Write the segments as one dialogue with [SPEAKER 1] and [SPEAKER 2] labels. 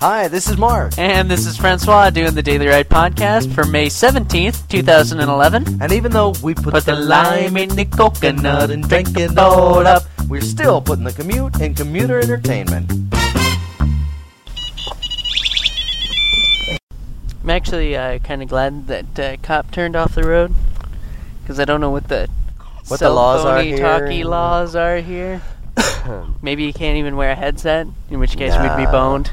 [SPEAKER 1] Hi, this is Mark.
[SPEAKER 2] And this is Francois doing the Daily Ride podcast for May 17th, 2011.
[SPEAKER 1] And even though we put,
[SPEAKER 2] Put the lime in the coconut and drink it all up.
[SPEAKER 1] we're still putting the commute in commuter entertainment.
[SPEAKER 2] I'm actually uh, kind of glad that uh, cop turned off the road because I don't know what the
[SPEAKER 1] What the laws are here
[SPEAKER 2] talkie
[SPEAKER 1] and-
[SPEAKER 2] laws are here.
[SPEAKER 1] Uh,
[SPEAKER 2] Maybe you can't even wear a headset, in which case we'd be
[SPEAKER 1] Nah.
[SPEAKER 2] boned.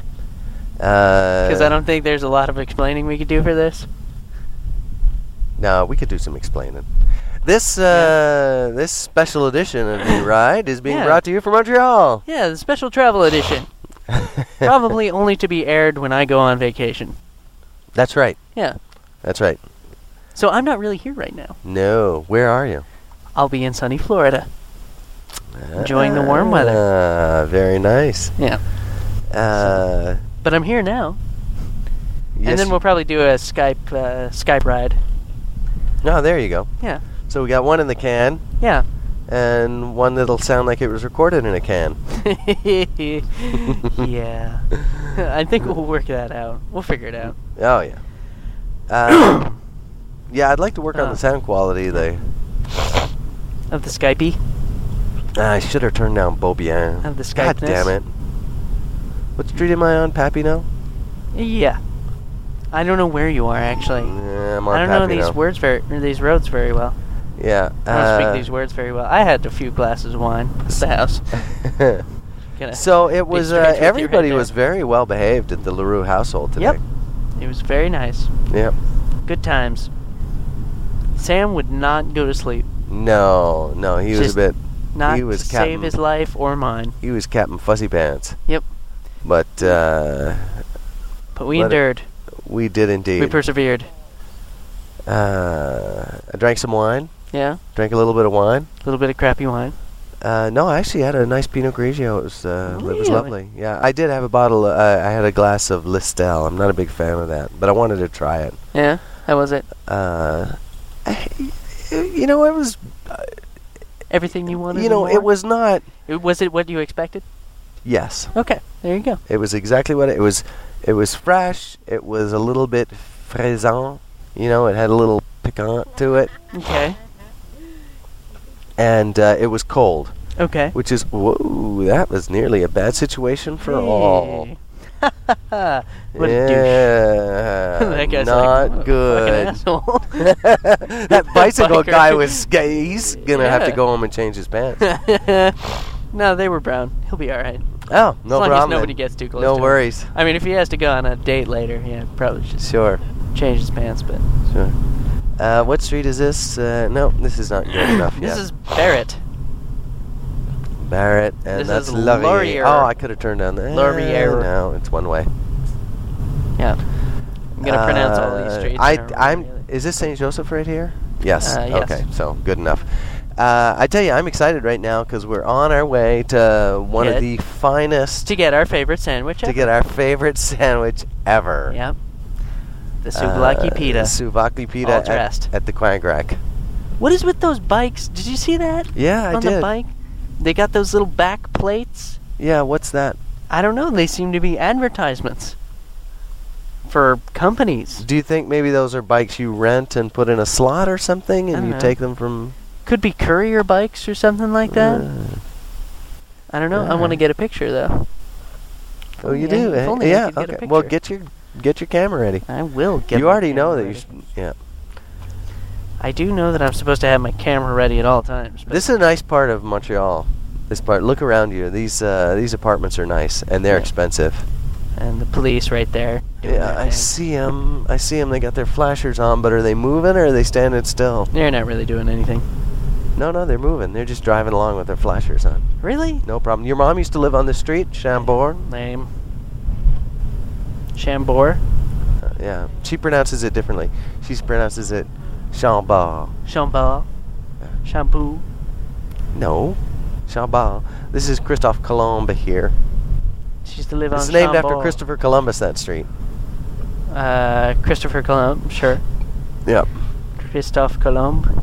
[SPEAKER 1] Because
[SPEAKER 2] Because I don't think there's a lot of explaining we could do for this.
[SPEAKER 1] No, we could do some explaining. This uh, this special edition of the ride is being
[SPEAKER 2] Yeah.
[SPEAKER 1] brought to you from Montreal.
[SPEAKER 2] Yeah, the special travel edition, probably only to be aired when I go on vacation.
[SPEAKER 1] That's right.
[SPEAKER 2] Yeah,
[SPEAKER 1] That's right.
[SPEAKER 2] so I'm not really here right now.
[SPEAKER 1] No, where are you?
[SPEAKER 2] I'll be in sunny Florida. Enjoying the warm weather.
[SPEAKER 1] Ah, very nice.
[SPEAKER 2] Yeah,
[SPEAKER 1] Uh,
[SPEAKER 2] but I'm here now,
[SPEAKER 1] yes,
[SPEAKER 2] and then we'll probably do a Skype uh, Skype ride.
[SPEAKER 1] Oh, there you go.
[SPEAKER 2] Yeah,
[SPEAKER 1] So we got one in the can,
[SPEAKER 2] yeah.
[SPEAKER 1] and one that'll sound like it was recorded in a can.
[SPEAKER 2] yeah. I think we'll work that out. We'll figure it out.
[SPEAKER 1] Oh yeah. Uh, yeah, I'd like to work on
[SPEAKER 2] Ah.
[SPEAKER 1] the sound quality. They.
[SPEAKER 2] Of the Skypey?
[SPEAKER 1] Ah, I should have turned down Bobian.
[SPEAKER 2] Of the
[SPEAKER 1] God
[SPEAKER 2] Skypeness.
[SPEAKER 1] damn it. What street am I on, Pappy now?
[SPEAKER 2] Yeah. I don't know where you are actually.
[SPEAKER 1] Yeah, Mm, I'm on
[SPEAKER 2] I don't know
[SPEAKER 1] Pappy
[SPEAKER 2] these
[SPEAKER 1] now.
[SPEAKER 2] words very or these roads very well.
[SPEAKER 1] Yeah. uh,
[SPEAKER 2] I don't speak these words very well. I had a few glasses of wine at the house.
[SPEAKER 1] words.
[SPEAKER 2] Gonna
[SPEAKER 1] so it
[SPEAKER 2] be
[SPEAKER 1] was.
[SPEAKER 2] strange
[SPEAKER 1] Uh,
[SPEAKER 2] with your
[SPEAKER 1] everybody
[SPEAKER 2] head
[SPEAKER 1] was
[SPEAKER 2] down.
[SPEAKER 1] very well behaved at the Larue household today.
[SPEAKER 2] Yep. It was very nice.
[SPEAKER 1] Yep.
[SPEAKER 2] Good times. Sam would not go to sleep.
[SPEAKER 1] No, no, he was
[SPEAKER 2] Just
[SPEAKER 1] a bit.
[SPEAKER 2] Not
[SPEAKER 1] He was
[SPEAKER 2] to save
[SPEAKER 1] Captain-
[SPEAKER 2] his life or mine.
[SPEAKER 1] He was Captain Fuzzy Pants.
[SPEAKER 2] Yep.
[SPEAKER 1] But uh,
[SPEAKER 2] But we
[SPEAKER 1] Let it-
[SPEAKER 2] endured.
[SPEAKER 1] we did indeed.
[SPEAKER 2] We persevered.
[SPEAKER 1] uh, I drank some wine.
[SPEAKER 2] Yeah.
[SPEAKER 1] Drank a little bit of wine.
[SPEAKER 2] A little bit of crappy wine.
[SPEAKER 1] Uh, no, I actually had a nice Pinot Grigio. It was, uh, it was
[SPEAKER 2] Really?
[SPEAKER 1] lovely. Yeah, I did have a bottle. Uh, I had a glass of Listel. I'm not a big fan of that, but I wanted to try it.
[SPEAKER 2] Yeah. How was it?
[SPEAKER 1] Uh, you know, it was. uh,
[SPEAKER 2] Everything you wanted.
[SPEAKER 1] You
[SPEAKER 2] and
[SPEAKER 1] know,
[SPEAKER 2] more?
[SPEAKER 1] it was not.
[SPEAKER 2] It- Was it what you expected?
[SPEAKER 1] Yes,
[SPEAKER 2] Okay, there you go.
[SPEAKER 1] it was exactly what it, it was. It was fresh. It was a little bit fraisant. You know, it had a little piquant to it,
[SPEAKER 2] Okay,
[SPEAKER 1] and uh, it was cold,
[SPEAKER 2] okay.
[SPEAKER 1] which is whoa. That was nearly a bad situation for all.
[SPEAKER 2] Hey. what
[SPEAKER 1] yeah,
[SPEAKER 2] a douche. that guy's
[SPEAKER 1] not
[SPEAKER 2] like,
[SPEAKER 1] good.
[SPEAKER 2] "Oh, fucking
[SPEAKER 1] that bicycle
[SPEAKER 2] Biker.
[SPEAKER 1] guy was sca- he's gonna have to
[SPEAKER 2] Yeah.
[SPEAKER 1] go home and change his pants.
[SPEAKER 2] asshole. no, they were brown. He'll be all right.
[SPEAKER 1] oh, no
[SPEAKER 2] as long
[SPEAKER 1] problem.
[SPEAKER 2] as nobody
[SPEAKER 1] then.
[SPEAKER 2] gets too close.
[SPEAKER 1] no
[SPEAKER 2] to him.
[SPEAKER 1] worries.
[SPEAKER 2] I mean, if he has to go on a date later, yeah, probably just
[SPEAKER 1] Sure,
[SPEAKER 2] change his pants. But
[SPEAKER 1] sure. Uh, what street is this? Uh, no, this is not good enough yet.
[SPEAKER 2] this is Barrett.
[SPEAKER 1] Barrett, and
[SPEAKER 2] this
[SPEAKER 1] that's
[SPEAKER 2] is
[SPEAKER 1] Laurier.
[SPEAKER 2] Laurier.
[SPEAKER 1] Oh, I could have turned down the
[SPEAKER 2] Laurier.
[SPEAKER 1] No, it's one way.
[SPEAKER 2] Yeah, I'm gonna pronounce all these
[SPEAKER 1] Uh,
[SPEAKER 2] streets.
[SPEAKER 1] I,
[SPEAKER 2] and
[SPEAKER 1] I'm.
[SPEAKER 2] really-
[SPEAKER 1] Is this St. Joseph right here? Yes.
[SPEAKER 2] Uh, yes.
[SPEAKER 1] Okay. So good enough. Uh, I tell you, I'm excited right now because we're on our way to one of
[SPEAKER 2] Good.
[SPEAKER 1] the finest
[SPEAKER 2] to get our favorite sandwich.
[SPEAKER 1] to get our favorite sandwich ever.
[SPEAKER 2] Yep. The souvlaki
[SPEAKER 1] Uh,
[SPEAKER 2] pita.
[SPEAKER 1] Souvlaki pita
[SPEAKER 2] All
[SPEAKER 1] at,
[SPEAKER 2] dressed.
[SPEAKER 1] at the Quang Rack.
[SPEAKER 2] What is with those bikes? Did you see that?
[SPEAKER 1] Yeah, I
[SPEAKER 2] on
[SPEAKER 1] did.
[SPEAKER 2] the bike. They got those little back plates.
[SPEAKER 1] Yeah, what's that?
[SPEAKER 2] I don't know. They seem to be advertisements for companies.
[SPEAKER 1] Do you think maybe those are bikes you rent and put in a slot or something, and
[SPEAKER 2] don't
[SPEAKER 1] you
[SPEAKER 2] know.
[SPEAKER 1] take them from?
[SPEAKER 2] Could be courier bikes or something Uh-huh. like that.
[SPEAKER 1] Uh,
[SPEAKER 2] I don't know. I want to
[SPEAKER 1] alright.
[SPEAKER 2] get a picture though.
[SPEAKER 1] oh, you
[SPEAKER 2] Yeah,
[SPEAKER 1] do.
[SPEAKER 2] if
[SPEAKER 1] eh?
[SPEAKER 2] only I
[SPEAKER 1] yeah.
[SPEAKER 2] could get a
[SPEAKER 1] okay. Well,
[SPEAKER 2] picture.
[SPEAKER 1] get your get your camera ready.
[SPEAKER 2] I will get.
[SPEAKER 1] you
[SPEAKER 2] my
[SPEAKER 1] already know that
[SPEAKER 2] camera
[SPEAKER 1] you.
[SPEAKER 2] ready.
[SPEAKER 1] Should, yeah.
[SPEAKER 2] I do know that I'm supposed to have my camera ready at all times. But
[SPEAKER 1] This is a nice part of Montreal. This part. Look around you. These uh, these apartments are nice, and they're
[SPEAKER 2] Yeah.
[SPEAKER 1] expensive.
[SPEAKER 2] and the police right there. doing
[SPEAKER 1] Yeah,
[SPEAKER 2] their
[SPEAKER 1] I
[SPEAKER 2] thing.
[SPEAKER 1] see them. I see them. They got their flashers on, but are they moving or are they standing still?
[SPEAKER 2] They're not really doing anything.
[SPEAKER 1] No, no, they're moving. They're just driving along with their flashers on.
[SPEAKER 2] Really?
[SPEAKER 1] No problem. Your mom used to live on the street, Chambord.
[SPEAKER 2] Name. Chambord.
[SPEAKER 1] Uh, yeah, she pronounces it differently. She pronounces it Chambord.
[SPEAKER 2] Chambord.
[SPEAKER 1] Yeah.
[SPEAKER 2] Shampoo.
[SPEAKER 1] No, Chambord. This is Christophe Colomb here.
[SPEAKER 2] She used to live on.
[SPEAKER 1] It's named after
[SPEAKER 2] Chambord.
[SPEAKER 1] Christopher Columbus. That street.
[SPEAKER 2] Uh, Christopher Colomb, sure.
[SPEAKER 1] Yep.
[SPEAKER 2] Christophe Colomb.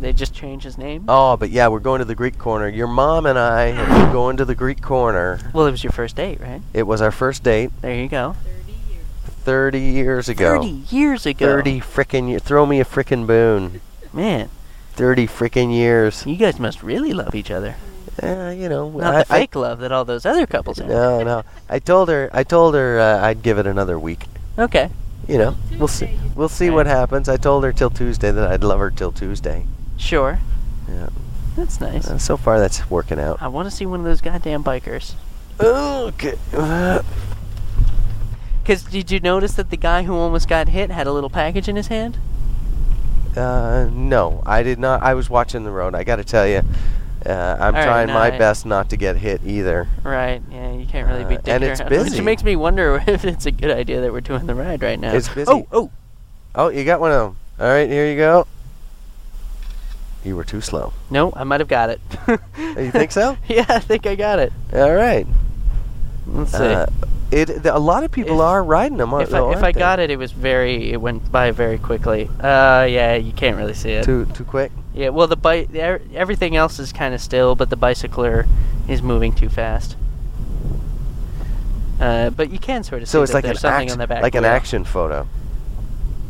[SPEAKER 2] They just changed his name.
[SPEAKER 1] oh, but yeah, we're going to the Greek corner. Your mom and I have been going to the Greek corner.
[SPEAKER 2] Well, it was your first date, right?
[SPEAKER 1] It was our first date
[SPEAKER 2] There you go.
[SPEAKER 3] 30 years.
[SPEAKER 1] 30 years ago.
[SPEAKER 2] Thirty years ago.
[SPEAKER 1] 30 frickin' years. Throw me a frickin' boon.
[SPEAKER 2] Man,
[SPEAKER 1] 30 frickin' years.
[SPEAKER 2] you guys must really love each other.
[SPEAKER 1] Eh, you know,
[SPEAKER 2] Not
[SPEAKER 1] I,
[SPEAKER 2] the fake love that all those other couples
[SPEAKER 1] I,
[SPEAKER 2] have.
[SPEAKER 1] no, no. I told her, I told her uh, I'd give it another week.
[SPEAKER 2] Okay.
[SPEAKER 1] You know, we'll see.
[SPEAKER 3] Tuesday.
[SPEAKER 1] We'll see what happens. I told her till Tuesday that I'd love her till Tuesday.
[SPEAKER 2] Sure.
[SPEAKER 1] Yeah.
[SPEAKER 2] That's nice.
[SPEAKER 1] Uh, so far, that's working out.
[SPEAKER 2] I want to see one of those goddamn bikers.
[SPEAKER 1] Okay. Uh,
[SPEAKER 2] Cause did you notice that the guy who almost got hit had a little package in his hand?
[SPEAKER 1] Uh, no, I did not. I was watching the road. I got to tell you, uh, I'm
[SPEAKER 2] All right,
[SPEAKER 1] trying
[SPEAKER 2] no,
[SPEAKER 1] my
[SPEAKER 2] I-
[SPEAKER 1] best not to get hit either.
[SPEAKER 2] Right. Yeah. You can't really
[SPEAKER 1] Uh,
[SPEAKER 2] be. dick
[SPEAKER 1] and it's
[SPEAKER 2] around,
[SPEAKER 1] busy.
[SPEAKER 2] Which makes me wonder if it's a good idea that we're doing the ride right now.
[SPEAKER 1] It's busy.
[SPEAKER 2] Oh, oh.
[SPEAKER 1] Oh, you got one of them. All right, here you go. You were too slow.
[SPEAKER 2] No, I might have got it.
[SPEAKER 1] Oh, You think so?
[SPEAKER 2] yeah, I think I got it.
[SPEAKER 1] All right.
[SPEAKER 2] Let's see.
[SPEAKER 1] Uh, it. th- a lot of people
[SPEAKER 2] If-
[SPEAKER 1] are riding them.
[SPEAKER 2] if I, if I got it, it was very. It went by very quickly. Uh, yeah, you can't really see it.
[SPEAKER 1] too too quick.
[SPEAKER 2] Yeah, well, the bike, everything else is kind of still, but the bicycler is moving too fast. Uh, but you can sort of see
[SPEAKER 1] So it's
[SPEAKER 2] that
[SPEAKER 1] like an
[SPEAKER 2] there's something
[SPEAKER 1] action,
[SPEAKER 2] on the back.
[SPEAKER 1] like an
[SPEAKER 2] wheel.
[SPEAKER 1] action photo.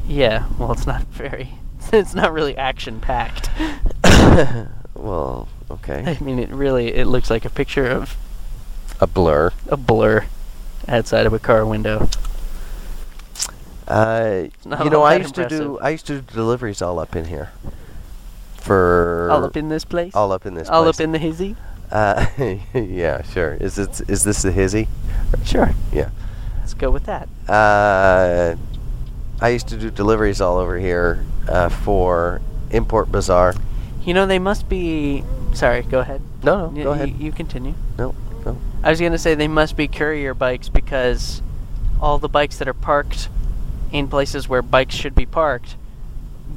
[SPEAKER 2] Yeah, well, it's not very. It's not really action packed.
[SPEAKER 1] well, okay.
[SPEAKER 2] I mean, it really it looks like a picture of
[SPEAKER 1] A blur.
[SPEAKER 2] a blur outside of a car window.
[SPEAKER 1] Uh,
[SPEAKER 2] not
[SPEAKER 1] you know,
[SPEAKER 2] all
[SPEAKER 1] I
[SPEAKER 2] that
[SPEAKER 1] used to do
[SPEAKER 2] impressive.
[SPEAKER 1] I used to do deliveries all up in here. For
[SPEAKER 2] All up in this place.
[SPEAKER 1] all up in this
[SPEAKER 2] All
[SPEAKER 1] place.
[SPEAKER 2] up in the hizzy.
[SPEAKER 1] uh, yeah, sure. Is it is this the hizzy?
[SPEAKER 2] Sure,
[SPEAKER 1] Yeah.
[SPEAKER 2] let's go with that.
[SPEAKER 1] Uh, I used to do deliveries all over here uh, for Import Bazaar.
[SPEAKER 2] You know, they must be. Sorry, go ahead.
[SPEAKER 1] No, no,
[SPEAKER 2] Y-
[SPEAKER 1] go
[SPEAKER 2] y-
[SPEAKER 1] ahead.
[SPEAKER 2] You continue.
[SPEAKER 1] No, no.
[SPEAKER 2] I was gonna say they must be courier bikes because all the bikes that are parked in places where bikes should be parked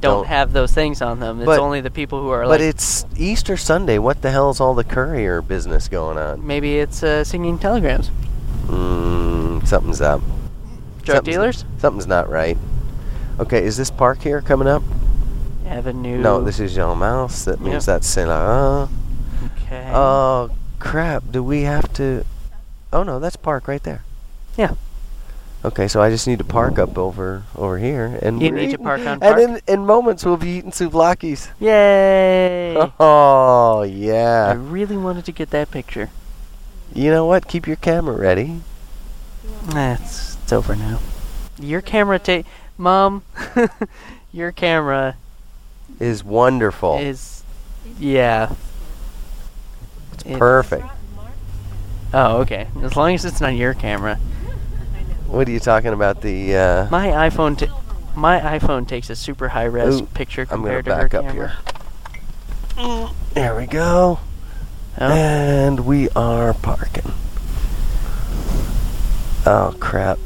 [SPEAKER 2] don't,
[SPEAKER 1] Don't.
[SPEAKER 2] have those things on them. It's
[SPEAKER 1] But-
[SPEAKER 2] only the people who are
[SPEAKER 1] But
[SPEAKER 2] like
[SPEAKER 1] it's Easter Sunday. What the hell's all the courier business going on?
[SPEAKER 2] maybe it's uh, singing telegrams.
[SPEAKER 1] Mm, something's up.
[SPEAKER 2] Drug
[SPEAKER 1] Something's-
[SPEAKER 2] dealers?
[SPEAKER 1] Something's not right. Okay, is this park here coming up?
[SPEAKER 2] Avenue.
[SPEAKER 1] No, this is Jean Mouse. That means
[SPEAKER 2] Yep.
[SPEAKER 1] that's Saint Laurent.
[SPEAKER 2] Okay.
[SPEAKER 1] Oh crap! Do we have to? Oh no, that's park right there.
[SPEAKER 2] Yeah.
[SPEAKER 1] Okay, so I just need to park up over over here, and
[SPEAKER 2] You
[SPEAKER 1] we're
[SPEAKER 2] need to
[SPEAKER 1] eating.
[SPEAKER 2] park on park?
[SPEAKER 1] And in, in moments, we'll be eating souvlaki's.
[SPEAKER 2] Yay!
[SPEAKER 1] Oh
[SPEAKER 2] I
[SPEAKER 1] yeah!
[SPEAKER 2] really wanted to get that picture.
[SPEAKER 1] You know what? Keep your camera ready.
[SPEAKER 2] Nah, it's, it's over now. Your camera ta- Mom, your camera
[SPEAKER 1] Is wonderful.
[SPEAKER 2] is. Yeah.
[SPEAKER 1] it's
[SPEAKER 2] it's-
[SPEAKER 1] perfect.
[SPEAKER 3] Rotten Mark?
[SPEAKER 2] Oh, okay. As long as it's not your camera.
[SPEAKER 3] I know.
[SPEAKER 1] What are you talking about? The uh,
[SPEAKER 2] My iPhone, t-
[SPEAKER 3] Silver one.
[SPEAKER 2] my iPhone takes a super high res
[SPEAKER 1] Ooh,
[SPEAKER 2] picture
[SPEAKER 1] I'm gonna
[SPEAKER 2] compared
[SPEAKER 1] back
[SPEAKER 2] to her
[SPEAKER 1] up
[SPEAKER 2] camera.
[SPEAKER 1] here. Mm, There we go,
[SPEAKER 2] Oh,
[SPEAKER 1] and we are parking. Oh crap!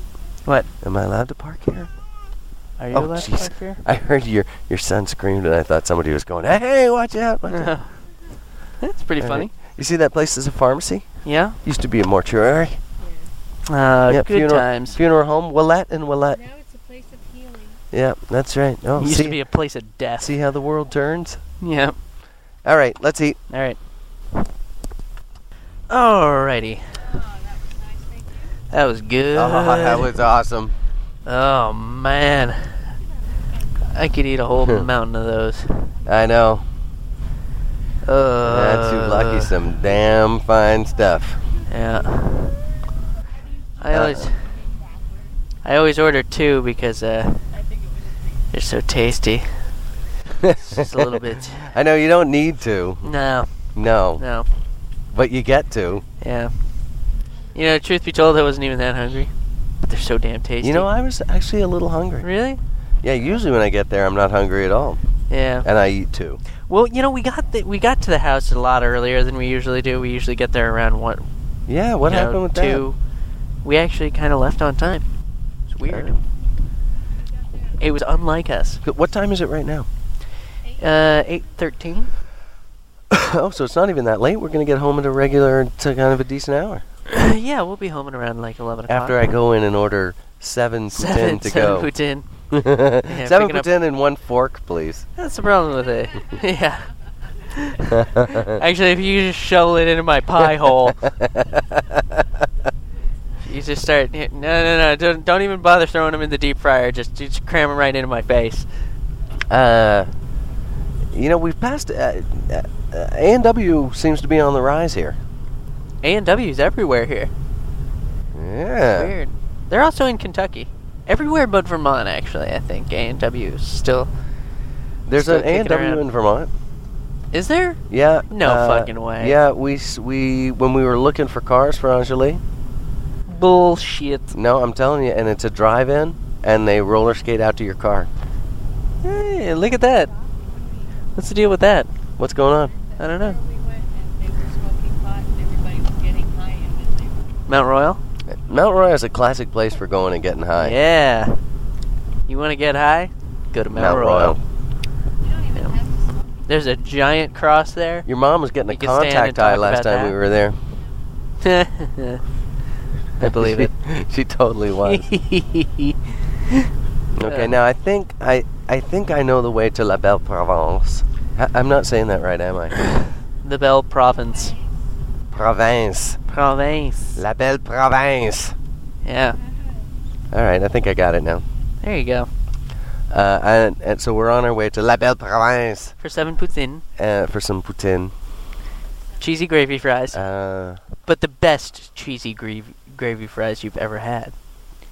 [SPEAKER 2] what?
[SPEAKER 1] Am I allowed to park here?
[SPEAKER 2] Are you
[SPEAKER 1] Oh,
[SPEAKER 2] allowed to
[SPEAKER 1] jeez.
[SPEAKER 2] park here?
[SPEAKER 1] I heard your your son screamed, and I thought somebody was going, "Hey, hey, watch out!" watch out."
[SPEAKER 2] That's pretty
[SPEAKER 1] All
[SPEAKER 2] funny.
[SPEAKER 1] right. Uh-huh. You see that place is a pharmacy.
[SPEAKER 2] Yeah.
[SPEAKER 1] Used to be a mortuary.
[SPEAKER 2] Uh,
[SPEAKER 1] Yep,
[SPEAKER 2] good
[SPEAKER 1] funeral,
[SPEAKER 2] times.
[SPEAKER 1] Funeral home, Willette and
[SPEAKER 3] Yeah.
[SPEAKER 1] Willette.
[SPEAKER 3] Now it's a place of healing.
[SPEAKER 1] Yeah, that's right. Oh,
[SPEAKER 2] used
[SPEAKER 1] see,
[SPEAKER 2] to be a place of death.
[SPEAKER 1] see how the world turns.
[SPEAKER 2] Yeah.
[SPEAKER 1] All right, let's eat.
[SPEAKER 2] All right. Alrighty.
[SPEAKER 3] Oh, that was nice. Thank you.
[SPEAKER 2] That was good.
[SPEAKER 1] Oh, awesome.
[SPEAKER 2] Oh man, I could eat a whole mountain of those.
[SPEAKER 1] I know.
[SPEAKER 2] Uh,
[SPEAKER 1] That's too lucky. Some damn fine stuff.
[SPEAKER 2] Yeah. I
[SPEAKER 1] Uh,
[SPEAKER 2] always, I always order two because uh, they're so tasty.
[SPEAKER 1] just
[SPEAKER 2] a little bit.
[SPEAKER 1] I know you don't need to.
[SPEAKER 2] No,
[SPEAKER 1] No,
[SPEAKER 2] no,
[SPEAKER 1] but you get to.
[SPEAKER 2] yeah. You know, truth be told, I wasn't even that hungry, but they're so damn tasty.
[SPEAKER 1] You know, I was actually a little hungry.
[SPEAKER 2] Really?
[SPEAKER 1] Yeah, usually when I get there, I'm not hungry at all,
[SPEAKER 2] Yeah.
[SPEAKER 1] and I eat too.
[SPEAKER 2] Well, you know, we got the, we got to the house a lot earlier than we usually do. We usually get there around one.
[SPEAKER 1] Yeah, what
[SPEAKER 2] you know,
[SPEAKER 1] happened with
[SPEAKER 2] two. We actually kind of left on time. It's
[SPEAKER 1] Oh.
[SPEAKER 2] weird. It was unlike us.
[SPEAKER 1] that? What time is it right now?
[SPEAKER 2] Uh, eight thirteen.
[SPEAKER 1] oh, so it's not even that late. We're gonna get home at a regular, to kind of a decent hour.
[SPEAKER 2] yeah, we'll be home in around like eleven o'clock.
[SPEAKER 1] After I go in and order seven poutine
[SPEAKER 2] seven,
[SPEAKER 1] to
[SPEAKER 2] seven
[SPEAKER 1] go.
[SPEAKER 2] poutine.
[SPEAKER 1] Seven
[SPEAKER 2] picking up-
[SPEAKER 1] pretend and one fork, please.
[SPEAKER 2] That's the problem with it. yeah. Actually, if you just shovel it into my pie hole, you just start. No, no, no! Don't, don't even bother throwing them in the deep fryer. Just, just cram them right into my face.
[SPEAKER 1] Uh, you know, we've passed. Uh, uh, A&W seems to be on the rise here.
[SPEAKER 2] A and W's everywhere here.
[SPEAKER 1] Yeah.
[SPEAKER 2] Weird. They're also in Kentucky. Everywhere but Vermont, actually. I think A and W still
[SPEAKER 1] There's
[SPEAKER 2] Still
[SPEAKER 1] an
[SPEAKER 2] kicking
[SPEAKER 1] A&W
[SPEAKER 2] around.
[SPEAKER 1] in Vermont.
[SPEAKER 2] is there.
[SPEAKER 1] Yeah.
[SPEAKER 2] No
[SPEAKER 1] uh,
[SPEAKER 2] fucking way.
[SPEAKER 1] Yeah, we s- we when we were looking for cars for Anjali.
[SPEAKER 2] Bullshit.
[SPEAKER 1] No, I'm telling you, and it's a drive-in, and they roller skate out to your car.
[SPEAKER 2] Hey, look at that. What's the deal with that?
[SPEAKER 1] What's going on?
[SPEAKER 2] I don't know.
[SPEAKER 3] We went and they were smoking pot and everybody was getting high and then they were
[SPEAKER 2] Mount Royal.
[SPEAKER 1] Mount Royal is a classic place for going and getting high.
[SPEAKER 2] Yeah. You want to get high? Go to Mount, Royal.
[SPEAKER 3] you don't even
[SPEAKER 2] Yeah.
[SPEAKER 3] have to smoke.
[SPEAKER 2] There's a giant cross there.
[SPEAKER 1] Your mom was getting
[SPEAKER 2] You
[SPEAKER 1] a
[SPEAKER 2] can stand and
[SPEAKER 1] contact high
[SPEAKER 2] talk
[SPEAKER 1] last
[SPEAKER 2] about
[SPEAKER 1] time
[SPEAKER 2] that.
[SPEAKER 1] we were there.
[SPEAKER 2] I believe
[SPEAKER 1] She-
[SPEAKER 2] it.
[SPEAKER 1] she totally was. Okay,
[SPEAKER 2] Yeah.
[SPEAKER 1] now I think I I think I know the way to La Belle Provence. I, I'm not saying that right, am I?
[SPEAKER 2] the Belle Province.
[SPEAKER 1] Provence,
[SPEAKER 2] Province.
[SPEAKER 1] La Belle Provence.
[SPEAKER 2] Yeah.
[SPEAKER 1] All right, I think I got it now.
[SPEAKER 2] There you go.
[SPEAKER 1] Uh, and, and so we're on our way to La Belle Provence
[SPEAKER 2] For seven poutine,
[SPEAKER 1] uh, for some poutine.
[SPEAKER 2] cheesy gravy fries,
[SPEAKER 1] Uh,
[SPEAKER 2] but the best cheesy gravy gravy fries you've ever had.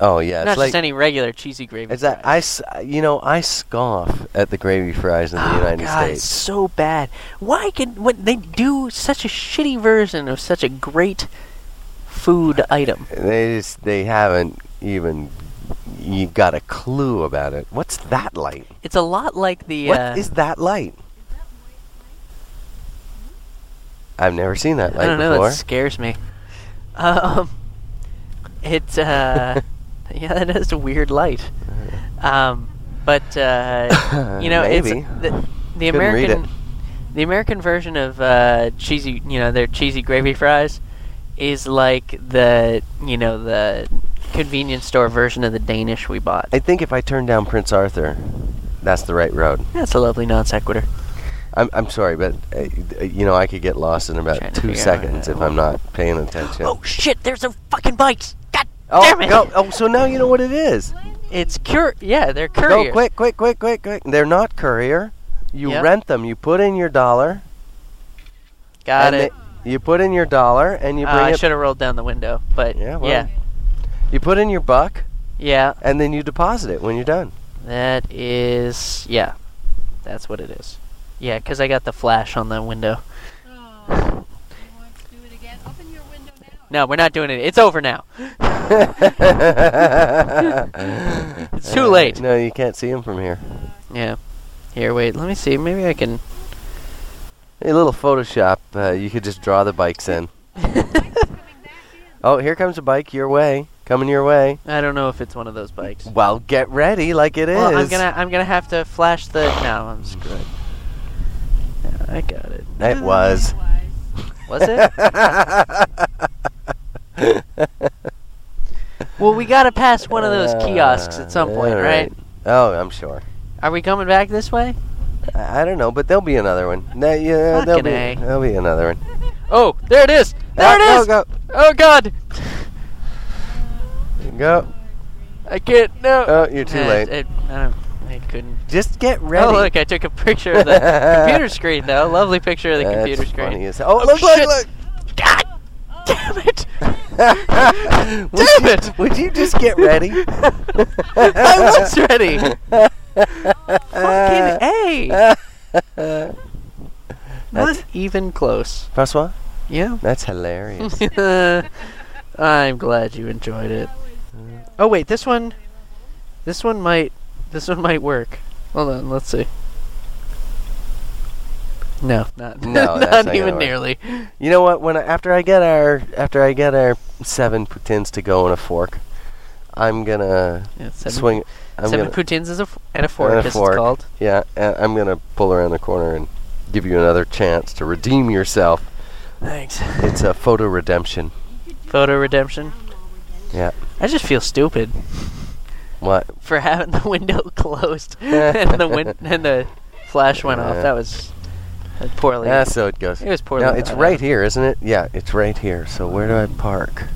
[SPEAKER 1] oh yeah,
[SPEAKER 2] Not
[SPEAKER 1] it's like
[SPEAKER 2] just any regular cheesy gravy.
[SPEAKER 1] it's that I
[SPEAKER 2] fries.
[SPEAKER 1] s- you know I scoff at the gravy fries in the
[SPEAKER 2] oh,
[SPEAKER 1] United
[SPEAKER 2] God,
[SPEAKER 1] States.
[SPEAKER 2] it's so bad. Why can when they do such a shitty version of such a great food item?
[SPEAKER 1] They just they haven't even you got a clue about it. What's that light?
[SPEAKER 2] It's a lot like the. uh,
[SPEAKER 1] What is that light? I've never seen that light
[SPEAKER 2] I don't know.
[SPEAKER 1] before.
[SPEAKER 2] It scares me. Um, it's uh, yeah, that is a weird light. Um, but uh, you know,
[SPEAKER 1] Maybe.
[SPEAKER 2] it's the, the
[SPEAKER 1] Couldn't read it.
[SPEAKER 2] American the American version of uh, cheesy, you know, their cheesy gravy fries is like the you know the convenience store version of the Danish we bought.
[SPEAKER 1] I think if I turn down Prince Arthur, that's the right road.
[SPEAKER 2] That's a lovely non sequitur.
[SPEAKER 1] I'm, I'm sorry, but uh, you know I could get lost in
[SPEAKER 2] Trying
[SPEAKER 1] about
[SPEAKER 2] to
[SPEAKER 1] two
[SPEAKER 2] figure out
[SPEAKER 1] seconds
[SPEAKER 2] what-
[SPEAKER 1] if I'm not paying attention.
[SPEAKER 2] Oh shit! There's a fucking bikes. God
[SPEAKER 1] Oh,
[SPEAKER 2] damn it!
[SPEAKER 1] go- oh, so now you know what it is.
[SPEAKER 2] It's cur. Yeah, they're couriers.
[SPEAKER 1] Go quick, quick, quick, quick, quick. They're not courier. You
[SPEAKER 2] Yep.
[SPEAKER 1] rent them. You put in your dollar.
[SPEAKER 2] Got
[SPEAKER 1] and
[SPEAKER 2] it.
[SPEAKER 1] they- you put in your dollar and you
[SPEAKER 2] Uh,
[SPEAKER 1] bring
[SPEAKER 2] I
[SPEAKER 1] it.
[SPEAKER 2] should have rolled down the window, but
[SPEAKER 1] Yeah,
[SPEAKER 2] yeah,
[SPEAKER 1] well.
[SPEAKER 2] yeah,
[SPEAKER 1] You put in your buck and then you deposit it when you're done.
[SPEAKER 2] That is, yeah, that's what it is. Yeah, 'cause I got the flash on the window.
[SPEAKER 3] Oh, you want to do it again? Open your window now.
[SPEAKER 2] No, we're not doing it. It's over now.
[SPEAKER 1] it's
[SPEAKER 2] too late.
[SPEAKER 1] No, you can't see him from here.
[SPEAKER 2] Yeah. Here, wait. Let me see. Maybe I can.
[SPEAKER 1] A little Photoshop. Uh, you could just draw the bikes in.
[SPEAKER 3] Coming back in.
[SPEAKER 1] Oh, here comes a bike your way, coming your way.
[SPEAKER 2] I don't know if it's one of those bikes.
[SPEAKER 1] Well, get ready, like it is.
[SPEAKER 2] well, I'm gonna, I'm gonna have to flash the. No, I'm screwed. Yeah, I got it.
[SPEAKER 1] It was.
[SPEAKER 3] Otherwise,
[SPEAKER 2] Was it? well, we gotta pass one of those kiosks at some point,
[SPEAKER 1] All
[SPEAKER 2] right?
[SPEAKER 1] Oh, I'm sure.
[SPEAKER 2] Are we coming back this way?
[SPEAKER 1] I, I don't know, but there'll be another one. No, yeah, there'll
[SPEAKER 2] Fucking
[SPEAKER 1] be,
[SPEAKER 2] A.
[SPEAKER 1] there'll be another one.
[SPEAKER 2] Oh, there it is. There it
[SPEAKER 1] Ah,
[SPEAKER 2] is.
[SPEAKER 1] Go,
[SPEAKER 2] Oh God,
[SPEAKER 1] go, go.
[SPEAKER 2] I can't. No.
[SPEAKER 1] Oh, you're too
[SPEAKER 2] Uh,
[SPEAKER 1] late.
[SPEAKER 2] It, I don't. I couldn't.
[SPEAKER 1] Just get ready.
[SPEAKER 2] Oh look, I took a picture of the computer screen though. Lovely picture of the
[SPEAKER 1] That's
[SPEAKER 2] computer screen.
[SPEAKER 1] funny as- Oh,
[SPEAKER 2] Oh,
[SPEAKER 1] look,
[SPEAKER 2] shit.
[SPEAKER 1] look, look.
[SPEAKER 2] God damn it!
[SPEAKER 1] Damn
[SPEAKER 2] Damn it!
[SPEAKER 1] Would you just get ready?
[SPEAKER 2] I was ready. Fucking
[SPEAKER 1] Uh,
[SPEAKER 2] a. Not
[SPEAKER 1] That's-
[SPEAKER 2] even close.
[SPEAKER 1] Francois,
[SPEAKER 2] Yeah.
[SPEAKER 1] that's hilarious.
[SPEAKER 2] I'm glad you enjoyed it. Oh wait, this one. This one might. This one might work. Hold on, let's see. No, not
[SPEAKER 1] No, that's not
[SPEAKER 2] not
[SPEAKER 1] gonna
[SPEAKER 2] even
[SPEAKER 1] work.
[SPEAKER 2] nearly.
[SPEAKER 1] you know what? When I, after I get our after I get our seven poutines to go in a fork, I'm gonna
[SPEAKER 2] Yeah, seven,
[SPEAKER 1] swing. I'm
[SPEAKER 2] 7
[SPEAKER 1] gonna,
[SPEAKER 2] poutines is a f- and a fork,
[SPEAKER 1] a
[SPEAKER 2] as
[SPEAKER 1] fork.
[SPEAKER 2] it's called.
[SPEAKER 1] yeah, a- I'm gonna pull around the corner and give you another chance to redeem yourself.
[SPEAKER 2] Thanks.
[SPEAKER 1] It's a photo redemption.
[SPEAKER 2] Photo redemption.
[SPEAKER 1] Yeah.
[SPEAKER 2] I just feel stupid.
[SPEAKER 1] What?
[SPEAKER 2] for having the window closed and the win- and the flash went off.
[SPEAKER 1] Yeah.
[SPEAKER 2] That was that poorly.
[SPEAKER 1] Yeah, so it goes.
[SPEAKER 2] It was poorly
[SPEAKER 1] Now it's
[SPEAKER 2] thought
[SPEAKER 1] right
[SPEAKER 2] out.
[SPEAKER 1] here, isn't it? Yeah, it's right here. So where do I park?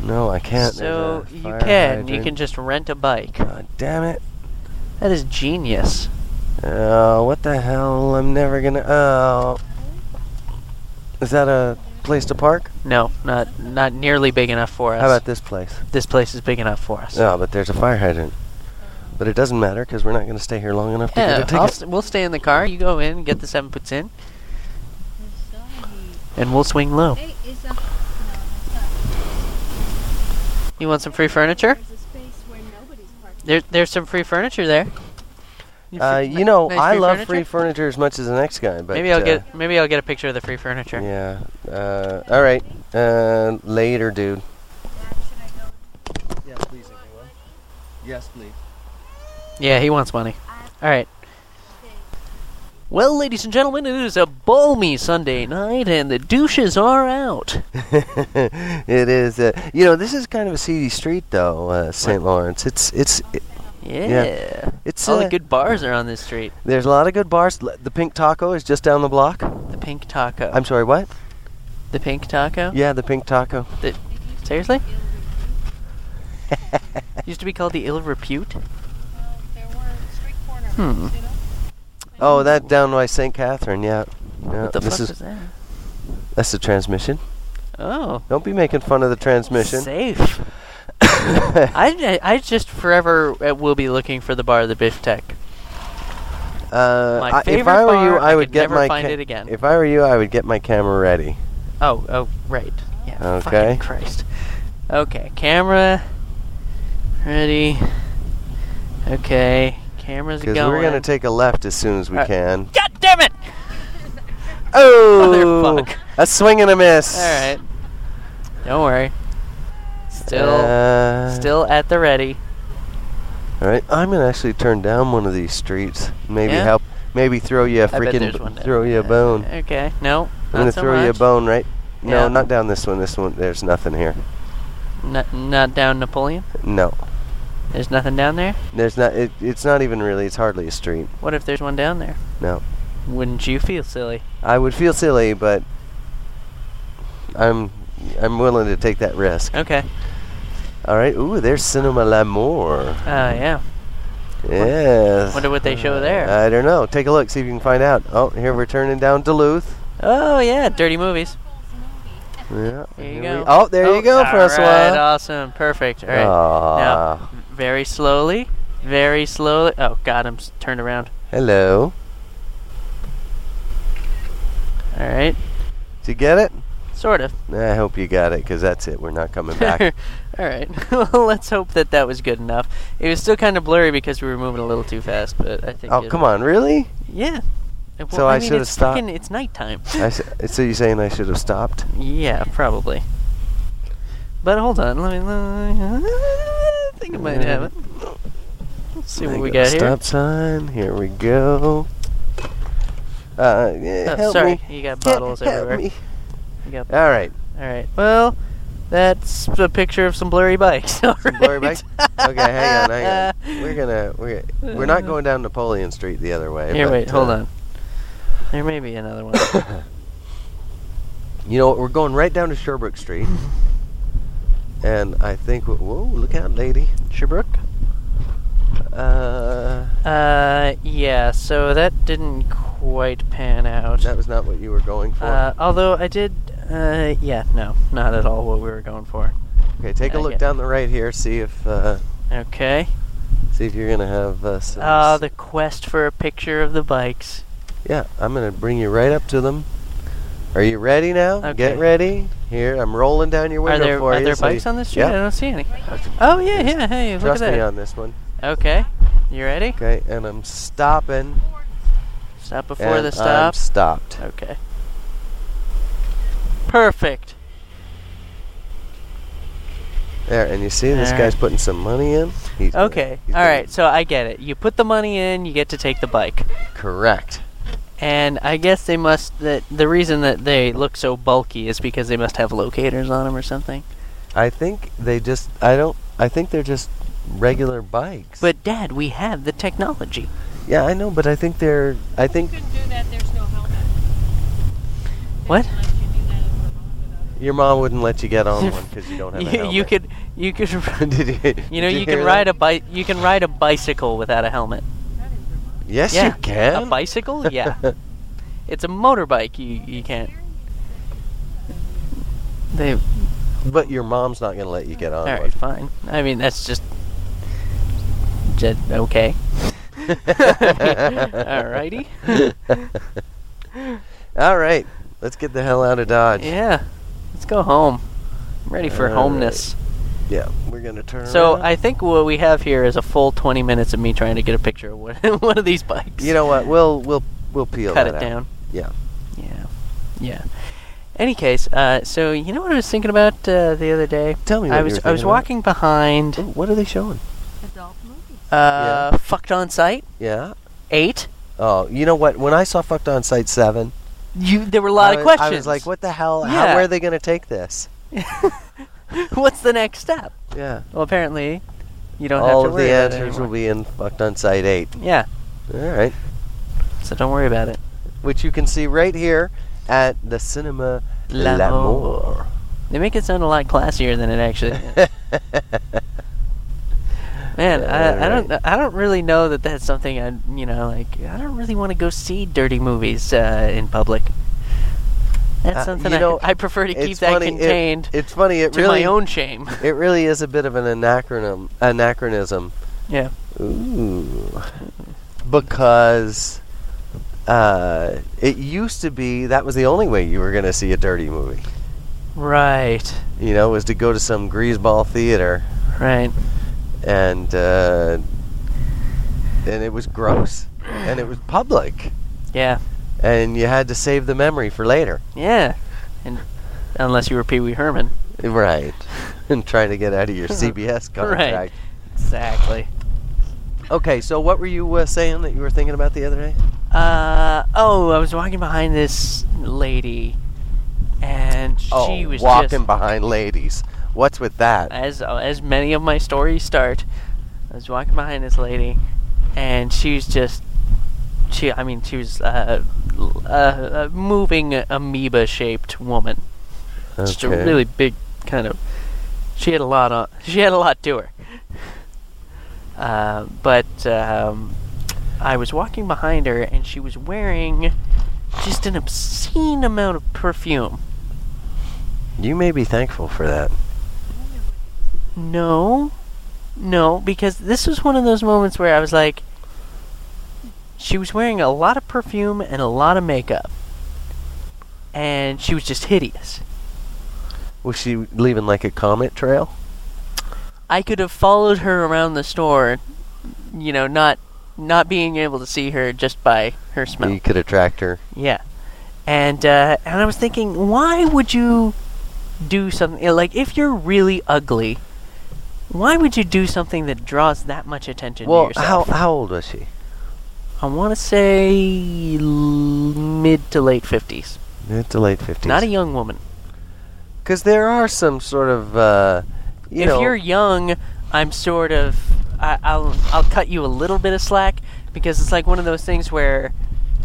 [SPEAKER 1] No, I can't. There's
[SPEAKER 2] So
[SPEAKER 1] a
[SPEAKER 2] you
[SPEAKER 1] fire
[SPEAKER 2] can you
[SPEAKER 1] hydrant.
[SPEAKER 2] can just rent a bike.
[SPEAKER 1] God damn it!
[SPEAKER 2] That is genius.
[SPEAKER 1] Oh, what the hell? I'm never gonna. Oh, is that a place to park?
[SPEAKER 2] No, not not nearly big enough for us.
[SPEAKER 1] How about this place?
[SPEAKER 2] this place is big enough for us.
[SPEAKER 1] No, but there's a fire hydrant. But it doesn't matter because we're not going to stay here long enough to
[SPEAKER 2] Yeah,
[SPEAKER 1] get a ticket.
[SPEAKER 2] I'll s we'll stay in the car. You go in, get the seven puts in, and we'll swing
[SPEAKER 1] Oh.
[SPEAKER 2] low.
[SPEAKER 3] Hey, is a. No, that's not.
[SPEAKER 2] You want some free furniture?
[SPEAKER 3] There's a space where nobody's parking.
[SPEAKER 2] There, there's some free furniture there.
[SPEAKER 1] uh,
[SPEAKER 2] fi-
[SPEAKER 1] you know,
[SPEAKER 2] nice
[SPEAKER 1] I
[SPEAKER 2] free
[SPEAKER 1] love
[SPEAKER 2] furniture?
[SPEAKER 1] free furniture as much as the next guy, but
[SPEAKER 2] maybe I'll
[SPEAKER 1] uh,
[SPEAKER 2] get maybe I'll get a picture of the free furniture.
[SPEAKER 1] Yeah. Uh, all right. Uh, later, dude.
[SPEAKER 3] Dad, should I go?
[SPEAKER 1] Yes, please, if you will. Yes, please.
[SPEAKER 2] Yeah, he wants money. All right.
[SPEAKER 3] Okay.
[SPEAKER 2] Well, ladies and gentlemen, it is a balmy Sunday night, and the douches are out.
[SPEAKER 1] it is. Uh, you know, this is kind of a seedy street, though, uh, St. Lawrence. It's it's it,
[SPEAKER 2] Yeah.
[SPEAKER 1] it's.
[SPEAKER 2] All
[SPEAKER 1] Uh,
[SPEAKER 2] the good bars are on this street.
[SPEAKER 1] There's a lot of good bars. L- The Pink Taco is just down the block.
[SPEAKER 2] The pink taco.
[SPEAKER 1] I'm sorry, what?
[SPEAKER 2] the pink taco?
[SPEAKER 1] Yeah, the Pink Taco.
[SPEAKER 2] Seriously? Used to be called the ill repute.
[SPEAKER 3] Well, Um, there were street corner
[SPEAKER 2] Hmm.
[SPEAKER 3] ones, you know?
[SPEAKER 1] Oh, that down by St. Catherine. Yeah. yeah
[SPEAKER 2] what the
[SPEAKER 1] this
[SPEAKER 2] fuck
[SPEAKER 1] is
[SPEAKER 2] was that?
[SPEAKER 1] That's the transmission.
[SPEAKER 2] Oh.
[SPEAKER 1] Don't be making fun of the transmission.
[SPEAKER 2] Safe. I, I just forever uh, will be looking for the bar, the Biff Tech.
[SPEAKER 1] Uh,
[SPEAKER 2] My
[SPEAKER 1] I- if
[SPEAKER 2] favorite
[SPEAKER 1] I were you,
[SPEAKER 2] bar,
[SPEAKER 1] I,
[SPEAKER 2] I
[SPEAKER 1] would
[SPEAKER 2] could
[SPEAKER 1] get
[SPEAKER 2] never
[SPEAKER 1] my
[SPEAKER 2] find it again.
[SPEAKER 1] If I were you, I would get my camera ready.
[SPEAKER 2] Oh, oh, right. Yeah.
[SPEAKER 1] Okay.
[SPEAKER 2] Fucking Christ. Okay, camera. Ready. Okay, camera's
[SPEAKER 1] Because
[SPEAKER 2] going.
[SPEAKER 1] we're gonna take a left as soon as we
[SPEAKER 2] Uh,
[SPEAKER 1] can.
[SPEAKER 2] God damn it!
[SPEAKER 1] Oh,
[SPEAKER 2] Motherfuck.
[SPEAKER 1] a swing and a miss.
[SPEAKER 2] All right. Don't worry. Still,
[SPEAKER 1] Uh,
[SPEAKER 2] still at the ready.
[SPEAKER 1] All right. I'm gonna actually turn down one of these streets. Maybe
[SPEAKER 2] Yeah?
[SPEAKER 1] help. Maybe throw you a
[SPEAKER 2] I bet
[SPEAKER 1] freaking
[SPEAKER 2] there's one down.
[SPEAKER 1] throw you a
[SPEAKER 2] Uh,
[SPEAKER 1] bone.
[SPEAKER 2] Okay. No.
[SPEAKER 1] I'm
[SPEAKER 2] not
[SPEAKER 1] gonna
[SPEAKER 2] so
[SPEAKER 1] throw you a
[SPEAKER 2] much.
[SPEAKER 1] bone, right? No,
[SPEAKER 2] Yeah.
[SPEAKER 1] not down this one. This one. There's nothing here.
[SPEAKER 2] Not, not down Napoleon.
[SPEAKER 1] No,
[SPEAKER 2] There's nothing down there.
[SPEAKER 1] there's not. It, it's not even really. It's hardly a street.
[SPEAKER 2] What if there's one down there?
[SPEAKER 1] No.
[SPEAKER 2] Wouldn't you feel silly?
[SPEAKER 1] I would feel silly, but I'm I'm willing to take that risk.
[SPEAKER 2] Okay.
[SPEAKER 1] All right. Ooh, there's Cinema L'Amour.
[SPEAKER 2] Oh yeah.
[SPEAKER 1] Yes.
[SPEAKER 2] wonder what they show there.
[SPEAKER 1] I don't know. Take a look. See if you can find out. Oh, here we're turning down Duluth.
[SPEAKER 2] Oh yeah. Dirty movies.
[SPEAKER 1] Yeah.
[SPEAKER 2] There you
[SPEAKER 1] here
[SPEAKER 2] go.
[SPEAKER 1] we- oh, there you go, Francois.
[SPEAKER 2] Alright, awesome, perfect. All right.
[SPEAKER 1] Aw.
[SPEAKER 2] Now, very slowly, very slowly. Oh God, I'm s- turned around.
[SPEAKER 1] Hello.
[SPEAKER 2] All right,
[SPEAKER 1] Did you get it?
[SPEAKER 2] sort of.
[SPEAKER 1] I hope you got it, because that's it. We're not coming back.
[SPEAKER 2] All right. well, let's hope that that was good enough. It was still kind of blurry because we were moving a little too fast, but I think.
[SPEAKER 1] oh,
[SPEAKER 2] it-
[SPEAKER 1] come on, really?
[SPEAKER 2] Yeah. Uh, Well,
[SPEAKER 1] So I
[SPEAKER 2] mean,
[SPEAKER 1] should've
[SPEAKER 2] it's
[SPEAKER 1] stopped.
[SPEAKER 2] fucking- it's nighttime.
[SPEAKER 1] I s- so you're saying I should have stopped?
[SPEAKER 2] yeah, probably. But hold on, let me. Let me I think I might have it. Let's see what
[SPEAKER 1] I
[SPEAKER 2] we
[SPEAKER 1] got a
[SPEAKER 2] got here.
[SPEAKER 1] Stop sign. Here we go. Uh, yeah,
[SPEAKER 2] Oh,
[SPEAKER 1] help
[SPEAKER 2] sorry,
[SPEAKER 1] me.
[SPEAKER 2] you got
[SPEAKER 1] Hel-
[SPEAKER 2] bottles
[SPEAKER 1] help
[SPEAKER 2] everywhere.
[SPEAKER 1] me.
[SPEAKER 2] You got
[SPEAKER 1] All right.
[SPEAKER 2] All right. Well, that's a picture of some blurry bikes. Uh,
[SPEAKER 1] Some blurry bikes? Okay, hang on, hang on. We're gonna we're we're not going down Napoleon Street the other way.
[SPEAKER 2] Here,
[SPEAKER 1] but,
[SPEAKER 2] wait, hold
[SPEAKER 1] uh,
[SPEAKER 2] on. There may be another one.
[SPEAKER 1] You know what? We're going right down to Sherbrooke Street, and I think we- whoa, look out, lady.
[SPEAKER 2] Sherbrooke.
[SPEAKER 1] Uh,
[SPEAKER 2] Uh, yeah. So that didn't quite pan out.
[SPEAKER 1] that was not what you were going for.
[SPEAKER 2] Uh, although I did. Uh, yeah. No, not at all what we were going for.
[SPEAKER 1] okay, take a
[SPEAKER 2] okay.
[SPEAKER 1] look down the right here. See if uh,
[SPEAKER 2] Okay.
[SPEAKER 1] see if you're gonna have uh, some.
[SPEAKER 2] Ah, the quest for a picture of the bikes.
[SPEAKER 1] Yeah, I'm gonna bring you right up to them. Are you ready now?
[SPEAKER 2] Okay.
[SPEAKER 1] Get ready. Here, I'm rolling down your window
[SPEAKER 2] Are there
[SPEAKER 1] for
[SPEAKER 2] are
[SPEAKER 1] you.
[SPEAKER 2] there
[SPEAKER 1] so
[SPEAKER 2] bikes
[SPEAKER 1] you-
[SPEAKER 2] on the street? I
[SPEAKER 1] Yeah.
[SPEAKER 2] don't see any. Oh yeah, yeah. Hey, look
[SPEAKER 1] Trust
[SPEAKER 2] at
[SPEAKER 1] me
[SPEAKER 2] that.
[SPEAKER 1] on this one.
[SPEAKER 2] Okay. You ready?
[SPEAKER 1] Okay, and I'm stopping.
[SPEAKER 2] Stop before
[SPEAKER 1] and
[SPEAKER 2] the
[SPEAKER 1] I'm
[SPEAKER 2] stop.
[SPEAKER 1] stopped.
[SPEAKER 2] Okay. Perfect.
[SPEAKER 1] There, and you see this
[SPEAKER 2] All
[SPEAKER 1] guy's
[SPEAKER 2] right.
[SPEAKER 1] putting some money in. He's gonna-
[SPEAKER 2] Okay.
[SPEAKER 1] he's
[SPEAKER 2] All
[SPEAKER 1] gonna-
[SPEAKER 2] right. So I get it. You put the money in, you get to take the bike.
[SPEAKER 1] Correct.
[SPEAKER 2] And I guess they must that the reason that they look so bulky is because they must have locators on them or something.
[SPEAKER 1] I think they just. I don't. I think they're just regular bikes.
[SPEAKER 2] But Dad, we have the technology.
[SPEAKER 1] yeah, I know, but I think they're. I think
[SPEAKER 3] You couldn't do that. There's no helmet. They
[SPEAKER 2] What?
[SPEAKER 3] wouldn't let you do that in Vermont without-
[SPEAKER 1] your mom wouldn't let you get on one because you don't have a
[SPEAKER 2] you,
[SPEAKER 1] helmet.
[SPEAKER 2] you could you could
[SPEAKER 1] Did you,
[SPEAKER 2] you know
[SPEAKER 1] did hear
[SPEAKER 2] you, can
[SPEAKER 1] that?
[SPEAKER 2] ride a bike you can ride a bicycle without a helmet.
[SPEAKER 3] Not in Vermont.
[SPEAKER 1] Yes,
[SPEAKER 2] yeah.
[SPEAKER 1] you can.
[SPEAKER 2] A bicycle? Yeah. it's a motorbike. You you can't. They
[SPEAKER 1] but your mom's not gonna let you get on
[SPEAKER 2] all
[SPEAKER 1] one.
[SPEAKER 2] right, fine. I mean that's just, just okay. Alrighty.
[SPEAKER 1] All right, let's get the hell out of Dodge.
[SPEAKER 2] Yeah, let's go home. I'm ready for
[SPEAKER 1] All
[SPEAKER 2] homeness.
[SPEAKER 1] Yeah, we're gonna turn.
[SPEAKER 2] So
[SPEAKER 1] around.
[SPEAKER 2] I think what we have here is a full 20 minutes of me trying to get a picture of one, one of these bikes.
[SPEAKER 1] you know what? We'll we'll we'll peel
[SPEAKER 2] cut
[SPEAKER 1] that
[SPEAKER 2] it
[SPEAKER 1] out.
[SPEAKER 2] down.
[SPEAKER 1] Yeah.
[SPEAKER 2] Yeah, yeah. Any case, uh, so you know what I was thinking about uh, the other day?
[SPEAKER 1] Tell me. What
[SPEAKER 2] I
[SPEAKER 1] you
[SPEAKER 2] was
[SPEAKER 1] were
[SPEAKER 2] I was
[SPEAKER 1] thinking about.
[SPEAKER 2] walking behind
[SPEAKER 1] Ooh, what are they showing?
[SPEAKER 3] Adult movies.
[SPEAKER 1] Oh,
[SPEAKER 2] uh, fucked on site
[SPEAKER 1] Yeah.
[SPEAKER 2] eight.
[SPEAKER 1] Oh, you know what? When I saw "Fucked on Site 7,
[SPEAKER 2] You there were a lot
[SPEAKER 1] I
[SPEAKER 2] of
[SPEAKER 1] was-
[SPEAKER 2] questions.
[SPEAKER 1] I was like, "What the hell?
[SPEAKER 2] Yeah.
[SPEAKER 1] How, where are they gonna take this?"
[SPEAKER 2] What's the next step?
[SPEAKER 1] Yeah.
[SPEAKER 2] Well, apparently, you don't
[SPEAKER 1] All
[SPEAKER 2] have to
[SPEAKER 1] of
[SPEAKER 2] worry
[SPEAKER 1] the
[SPEAKER 2] about it
[SPEAKER 1] answers will
[SPEAKER 2] anymore.
[SPEAKER 1] be in "Fucked on Site 8.
[SPEAKER 2] yeah.
[SPEAKER 1] All right.
[SPEAKER 2] So don't worry about it.
[SPEAKER 1] Which you can see right here at the Cinema
[SPEAKER 2] L'Amour. They make it sound a lot classier than it actually
[SPEAKER 1] Uh,
[SPEAKER 2] is.
[SPEAKER 1] L'Amour.
[SPEAKER 2] Man, I, I don't
[SPEAKER 1] Alright.
[SPEAKER 2] I don't really know that that's something I you know like I don't really want to go see dirty movies uh, in public. That's
[SPEAKER 1] Uh,
[SPEAKER 2] something
[SPEAKER 1] you
[SPEAKER 2] I,
[SPEAKER 1] know,
[SPEAKER 2] I prefer to keep
[SPEAKER 1] It's
[SPEAKER 2] that
[SPEAKER 1] funny, it-
[SPEAKER 2] contained
[SPEAKER 1] it's funny. It
[SPEAKER 2] to
[SPEAKER 1] really
[SPEAKER 2] my own shame.
[SPEAKER 1] It really is a bit of an anachronism. Anachronism.
[SPEAKER 2] yeah.
[SPEAKER 1] Ooh. Because uh, it used to be that was the only way you were going to see a dirty movie.
[SPEAKER 2] Right.
[SPEAKER 1] You know, was to go to some greaseball theater
[SPEAKER 2] Right.
[SPEAKER 1] and uh, and it was gross and it was public
[SPEAKER 2] Yeah.
[SPEAKER 1] and you had to save the memory for later.
[SPEAKER 2] Yeah. And unless you were Pee Wee Herman.
[SPEAKER 1] Right. and trying to get out of your CBS contract.
[SPEAKER 2] Exactly.
[SPEAKER 1] Okay, so what were you uh, saying that you were thinking about the other day?
[SPEAKER 2] Uh oh, I was walking behind this lady and she
[SPEAKER 1] oh,
[SPEAKER 2] was
[SPEAKER 1] walking
[SPEAKER 2] just
[SPEAKER 1] behind ladies. What's with that?
[SPEAKER 2] as as many of my stories start, I was walking behind this lady, and she was just she. I mean, she was uh, l- a, a moving amoeba-shaped woman. Just a
[SPEAKER 1] Okay.
[SPEAKER 2] really big kind of. She had a lot on. She had a lot to her. Uh, but um, I was walking behind her, and she was wearing just an obscene amount of perfume.
[SPEAKER 1] You may be thankful for that.
[SPEAKER 2] No. No, because this was one of those moments where I was like she was wearing a lot of perfume and a lot of makeup. And she was just hideous.
[SPEAKER 1] Was she leaving like a comet trail?
[SPEAKER 2] I could have followed her around the store, you know, not not being able to see her just by her smell.
[SPEAKER 1] You could attract her.
[SPEAKER 2] Yeah, and uh, and I was thinking, why would you do something like if you're really ugly? Why would you do something that draws that much attention
[SPEAKER 1] Well,
[SPEAKER 2] to
[SPEAKER 1] how
[SPEAKER 2] yourself?
[SPEAKER 1] how old was she?
[SPEAKER 2] I want to say l- mid to late fifties,
[SPEAKER 1] Mid to late fifties.
[SPEAKER 2] not e- a young woman.
[SPEAKER 1] because there are some sort of uh, you
[SPEAKER 2] if
[SPEAKER 1] know.
[SPEAKER 2] you're young, I'm sort of I, I'll I'll cut you a little bit of slack because it's like one of those things where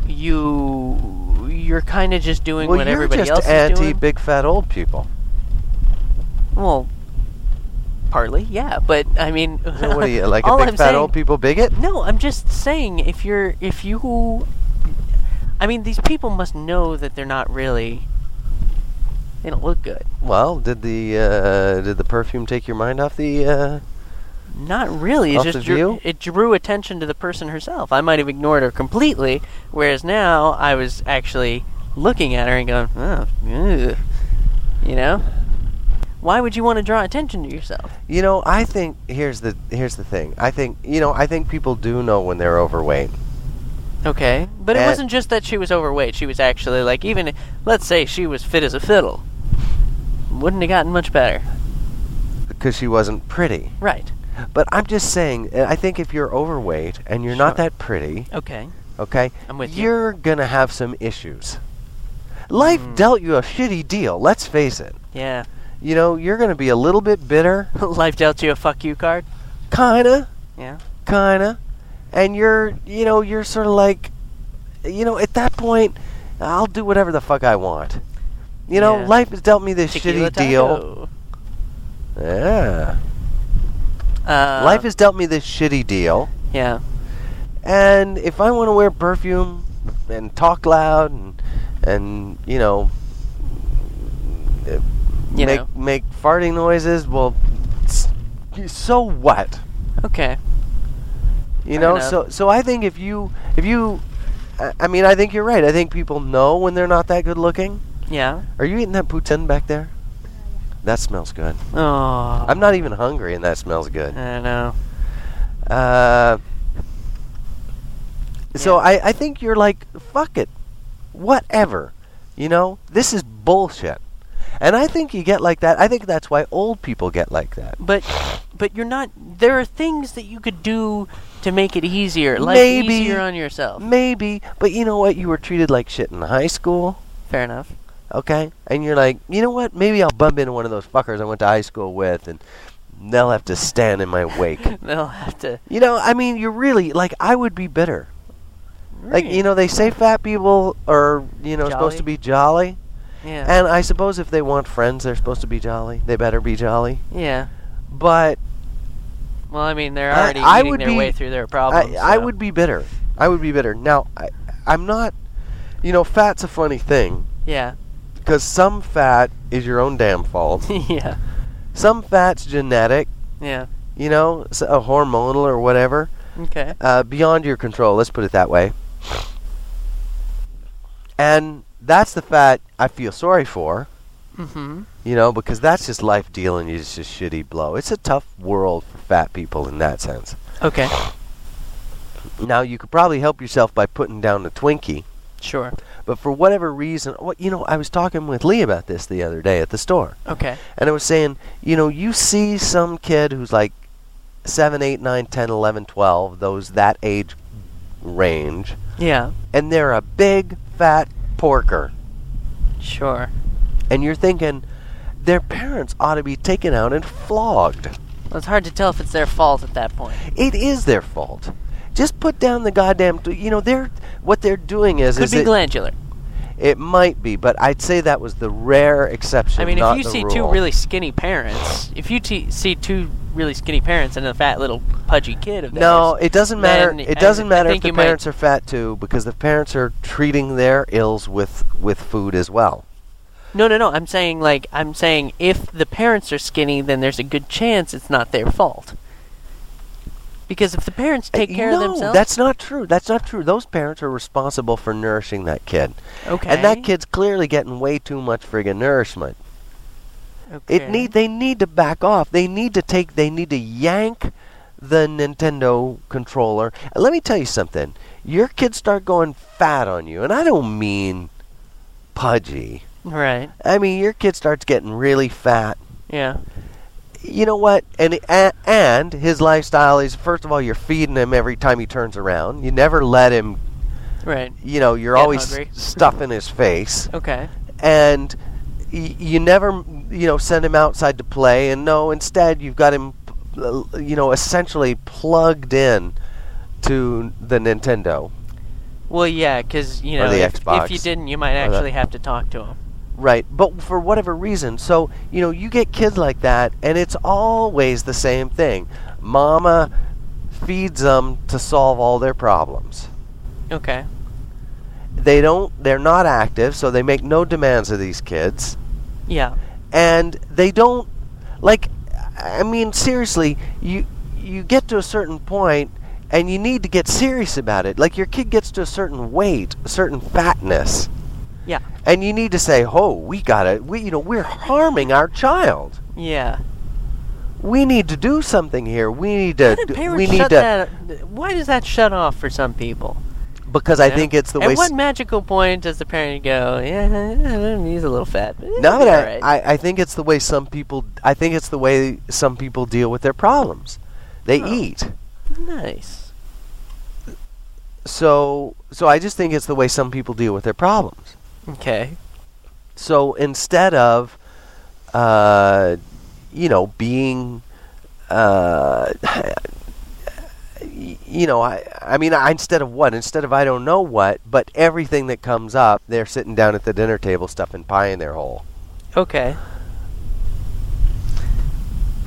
[SPEAKER 2] you you're kind of just doing
[SPEAKER 1] well,
[SPEAKER 2] what
[SPEAKER 1] you're
[SPEAKER 2] everybody
[SPEAKER 1] just
[SPEAKER 2] else
[SPEAKER 1] anti
[SPEAKER 2] is doing.
[SPEAKER 1] big fat old people.
[SPEAKER 2] Well, partly, yeah, but I mean,
[SPEAKER 1] So what are you like
[SPEAKER 2] all
[SPEAKER 1] a big
[SPEAKER 2] I'm
[SPEAKER 1] fat
[SPEAKER 2] saying,
[SPEAKER 1] old people bigot?
[SPEAKER 2] No, I'm just saying if you're if you, I mean, these people must know that they're not really. They don't look good.
[SPEAKER 1] Well, did the uh, did the perfume take your mind off the? Uh,
[SPEAKER 2] Not really. It
[SPEAKER 1] Off
[SPEAKER 2] just
[SPEAKER 1] the
[SPEAKER 2] drew,
[SPEAKER 1] view?
[SPEAKER 2] it drew attention to the person herself. I might have ignored her completely, whereas now I was actually looking at her and going, oh, ugh," you know. Why would you want to draw attention to yourself?
[SPEAKER 1] you know, I think here's the here's the thing. I think you know, I think people do know when they're overweight.
[SPEAKER 2] Okay, but it
[SPEAKER 1] Uh,
[SPEAKER 2] wasn't just that she was overweight. She was actually like even let's say she was fit as a fiddle, wouldn't have gotten much better.
[SPEAKER 1] because she wasn't pretty.
[SPEAKER 2] Right.
[SPEAKER 1] But I'm just saying, uh, I think if you're overweight and you're not
[SPEAKER 2] Sure.
[SPEAKER 1] that pretty,
[SPEAKER 2] Okay.
[SPEAKER 1] okay,
[SPEAKER 2] I'm with you.
[SPEAKER 1] you're gonna have some issues. Life
[SPEAKER 2] Mm.
[SPEAKER 1] dealt you a shitty deal. Let's face it.
[SPEAKER 2] Yeah.
[SPEAKER 1] You know, you're gonna be a little bit bitter.
[SPEAKER 2] Life dealt you a fuck you card.
[SPEAKER 1] kinda,
[SPEAKER 2] Yeah.
[SPEAKER 1] kinda, and you're, you know, you're sort of like, you know, at that point, I'll do whatever the fuck I want. You know,
[SPEAKER 2] Yeah.
[SPEAKER 1] life has dealt me this
[SPEAKER 2] Tequila
[SPEAKER 1] shitty deal.
[SPEAKER 2] taco.
[SPEAKER 1] Yeah,
[SPEAKER 2] Uh,
[SPEAKER 1] life has dealt me this shitty deal,
[SPEAKER 2] Yeah.
[SPEAKER 1] and if I want to wear perfume and talk loud and and you know,
[SPEAKER 2] You
[SPEAKER 1] make
[SPEAKER 2] know.
[SPEAKER 1] make farting noises, well, s- so what?
[SPEAKER 2] Okay.
[SPEAKER 1] You
[SPEAKER 2] Fair
[SPEAKER 1] know,
[SPEAKER 2] enough.
[SPEAKER 1] so so I think if you if you, I, I mean, I think you're right. I think people know when they're not that good looking.
[SPEAKER 2] Yeah.
[SPEAKER 1] Are you eating that poutine back there? That smells good.
[SPEAKER 2] Oh.
[SPEAKER 1] I'm not even hungry, and that smells good.
[SPEAKER 2] I know.
[SPEAKER 1] Uh, so
[SPEAKER 2] Yeah.
[SPEAKER 1] I I think you're like fuck it, whatever. You know, this is bullshit. And I think you get like that. I think that's why old people get like that.
[SPEAKER 2] But but you're not. There are things that you could do to make it easier, life
[SPEAKER 1] Maybe.
[SPEAKER 2] easier on yourself.
[SPEAKER 1] Maybe, but you know what? You were treated like shit in high school.
[SPEAKER 2] Fair enough.
[SPEAKER 1] okay? And you're like, you know what? Maybe I'll bump into one of those fuckers I went to high school with, and they'll have to stand in my wake.
[SPEAKER 2] They'll have to.
[SPEAKER 1] you know, I mean, you're really like, I would be bitter. Like, you know, they say fat people are, you know, supposed to
[SPEAKER 2] Jolly.
[SPEAKER 1] be jolly,
[SPEAKER 2] Yeah.
[SPEAKER 1] and I suppose if they want friends, they're supposed to be jolly. They better be jolly.
[SPEAKER 2] yeah.
[SPEAKER 1] But
[SPEAKER 2] Well, I mean, they're
[SPEAKER 1] I-
[SPEAKER 2] already
[SPEAKER 1] I
[SPEAKER 2] eating
[SPEAKER 1] would
[SPEAKER 2] their
[SPEAKER 1] be-
[SPEAKER 2] way through their problems.
[SPEAKER 1] I, I
[SPEAKER 2] so.
[SPEAKER 1] would be bitter. I would be bitter. Now, I, I'm not. You know, fat's a funny thing
[SPEAKER 2] Yeah.
[SPEAKER 1] because some fat is your own damn fault.
[SPEAKER 2] yeah.
[SPEAKER 1] some fat's genetic.
[SPEAKER 2] Yeah.
[SPEAKER 1] you know, s- a hormonal or whatever,
[SPEAKER 2] Okay.
[SPEAKER 1] uh, beyond your control. Let's put it that way. And that's the fat I feel sorry for,
[SPEAKER 2] Mm-hmm.
[SPEAKER 1] you know, because that's just life dealing you just a shitty blow. It's a tough world for fat people in that sense.
[SPEAKER 2] Okay.
[SPEAKER 1] Now you could probably help yourself by putting down the Twinkie,
[SPEAKER 2] Sure.
[SPEAKER 1] but for whatever reason, what you know, I was talking with Lee about this the other day at the store,
[SPEAKER 2] Okay.
[SPEAKER 1] and I was saying, you know, you see some kid who's like 7, 8, 9, 10, 11, 12, those that age range,
[SPEAKER 2] Yeah.
[SPEAKER 1] and they're a big fat porker.
[SPEAKER 2] Sure.
[SPEAKER 1] And you're thinking, their parents ought to be taken out and flogged.
[SPEAKER 2] Well, it's hard to tell if it's their fault at that point.
[SPEAKER 1] It is their fault. Just put down the goddamn. T- you know, they're what they're doing is
[SPEAKER 2] Could
[SPEAKER 1] is
[SPEAKER 2] be
[SPEAKER 1] it,
[SPEAKER 2] glandular.
[SPEAKER 1] it might be, but I'd say that was the rare exception.
[SPEAKER 2] I mean,
[SPEAKER 1] not
[SPEAKER 2] if you
[SPEAKER 1] the
[SPEAKER 2] see two
[SPEAKER 1] rule.
[SPEAKER 2] really skinny parents, if you t- see two really skinny parents and a fat little pudgy kid of theirs,
[SPEAKER 1] No, it doesn't matter.
[SPEAKER 2] then
[SPEAKER 1] It
[SPEAKER 2] I-
[SPEAKER 1] doesn't
[SPEAKER 2] I
[SPEAKER 1] matter if
[SPEAKER 2] think
[SPEAKER 1] the
[SPEAKER 2] you might-
[SPEAKER 1] parents are fat too, because the parents are treating their ills with with food as well.
[SPEAKER 2] no, no, no. I'm saying like I'm saying if the parents are skinny, then there's a good chance it's not their fault. Because if the parents take care
[SPEAKER 1] no,
[SPEAKER 2] of themselves,
[SPEAKER 1] that's not true. That's not true. Those parents are responsible for nourishing that kid.
[SPEAKER 2] okay.
[SPEAKER 1] And that kid's clearly getting way too much friggin' nourishment.
[SPEAKER 2] okay.
[SPEAKER 1] It need they need to back off. They need to take they need to yank the Nintendo controller. And let me tell you something. Your kids start going fat on you, and I don't mean pudgy.
[SPEAKER 2] right.
[SPEAKER 1] I mean your kid starts getting really fat.
[SPEAKER 2] Yeah.
[SPEAKER 1] You know what? And a- and his lifestyle is first of all you're feeding him every time he turns around. You never let him,
[SPEAKER 2] Right.
[SPEAKER 1] you know, you're
[SPEAKER 2] Get
[SPEAKER 1] always
[SPEAKER 2] hungry.
[SPEAKER 1] stuffing his face.
[SPEAKER 2] Okay.
[SPEAKER 1] and y- you never you know send him outside to play and no instead you've got him uh, you know essentially plugged in to the Nintendo
[SPEAKER 2] Well, yeah, because you
[SPEAKER 1] Or
[SPEAKER 2] know,
[SPEAKER 1] the
[SPEAKER 2] if, if you
[SPEAKER 1] Xbox.
[SPEAKER 2] didn't, you might
[SPEAKER 1] Or the-
[SPEAKER 2] actually have to talk to him.
[SPEAKER 1] right but for whatever reason so you know you get kids like that and it's always the same thing mama feeds them to solve all their problems
[SPEAKER 2] Okay.
[SPEAKER 1] they don't they're not active so they make no demands of these kids
[SPEAKER 2] Yeah.
[SPEAKER 1] and they don't like i mean seriously you you get to a certain point and you need to get serious about it like your kid gets to a certain weight a certain fatness
[SPEAKER 2] Yeah.
[SPEAKER 1] and you need to say oh we gotta we you know we're harming our child
[SPEAKER 2] Yeah.
[SPEAKER 1] we need to do something here we need
[SPEAKER 2] Why
[SPEAKER 1] to
[SPEAKER 2] do parents
[SPEAKER 1] we need
[SPEAKER 2] shut
[SPEAKER 1] to
[SPEAKER 2] that- Why does that shut off for some people?
[SPEAKER 1] because i
[SPEAKER 2] Yeah.
[SPEAKER 1] think it's the
[SPEAKER 2] At
[SPEAKER 1] way
[SPEAKER 2] what
[SPEAKER 1] s-
[SPEAKER 2] magical point does the parent go, yeah, he's a little fat, but
[SPEAKER 1] no,
[SPEAKER 2] it'll
[SPEAKER 1] but
[SPEAKER 2] be
[SPEAKER 1] I,
[SPEAKER 2] alright."
[SPEAKER 1] I, I think it's the way some people i think it's the way some people deal with their problems they
[SPEAKER 2] Oh.
[SPEAKER 1] eat
[SPEAKER 2] nice.
[SPEAKER 1] so so i just think it's the way some people deal with their problems
[SPEAKER 2] Okay.
[SPEAKER 1] So instead of, uh, you know, being uh, you know, I, I mean, I, instead of what, instead of I don't know what, but everything that comes up, they're sitting down at the dinner table stuffing pie in their hole.
[SPEAKER 2] Okay.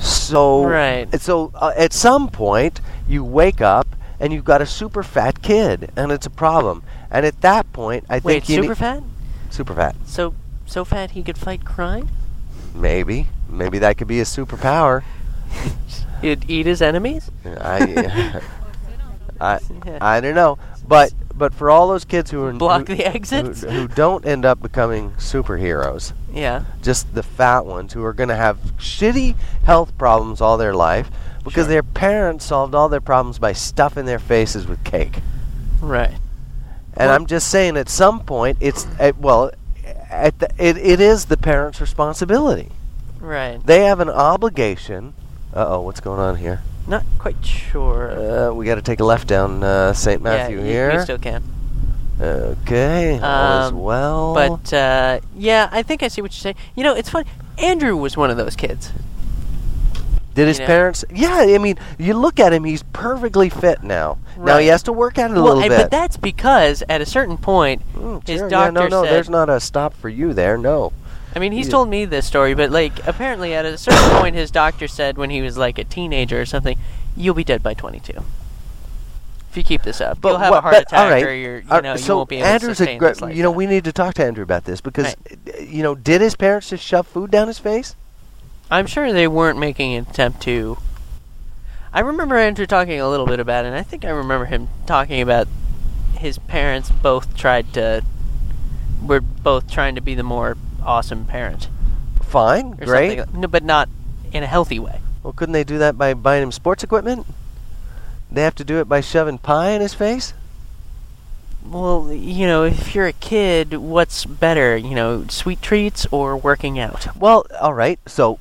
[SPEAKER 1] So,
[SPEAKER 2] Right.
[SPEAKER 1] So uh, at some point, you wake up and you've got a super fat kid, and it's a problem. And at that point, I
[SPEAKER 2] Wait,
[SPEAKER 1] think you
[SPEAKER 2] super
[SPEAKER 1] need-
[SPEAKER 2] fat?
[SPEAKER 1] super fat,
[SPEAKER 2] So so fat he could fight crime?
[SPEAKER 1] maybe, maybe that could be a superpower.
[SPEAKER 2] He'd eat his enemies?
[SPEAKER 1] I, I,
[SPEAKER 2] Yeah.
[SPEAKER 1] I don't know, but but for all those kids who are
[SPEAKER 2] Block
[SPEAKER 1] who,
[SPEAKER 2] the exits?
[SPEAKER 1] who, who don't end up becoming superheroes,
[SPEAKER 2] Yeah.
[SPEAKER 1] just the fat ones who are going to have shitty health problems all their life because
[SPEAKER 2] Sure.
[SPEAKER 1] their parents solved all their problems by stuffing their faces with cake.
[SPEAKER 2] Right.
[SPEAKER 1] And
[SPEAKER 2] Well-
[SPEAKER 1] I'm just saying, at some point, it's at, well, at the, it, it is the parents' responsibility.
[SPEAKER 2] Right.
[SPEAKER 1] They have an obligation. Uh oh, what's going on here?
[SPEAKER 2] Not quite sure.
[SPEAKER 1] Uh, we got to take a left down uh, St. Matthew
[SPEAKER 2] yeah, you-
[SPEAKER 1] here.
[SPEAKER 2] You, still can.
[SPEAKER 1] Okay, all is
[SPEAKER 2] Um,
[SPEAKER 1] well.
[SPEAKER 2] But uh, yeah, I think I see what you're saying. You know, it's funny. Andrew was one of those kids.
[SPEAKER 1] Did his
[SPEAKER 2] you know.
[SPEAKER 1] parents? Yeah, I mean, you look at him; he's perfectly fit now. Now he
[SPEAKER 2] Right.
[SPEAKER 1] has to work at it a
[SPEAKER 2] well,
[SPEAKER 1] little
[SPEAKER 2] and-
[SPEAKER 1] bit.
[SPEAKER 2] but that's because at a certain point,
[SPEAKER 1] Mm,
[SPEAKER 2] his
[SPEAKER 1] sure, yeah,
[SPEAKER 2] doctor
[SPEAKER 1] no, no,
[SPEAKER 2] said.
[SPEAKER 1] there's not a stop for you there. No.
[SPEAKER 2] I mean, he's
[SPEAKER 1] Yeah.
[SPEAKER 2] told me this story, but like apparently at a certain point, his doctor said when he was like a teenager or something, "You'll be dead by 22 if you keep this up.
[SPEAKER 1] But
[SPEAKER 2] You'll have
[SPEAKER 1] what-
[SPEAKER 2] a heart
[SPEAKER 1] but,
[SPEAKER 2] attack,
[SPEAKER 1] all right,
[SPEAKER 2] or you're, you
[SPEAKER 1] Uh,
[SPEAKER 2] know,
[SPEAKER 1] so
[SPEAKER 2] you won't be able
[SPEAKER 1] Andrew's
[SPEAKER 2] to sustain
[SPEAKER 1] a great.
[SPEAKER 2] this like
[SPEAKER 1] you know,
[SPEAKER 2] that.
[SPEAKER 1] we need to talk to Andrew about this because, uh, you know, did his parents just shove food down his face?
[SPEAKER 2] I'm sure they weren't making an attempt to. I remember Andrew talking a little bit about it, and I think I remember him talking about his parents both tried to. were both trying to be the more awesome parent.
[SPEAKER 1] Fine,
[SPEAKER 2] Or
[SPEAKER 1] great.
[SPEAKER 2] Something. No, but not in a healthy way.
[SPEAKER 1] Well, couldn't they do that by buying him sports equipment? They have to do it by shoving pie in his face.
[SPEAKER 2] Well, you know, if you're a kid, what's better? You know, sweet treats or working out?
[SPEAKER 1] Well, all right. So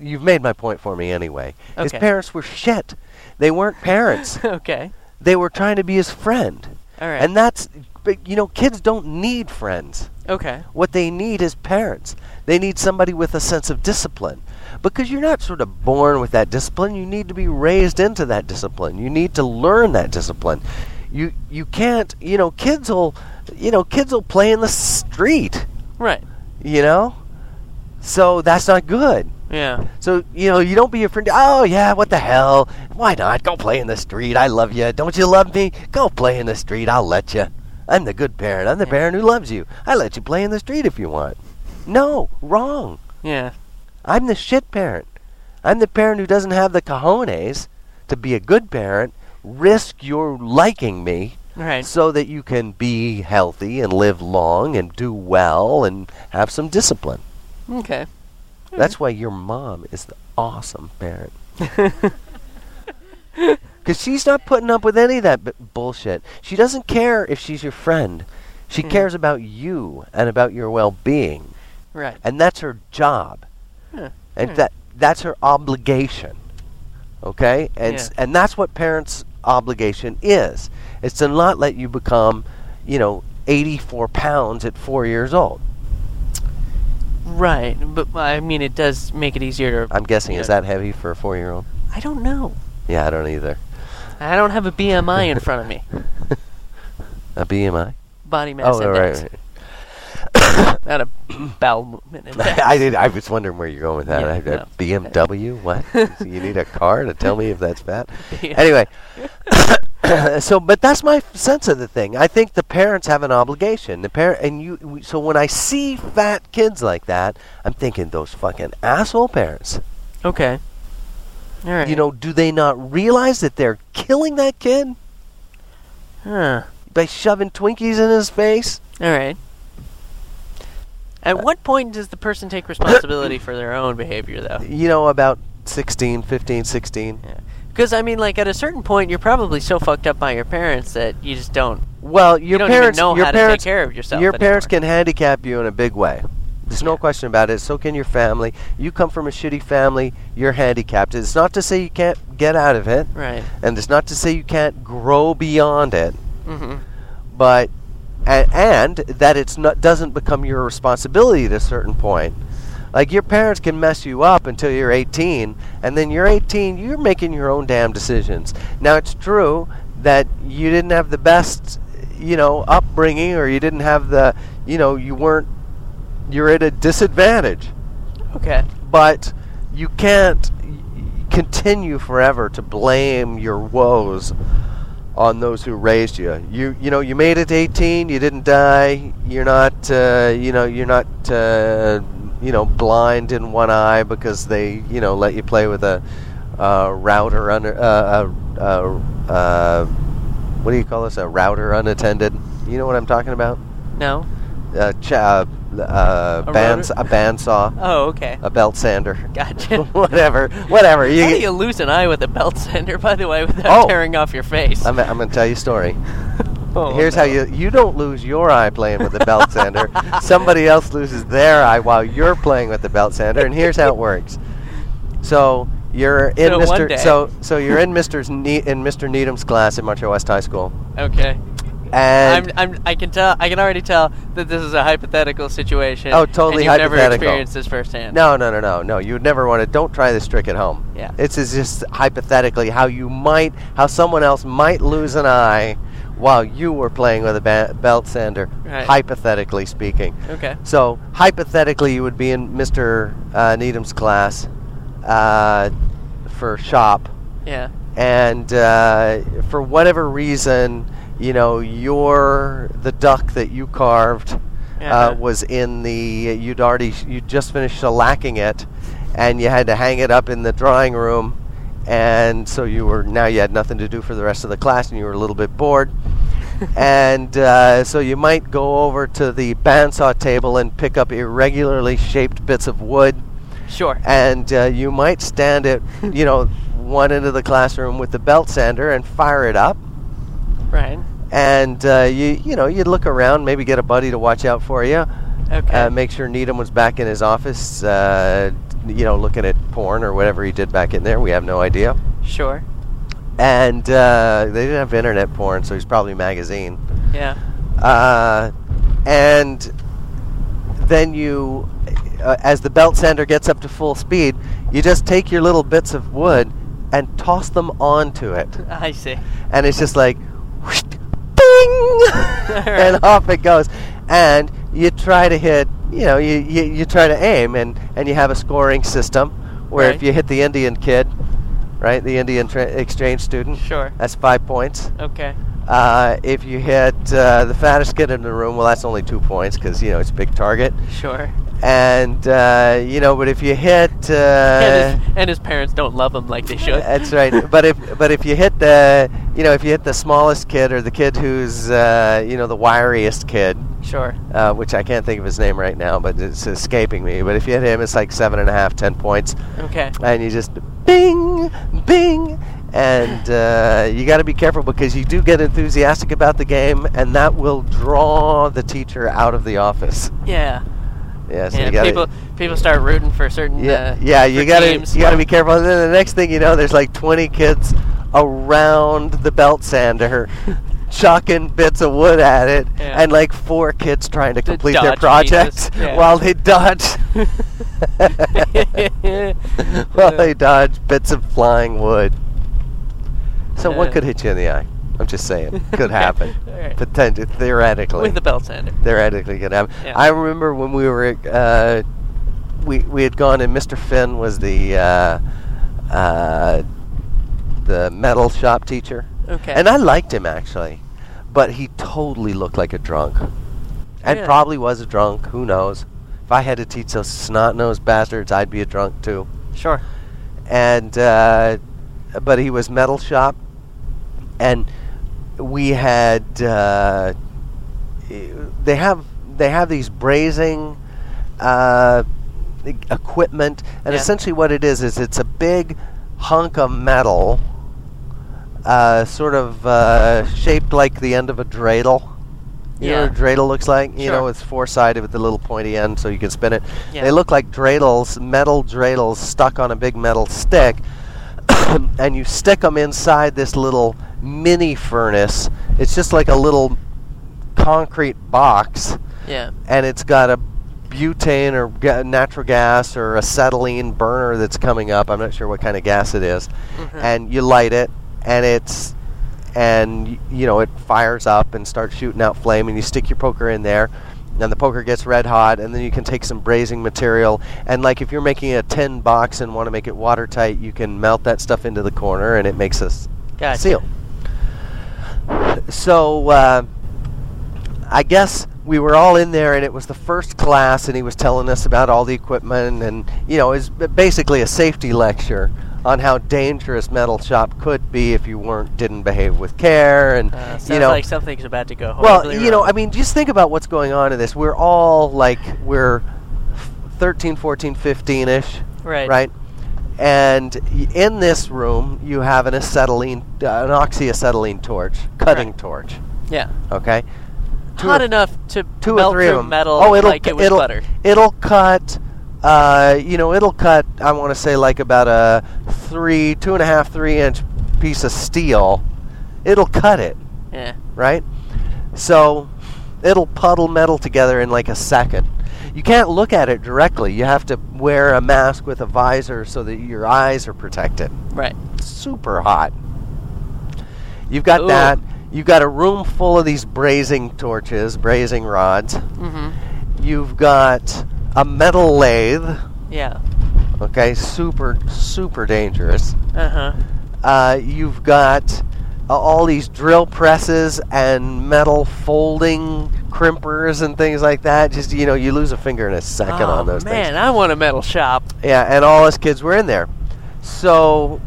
[SPEAKER 1] you've made my point for me anyway. His
[SPEAKER 2] Okay.
[SPEAKER 1] parents were shit. They weren't parents.
[SPEAKER 2] okay.
[SPEAKER 1] they were trying to be his friend.
[SPEAKER 2] All right.
[SPEAKER 1] And that's but you know, kids don't need friends.
[SPEAKER 2] okay.
[SPEAKER 1] What they need is parents. They need somebody with a sense of discipline. Because you're not sort of born with that discipline, you need to be raised into that discipline. You need to learn that discipline. You you can't, you know, kids will, you know, kids will play in the street,
[SPEAKER 2] Right.
[SPEAKER 1] you know? So that's not good.
[SPEAKER 2] Yeah.
[SPEAKER 1] So, you know, you don't be a friend. Oh, yeah, what the hell? Why not? Go play in the street. I love you. Don't you love me? Go play in the street. I'll let you. I'm the good parent. I'm the
[SPEAKER 2] Yeah.
[SPEAKER 1] parent who loves you. I let you play in the street if you want. No, wrong.
[SPEAKER 2] Yeah.
[SPEAKER 1] I'm the shit parent. I'm the parent who doesn't have the cojones to be a good parent, risk your liking me
[SPEAKER 2] Right.
[SPEAKER 1] so that you can be healthy and live long and do well and have some discipline.
[SPEAKER 2] Okay.
[SPEAKER 1] That's why your mom is the awesome parent. Because she's not putting up with any of that b- bullshit. She doesn't care if she's your friend. She
[SPEAKER 2] Mhm.
[SPEAKER 1] cares about you and about your well being.
[SPEAKER 2] Right.
[SPEAKER 1] And that's her job.
[SPEAKER 2] Huh. Hmm.
[SPEAKER 1] And
[SPEAKER 2] Alright.
[SPEAKER 1] that that's her obligation. Okay? And, s-
[SPEAKER 2] Yeah.
[SPEAKER 1] and that's what parents' obligation is. It's to not let you become, you know, 84 pounds at four years old.
[SPEAKER 2] Right. But I mean, it does make it easier to.
[SPEAKER 1] I'm guessing, is
[SPEAKER 2] Yeah.
[SPEAKER 1] that heavy for a four year old?
[SPEAKER 2] I don't know.
[SPEAKER 1] Yeah, I don't either.
[SPEAKER 2] I don't have a BMI in front of me.
[SPEAKER 1] A BMI.
[SPEAKER 2] Body mass
[SPEAKER 1] Oh, all right,
[SPEAKER 2] index. Not a bowel movement index.
[SPEAKER 1] I did. I was wondering where you're going with that.
[SPEAKER 2] Yeah,
[SPEAKER 1] I- I-
[SPEAKER 2] no.
[SPEAKER 1] BMW. What? you need a car to tell me if that's fat.
[SPEAKER 2] Yeah.
[SPEAKER 1] Anyway, so but that's my f- sense of the thing. I think the parents have an obligation. The parent and you. we- So when I see fat kids like that, I'm thinking those fucking asshole parents.
[SPEAKER 2] Okay. All right.
[SPEAKER 1] You know, do they not realize that they're killing that kid
[SPEAKER 2] Huh.
[SPEAKER 1] by shoving Twinkies in his face?
[SPEAKER 2] All right. At what point does the person take responsibility for their own behavior, though?
[SPEAKER 1] You know, about 16, 15, 16.
[SPEAKER 2] Because I mean, like at a certain point, you're probably so fucked up by your parents that you just don't.
[SPEAKER 1] Well, your
[SPEAKER 2] you don't
[SPEAKER 1] parents,
[SPEAKER 2] even know
[SPEAKER 1] your
[SPEAKER 2] how
[SPEAKER 1] parents,
[SPEAKER 2] to take care of yourself.
[SPEAKER 1] Your parents
[SPEAKER 2] anymore.
[SPEAKER 1] can handicap you in a big way. There's no
[SPEAKER 2] Yeah.
[SPEAKER 1] question about it. So can your family. You come from a shitty family, you're handicapped. It's not to say you can't get out of it,
[SPEAKER 2] Right.
[SPEAKER 1] and it's not to say you can't grow beyond it,
[SPEAKER 2] hmm
[SPEAKER 1] but and, and that it's not doesn't become your responsibility at a certain point. Like your parents can mess you up until you're 18, and then you're 18, you're making your own damn decisions. Now it's true that you didn't have the best, you know, upbringing, or you didn't have the, you know, you weren't, you're at a disadvantage.
[SPEAKER 2] Okay.
[SPEAKER 1] But you can't continue forever to blame your woes on those who raised you. You you know you made it to 18. You didn't die. You're not uh, you know you're not uh, you know blind in one eye because they you know let you play with a uh, router under uh, uh, uh, uh, what do you call this a router unattended. You know what I'm talking about?
[SPEAKER 2] No.
[SPEAKER 1] Uh, ch- uh, uh,
[SPEAKER 2] A
[SPEAKER 1] band
[SPEAKER 2] router?
[SPEAKER 1] a bandsaw,
[SPEAKER 2] Oh, okay.
[SPEAKER 1] a belt sander,
[SPEAKER 2] Gotcha.
[SPEAKER 1] Uh, whatever, whatever.
[SPEAKER 2] How do you lose an eye with a belt sander, by the way, without
[SPEAKER 1] Oh.
[SPEAKER 2] tearing off your face?
[SPEAKER 1] I'm, I'm going to tell you a story.
[SPEAKER 2] Oh,
[SPEAKER 1] Here's how
[SPEAKER 2] no.
[SPEAKER 1] you you don't lose your eye playing with the belt sander. Somebody else loses their eye while you're playing with the belt sander, and here's how it works. So you're in
[SPEAKER 2] So one day-
[SPEAKER 1] Mr. So so you're in Mr. Ne- in Mr. Needham's class at Marshall West High School,
[SPEAKER 2] Okay.
[SPEAKER 1] and
[SPEAKER 2] I'm, I'm, I can tell. I can already tell that this is a hypothetical situation.
[SPEAKER 1] Oh, totally
[SPEAKER 2] and you've Never
[SPEAKER 1] hypothetical.
[SPEAKER 2] experienced this firsthand.
[SPEAKER 1] no no no no no you would never want to. Don't try this trick at home.
[SPEAKER 2] Yeah.
[SPEAKER 1] This is just hypothetically how you might how someone else might lose an eye while you were playing with a ba- belt sander.
[SPEAKER 2] Right.
[SPEAKER 1] Hypothetically speaking.
[SPEAKER 2] Okay.
[SPEAKER 1] So hypothetically, you would be in Mr. Uh, Needham's class uh, for shop,
[SPEAKER 2] Yeah.
[SPEAKER 1] and uh, for whatever reason, you know, your the duck that you carved
[SPEAKER 2] Uh-huh.
[SPEAKER 1] uh, was in the you'd already you just finished shellacking it, and you had to hang it up in the drawing room, and so you were now you had nothing to do for the rest of the class, and you were a little bit bored and uh, so you might go over to the bandsaw table and pick up irregularly shaped bits of wood,
[SPEAKER 2] Sure.
[SPEAKER 1] and uh, you might stand at you know one end of the classroom with the belt sander and fire it up,
[SPEAKER 2] right.
[SPEAKER 1] and uh, you you know you'd look around, maybe get a buddy to watch out for you,
[SPEAKER 2] Okay.
[SPEAKER 1] uh, make sure Needham was back in his office, uh, you know looking at porn or whatever he did back in there. We have no idea,
[SPEAKER 2] sure.
[SPEAKER 1] and uh, they didn't have internet porn, so he's probably magazine.
[SPEAKER 2] Yeah.
[SPEAKER 1] Uh, and then you, uh, as the belt sander gets up to full speed, you just take your little bits of wood and toss them onto it,
[SPEAKER 2] I see.
[SPEAKER 1] and it's just like, whoosh, ding, and off it goes, and you try to hit, you know, you, you, you try to aim, and, and you have a scoring system where
[SPEAKER 2] Right.
[SPEAKER 1] if you hit the Indian kid, right, the Indian tra- exchange student,
[SPEAKER 2] Sure.
[SPEAKER 1] that's five points.
[SPEAKER 2] Okay.
[SPEAKER 1] Uh, if you hit uh, the fattest kid in the room, well, that's only two points because you know it's a big target.
[SPEAKER 2] Sure.
[SPEAKER 1] And uh, you know, but if you hit, uh,
[SPEAKER 2] and, his, and his parents don't love him like they should.
[SPEAKER 1] that's right. But if but if you hit the, you know, if you hit the smallest kid or the kid who's uh, you know the wiriest kid,
[SPEAKER 2] sure.
[SPEAKER 1] uh, which I can't think of his name right now, but it's escaping me. But if you hit him, it's like seven and a half, ten points,
[SPEAKER 2] Okay.
[SPEAKER 1] and you just bing, bing. And uh, you got to be careful because you do get enthusiastic about the game, and that will draw the teacher out of the office.
[SPEAKER 2] Yeah.
[SPEAKER 1] Yeah, so
[SPEAKER 2] yeah.
[SPEAKER 1] you got
[SPEAKER 2] people people start rooting for certain.
[SPEAKER 1] yeah,
[SPEAKER 2] uh,
[SPEAKER 1] yeah, you
[SPEAKER 2] for
[SPEAKER 1] got to
[SPEAKER 2] teams.
[SPEAKER 1] you got to be careful. And then the next thing you know, there's like 20 kids around the belt sander, chucking bits of wood at it,
[SPEAKER 2] Yeah.
[SPEAKER 1] and like four kids trying to
[SPEAKER 2] To
[SPEAKER 1] complete their
[SPEAKER 2] dodge pieces,
[SPEAKER 1] project
[SPEAKER 2] yeah.
[SPEAKER 1] while they dodge. while they dodge bits of flying wood. So
[SPEAKER 2] Yeah.
[SPEAKER 1] what could hit you in the eye? I'm just saying, could
[SPEAKER 2] Okay,
[SPEAKER 1] happen.
[SPEAKER 2] alright.
[SPEAKER 1] Potentially, theoretically
[SPEAKER 2] with the belt sander.
[SPEAKER 1] theoretically could happen.
[SPEAKER 2] Yeah.
[SPEAKER 1] I remember when we were uh, we we had gone and Mr. Finn was the uh, uh, the metal shop teacher,
[SPEAKER 2] Okay.
[SPEAKER 1] and I liked him actually, but he totally looked like a drunk, and
[SPEAKER 2] Really?
[SPEAKER 1] probably was a drunk. Who knows? If I had to teach those snot-nosed bastards, I'd be a drunk too.
[SPEAKER 2] sure.
[SPEAKER 1] And uh, but he was metal shop, and we had uh, they have they have these brazing uh, e- equipment, and
[SPEAKER 2] Yeah.
[SPEAKER 1] essentially what it is is it's a big hunk of metal, uh, sort of uh, shaped like the end of a dreidel. You know what a dreidel looks like? You know,
[SPEAKER 2] Sure.
[SPEAKER 1] it's four sided with the little pointy end so you can spin it.
[SPEAKER 2] Yeah.
[SPEAKER 1] They look like dreidels, metal dreidels stuck on a big metal stick, and you stick them inside this little mini furnace. It's just like a little concrete box,
[SPEAKER 2] Yeah.
[SPEAKER 1] and it's got a butane or ga- natural gas or acetylene burner that's coming up. I'm not sure what kind of gas it is.
[SPEAKER 2] Mhm.
[SPEAKER 1] and you light it and it's and y- you know it fires up and starts shooting out flame and you stick your poker in there and the poker gets red hot and then you can take some brazing material and like if you're making a tin box and want to make it watertight you can melt that stuff into the corner and it makes a s-
[SPEAKER 2] Mm-hmm. Gotcha.
[SPEAKER 1] seal so uh, I guess we were all in there, and it was the first class, and he was telling us about all the equipment, and you know, it's basically a safety lecture on how dangerous metal shop could be if you weren't didn't behave with care, and
[SPEAKER 2] Uh, sounds
[SPEAKER 1] you know,
[SPEAKER 2] like something's about to go
[SPEAKER 1] well,
[SPEAKER 2] horribly
[SPEAKER 1] you know,
[SPEAKER 2] wrong.
[SPEAKER 1] I mean, just think about what's going on in this. We're all like we're 13, 14, 15 ish,
[SPEAKER 2] right,
[SPEAKER 1] right? And y- in this room, you have an acetylene, uh, an oxyacetylene torch, cutting
[SPEAKER 2] Correct.
[SPEAKER 1] torch.
[SPEAKER 2] yeah,
[SPEAKER 1] Okay. Two
[SPEAKER 2] hot
[SPEAKER 1] or-
[SPEAKER 2] enough to
[SPEAKER 1] two
[SPEAKER 2] melt
[SPEAKER 1] or three of
[SPEAKER 2] through
[SPEAKER 1] them.
[SPEAKER 2] metal
[SPEAKER 1] Oh, it'll
[SPEAKER 2] like it was
[SPEAKER 1] it'll
[SPEAKER 2] butter.
[SPEAKER 1] it'll cut. Uh, you know, it'll cut. I want to say like about a three, two and a half, three inch piece of steel. It'll cut it,
[SPEAKER 2] Yeah,
[SPEAKER 1] right? So it'll puddle metal together in like a second. You can't look at it directly. You have to wear a mask with a visor so that your eyes are protected
[SPEAKER 2] right.
[SPEAKER 1] super hot. You've got
[SPEAKER 2] Ooh.
[SPEAKER 1] that. You've got a room full of these brazing torches, brazing rods.
[SPEAKER 2] Mm-hmm.
[SPEAKER 1] You've got a metal lathe.
[SPEAKER 2] Yeah.
[SPEAKER 1] Okay, super, super dangerous.
[SPEAKER 2] Uh huh.
[SPEAKER 1] Uh, you've got uh, all these drill presses and metal folding crimpers and things like that. Just, you know, you lose a finger in a second
[SPEAKER 2] oh,
[SPEAKER 1] on those
[SPEAKER 2] man,
[SPEAKER 1] things.
[SPEAKER 2] I want a metal shop.
[SPEAKER 1] Yeah, and all us kids were in there. So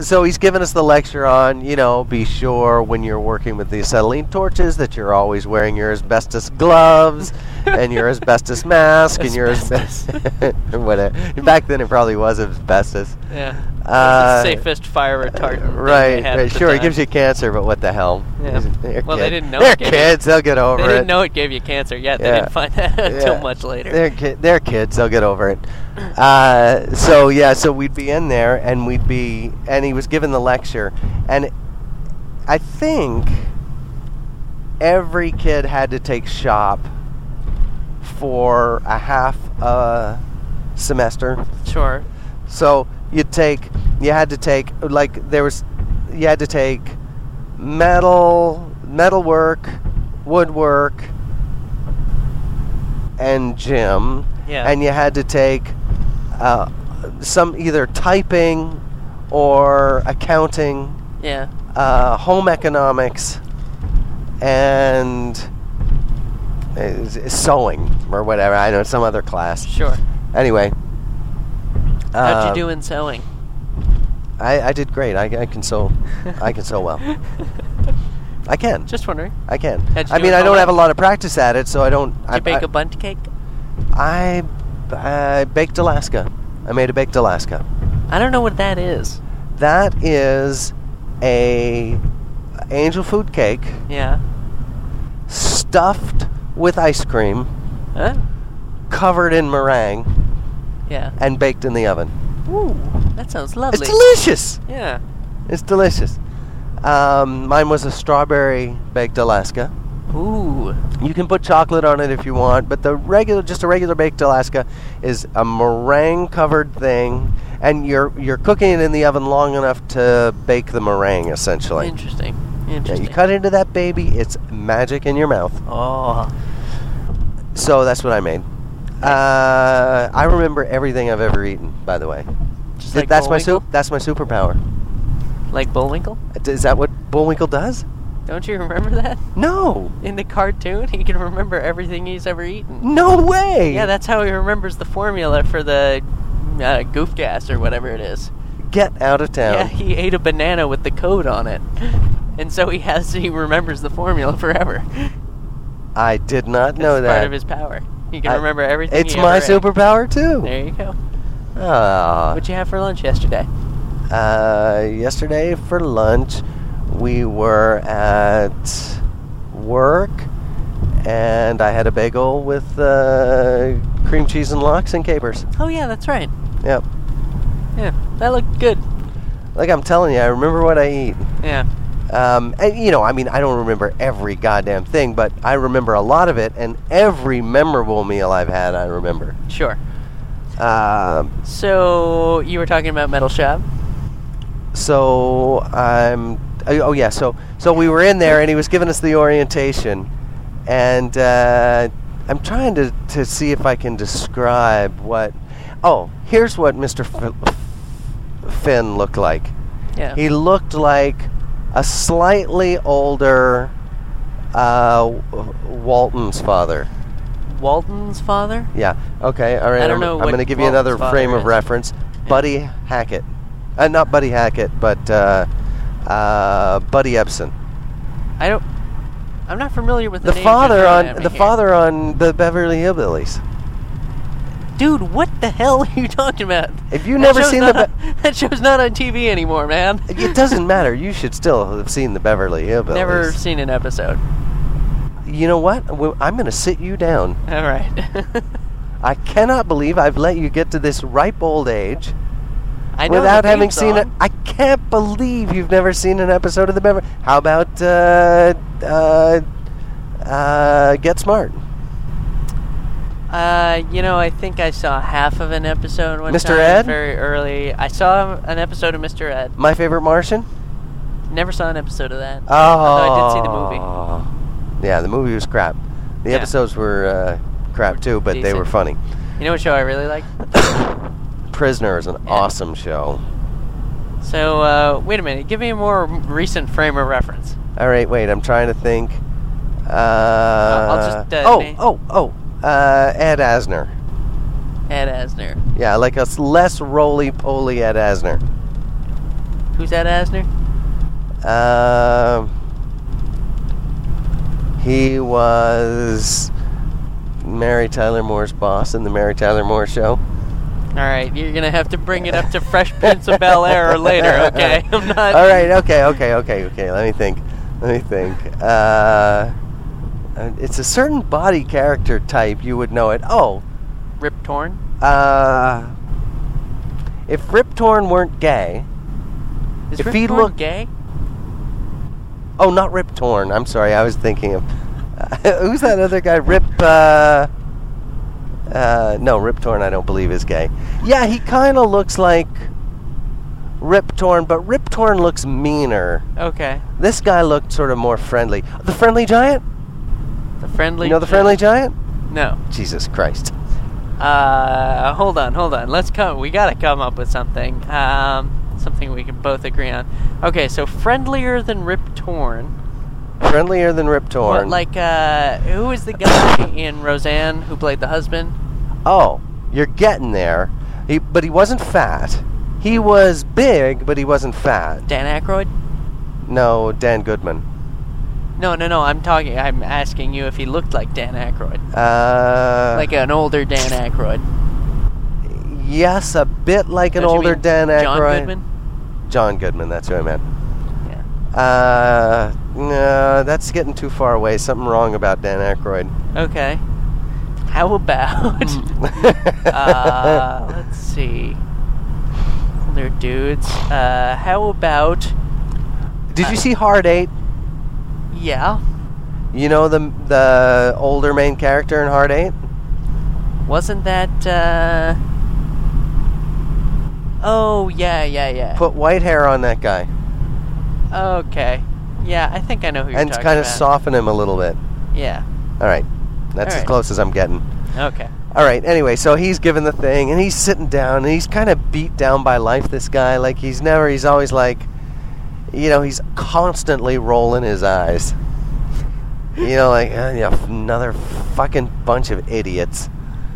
[SPEAKER 1] so he's giving us the lecture on, you know, be sure when you're working with the acetylene torches that you're always wearing your asbestos gloves and your asbestos mask and your asbestos
[SPEAKER 2] Asbestos.
[SPEAKER 1] whatever. Back then it probably was asbestos.
[SPEAKER 2] Yeah.
[SPEAKER 1] Uh,
[SPEAKER 2] That's the safest fire retardant. thing they
[SPEAKER 1] Right,
[SPEAKER 2] had
[SPEAKER 1] right.
[SPEAKER 2] at the
[SPEAKER 1] Sure, it
[SPEAKER 2] time.
[SPEAKER 1] gives you cancer, but what the hell?
[SPEAKER 2] Yeah.
[SPEAKER 1] They're
[SPEAKER 2] Well, they
[SPEAKER 1] kid-
[SPEAKER 2] didn't know
[SPEAKER 1] They're
[SPEAKER 2] it gave you-
[SPEAKER 1] kids. They'll get over it.
[SPEAKER 2] They didn't know it gave you cancer yet. They
[SPEAKER 1] Yeah.
[SPEAKER 2] didn't find that out until
[SPEAKER 1] Yeah.
[SPEAKER 2] much later.
[SPEAKER 1] They're, ki- they're kids. They'll get over it. Uh, so yeah, so we'd be in there, and we'd be, and he was given the lecture, and I think every kid had to take shop for a half a semester.
[SPEAKER 2] Sure.
[SPEAKER 1] So you'd take, you had to take, like there was, you had to take metal, metalwork, woodwork, and gym,
[SPEAKER 2] Yeah.
[SPEAKER 1] and you had to take uh, some either typing or accounting,
[SPEAKER 2] yeah.
[SPEAKER 1] uh, home economics, and uh, sewing or whatever. I know some other class.
[SPEAKER 2] Sure.
[SPEAKER 1] Anyway.
[SPEAKER 2] How'd
[SPEAKER 1] um,
[SPEAKER 2] you do in sewing?
[SPEAKER 1] I, I did great. I, I can sew. I can sew well. I can.
[SPEAKER 2] Just wondering.
[SPEAKER 1] I can.
[SPEAKER 2] How'd you
[SPEAKER 1] I mean,
[SPEAKER 2] do with
[SPEAKER 1] I
[SPEAKER 2] all
[SPEAKER 1] don't
[SPEAKER 2] that?
[SPEAKER 1] have a lot of practice at it, so I don't.
[SPEAKER 2] Did
[SPEAKER 1] I,
[SPEAKER 2] you bake
[SPEAKER 1] I-
[SPEAKER 2] a bundt cake?
[SPEAKER 1] I, I baked Alaska. I made a baked Alaska.
[SPEAKER 2] I don't know what that is.
[SPEAKER 1] That is a angel food cake
[SPEAKER 2] Yeah.
[SPEAKER 1] stuffed with ice cream,
[SPEAKER 2] Huh?
[SPEAKER 1] covered in meringue,
[SPEAKER 2] Yeah.
[SPEAKER 1] and baked in the oven.
[SPEAKER 2] Ooh, that sounds lovely.
[SPEAKER 1] It's delicious.
[SPEAKER 2] Yeah.
[SPEAKER 1] It's delicious. Um, mine was a strawberry baked Alaska.
[SPEAKER 2] Ooh.
[SPEAKER 1] You can put chocolate on it if you want, but the regular, just a regular baked Alaska, is a meringue-covered thing, and you're you're cooking it in the oven long enough to bake the meringue essentially.
[SPEAKER 2] Interesting.
[SPEAKER 1] Yeah,
[SPEAKER 2] Interesting.
[SPEAKER 1] you cut into that baby, it's magic in your mouth.
[SPEAKER 2] Oh.
[SPEAKER 1] So that's what I made. Uh, I remember everything I've ever eaten, by the way.
[SPEAKER 2] Just
[SPEAKER 1] Th-
[SPEAKER 2] like
[SPEAKER 1] that's my
[SPEAKER 2] Bullwinkle?
[SPEAKER 1] soup. That's my superpower.
[SPEAKER 2] Like Bullwinkle?
[SPEAKER 1] Is that what Bullwinkle does?
[SPEAKER 2] Don't you remember that?
[SPEAKER 1] No,
[SPEAKER 2] In the cartoon, he can remember everything he's ever eaten.
[SPEAKER 1] no way.
[SPEAKER 2] Yeah, that's how he remembers the formula for the uh, goof gas or whatever it is.
[SPEAKER 1] get out of town.
[SPEAKER 2] Yeah, he ate a banana with the code on it. And so he has he remembers the formula forever.
[SPEAKER 1] I did not
[SPEAKER 2] That's
[SPEAKER 1] know that.
[SPEAKER 2] part of his power. He can
[SPEAKER 1] I-
[SPEAKER 2] remember everything.
[SPEAKER 1] It's
[SPEAKER 2] he
[SPEAKER 1] my
[SPEAKER 2] ever ate.
[SPEAKER 1] superpower too.
[SPEAKER 2] There you go.
[SPEAKER 1] Ah.
[SPEAKER 2] What'd you have for lunch yesterday?
[SPEAKER 1] Uh, yesterday for lunch, we were at work, and I had a bagel with uh, cream cheese and lox and capers.
[SPEAKER 2] Oh yeah, that's right.
[SPEAKER 1] Yep.
[SPEAKER 2] Yeah, that looked good.
[SPEAKER 1] Like I'm telling you, I remember what I eat.
[SPEAKER 2] Yeah.
[SPEAKER 1] Um, and, you know, I mean, I don't remember every goddamn thing, but I remember a lot of it, and every memorable meal I've had, I remember.
[SPEAKER 2] Sure.
[SPEAKER 1] Um,
[SPEAKER 2] So you were talking about Metal Shop.
[SPEAKER 1] so I'm. Oh yeah. So so we were in there, and he was giving us the orientation, and uh, I'm trying to to see if I can describe what. Oh, here's what Mr. F- Finn looked like.
[SPEAKER 2] Yeah.
[SPEAKER 1] He looked like a slightly older uh, W- Walton's father.
[SPEAKER 2] Walton's father.
[SPEAKER 1] Yeah. Okay. All right.
[SPEAKER 2] I don't
[SPEAKER 1] I'm-
[SPEAKER 2] know
[SPEAKER 1] I'm
[SPEAKER 2] what
[SPEAKER 1] going to give you
[SPEAKER 2] Walton's
[SPEAKER 1] another
[SPEAKER 2] father
[SPEAKER 1] frame
[SPEAKER 2] is.
[SPEAKER 1] of reference. Buddy Hackett, uh, not Buddy Hackett, but uh, uh, Buddy Ebsen,
[SPEAKER 2] I don't. I'm not familiar with the,
[SPEAKER 1] the,
[SPEAKER 2] names you're
[SPEAKER 1] father on
[SPEAKER 2] throwing at me
[SPEAKER 1] the
[SPEAKER 2] here.
[SPEAKER 1] father on the Beverly Hillbillies.
[SPEAKER 2] Dude, what the hell are you talking about?
[SPEAKER 1] If you've never
[SPEAKER 2] show's
[SPEAKER 1] seen the
[SPEAKER 2] not- that show's not on TV anymore, man.
[SPEAKER 1] It doesn't matter. You should still have seen the Beverly Hillbillies.
[SPEAKER 2] Never seen an episode.
[SPEAKER 1] You know what? Well, I'm going to sit you down.
[SPEAKER 2] All right.
[SPEAKER 1] I cannot believe I've let you get to this ripe old age.
[SPEAKER 2] I know the
[SPEAKER 1] without
[SPEAKER 2] theme
[SPEAKER 1] having seen it.
[SPEAKER 2] song.
[SPEAKER 1] I can't believe you've never seen an episode of the Beverly. How about uh, uh, uh, Get Smart,
[SPEAKER 2] Uh, you know, I think I saw half of an episode one
[SPEAKER 1] Mr.
[SPEAKER 2] time
[SPEAKER 1] Ed?
[SPEAKER 2] very early. I saw an episode of Mr. Ed.
[SPEAKER 1] My Favorite Martian?
[SPEAKER 2] Never saw an episode of that.
[SPEAKER 1] Oh,
[SPEAKER 2] Although I did see the movie.
[SPEAKER 1] movie. Ah. Yeah, the movie was crap. The
[SPEAKER 2] Yeah.
[SPEAKER 1] episodes were uh, crap too, but they
[SPEAKER 2] Decent.
[SPEAKER 1] were funny.
[SPEAKER 2] You know what show I really like?
[SPEAKER 1] Prisoner is an
[SPEAKER 2] Yeah.
[SPEAKER 1] awesome show.
[SPEAKER 2] So, uh, wait a minute. Give me a more recent frame of reference.
[SPEAKER 1] All right, wait, I'm trying to think. Uh,
[SPEAKER 2] I'll just, uh,
[SPEAKER 1] oh,
[SPEAKER 2] name-
[SPEAKER 1] oh, oh, uh, Ed Asner.
[SPEAKER 2] Ed Asner.
[SPEAKER 1] Yeah, like a s- less roly-poly Ed Asner.
[SPEAKER 2] Who's Ed Asner?
[SPEAKER 1] Um, he was Mary Tyler Moore's boss in the Mary Tyler Moore show.
[SPEAKER 2] All right, you're gonna have to bring it up to Fresh Prince of Bel Air or later. Okay, I'm not.
[SPEAKER 1] All right. Okay. Okay. Okay. Okay. Let me think. Let me think. Uh, uh, it's a certain body character type. You would know it. Oh,
[SPEAKER 2] Rip Torn.
[SPEAKER 1] uh, if Rip Torn weren't gay.
[SPEAKER 2] Is
[SPEAKER 1] If
[SPEAKER 2] Rip
[SPEAKER 1] he
[SPEAKER 2] Torn
[SPEAKER 1] looked-
[SPEAKER 2] gay?
[SPEAKER 1] Oh, not Rip Torn. I'm sorry. I was thinking of who's that other guy? Rip. Uh, uh, no, Rip Torn. I don't believe is gay. Yeah, he kind of looks like Rip Torn, but Rip Torn looks meaner.
[SPEAKER 2] Okay,
[SPEAKER 1] This guy looked sort of more friendly. The friendly giant.
[SPEAKER 2] the friendly.
[SPEAKER 1] You know the friendly giant?
[SPEAKER 2] No.
[SPEAKER 1] Jesus Christ.
[SPEAKER 2] Uh, hold on, hold on. Let's come. We gotta come up with something. Um, something we can both agree on. Okay, so friendlier than Rip Torn.
[SPEAKER 1] Friendlier than Rip Torn.
[SPEAKER 2] What, like, uh, who is the guy in Roseanne who played the husband?
[SPEAKER 1] oh, you're getting there. He, but he wasn't fat. He was big, but he wasn't fat.
[SPEAKER 2] Dan Aykroyd.
[SPEAKER 1] No, Dan Goodman.
[SPEAKER 2] No, no, no. I'm talking. I'm asking you if he looked like Dan Aykroyd,
[SPEAKER 1] Uh,
[SPEAKER 2] like an older Dan Aykroyd.
[SPEAKER 1] Yes, a bit like an
[SPEAKER 2] Don't you
[SPEAKER 1] older
[SPEAKER 2] mean
[SPEAKER 1] Dan Aykroyd.
[SPEAKER 2] John Goodman.
[SPEAKER 1] John Goodman, that's who I meant.
[SPEAKER 2] Yeah.
[SPEAKER 1] Uh, no, that's getting too far away. Something wrong about Dan Aykroyd.
[SPEAKER 2] Okay. How about?
[SPEAKER 1] Hmm.
[SPEAKER 2] uh, let's see. Older dudes. Uh, how about?
[SPEAKER 1] Did you see Hard Eight?
[SPEAKER 2] Yeah.
[SPEAKER 1] You know the the older main character in Hard Eight?
[SPEAKER 2] Wasn't that? Uh... Oh yeah, yeah, yeah.
[SPEAKER 1] Put white hair on that guy
[SPEAKER 2] Okay. Yeah, I think I know who you're
[SPEAKER 1] and
[SPEAKER 2] talking
[SPEAKER 1] kind of
[SPEAKER 2] about.
[SPEAKER 1] soften him a little bit.
[SPEAKER 2] Yeah.
[SPEAKER 1] All right, that's as
[SPEAKER 2] All right.
[SPEAKER 1] close as I'm getting.
[SPEAKER 2] Okay.
[SPEAKER 1] All right. Anyway, so he's given the thing, and he's sitting down, and he's kind of beat down by life. This guy, like he's never, he's always like, you know, he's constantly rolling his eyes. You know, like "Ah, yeah, f- another fucking bunch of idiots.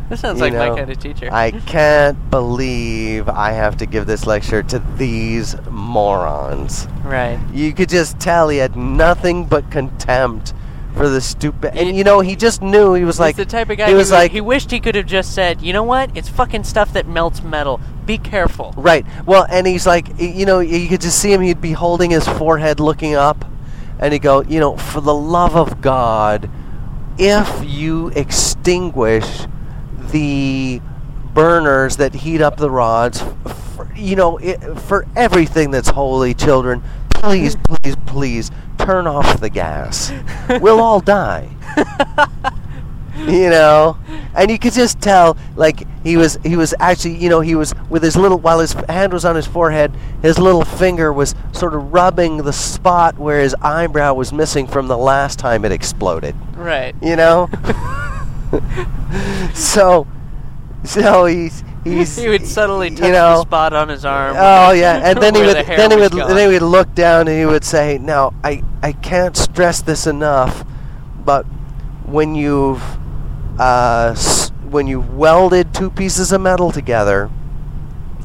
[SPEAKER 2] This sounds
[SPEAKER 1] You
[SPEAKER 2] like
[SPEAKER 1] know,
[SPEAKER 2] my kind of teacher.
[SPEAKER 1] I can't believe I have to give this lecture to these morons.
[SPEAKER 2] Right.
[SPEAKER 1] You could just tell he had nothing but contempt for the stupid. And
[SPEAKER 2] You-
[SPEAKER 1] you know, he just knew he was like
[SPEAKER 2] He's the type of guy
[SPEAKER 1] he
[SPEAKER 2] who
[SPEAKER 1] was like
[SPEAKER 2] he wished he could have just said, you know what? It's fucking stuff that melts metal. Be careful.
[SPEAKER 1] Right. Well, and he's like, y- you know, you could just see him. He'd be holding his forehead, looking up, and he'd go, you know, for the love of God, if you extinguish the burners that heat up the rods, f- for, you know, it, for everything that's holy, children, please, please, please turn off the gas. We'll all die. you know and you could just tell like he was he was actually you know he was with his little while his hand was on his forehead his little finger was sort of rubbing the spot where his eyebrow was missing from the last time it exploded
[SPEAKER 2] right.
[SPEAKER 1] you know so so he's he's
[SPEAKER 2] he would suddenly touch
[SPEAKER 1] you
[SPEAKER 2] the
[SPEAKER 1] know
[SPEAKER 2] spot on his arm.
[SPEAKER 1] Oh yeah, and then he
[SPEAKER 2] where
[SPEAKER 1] would
[SPEAKER 2] the hair
[SPEAKER 1] then he
[SPEAKER 2] was
[SPEAKER 1] would
[SPEAKER 2] gone.
[SPEAKER 1] then he would look down and he would say, "Now I I can't stress this enough, but when you've uh, s- when you welded two pieces of metal together,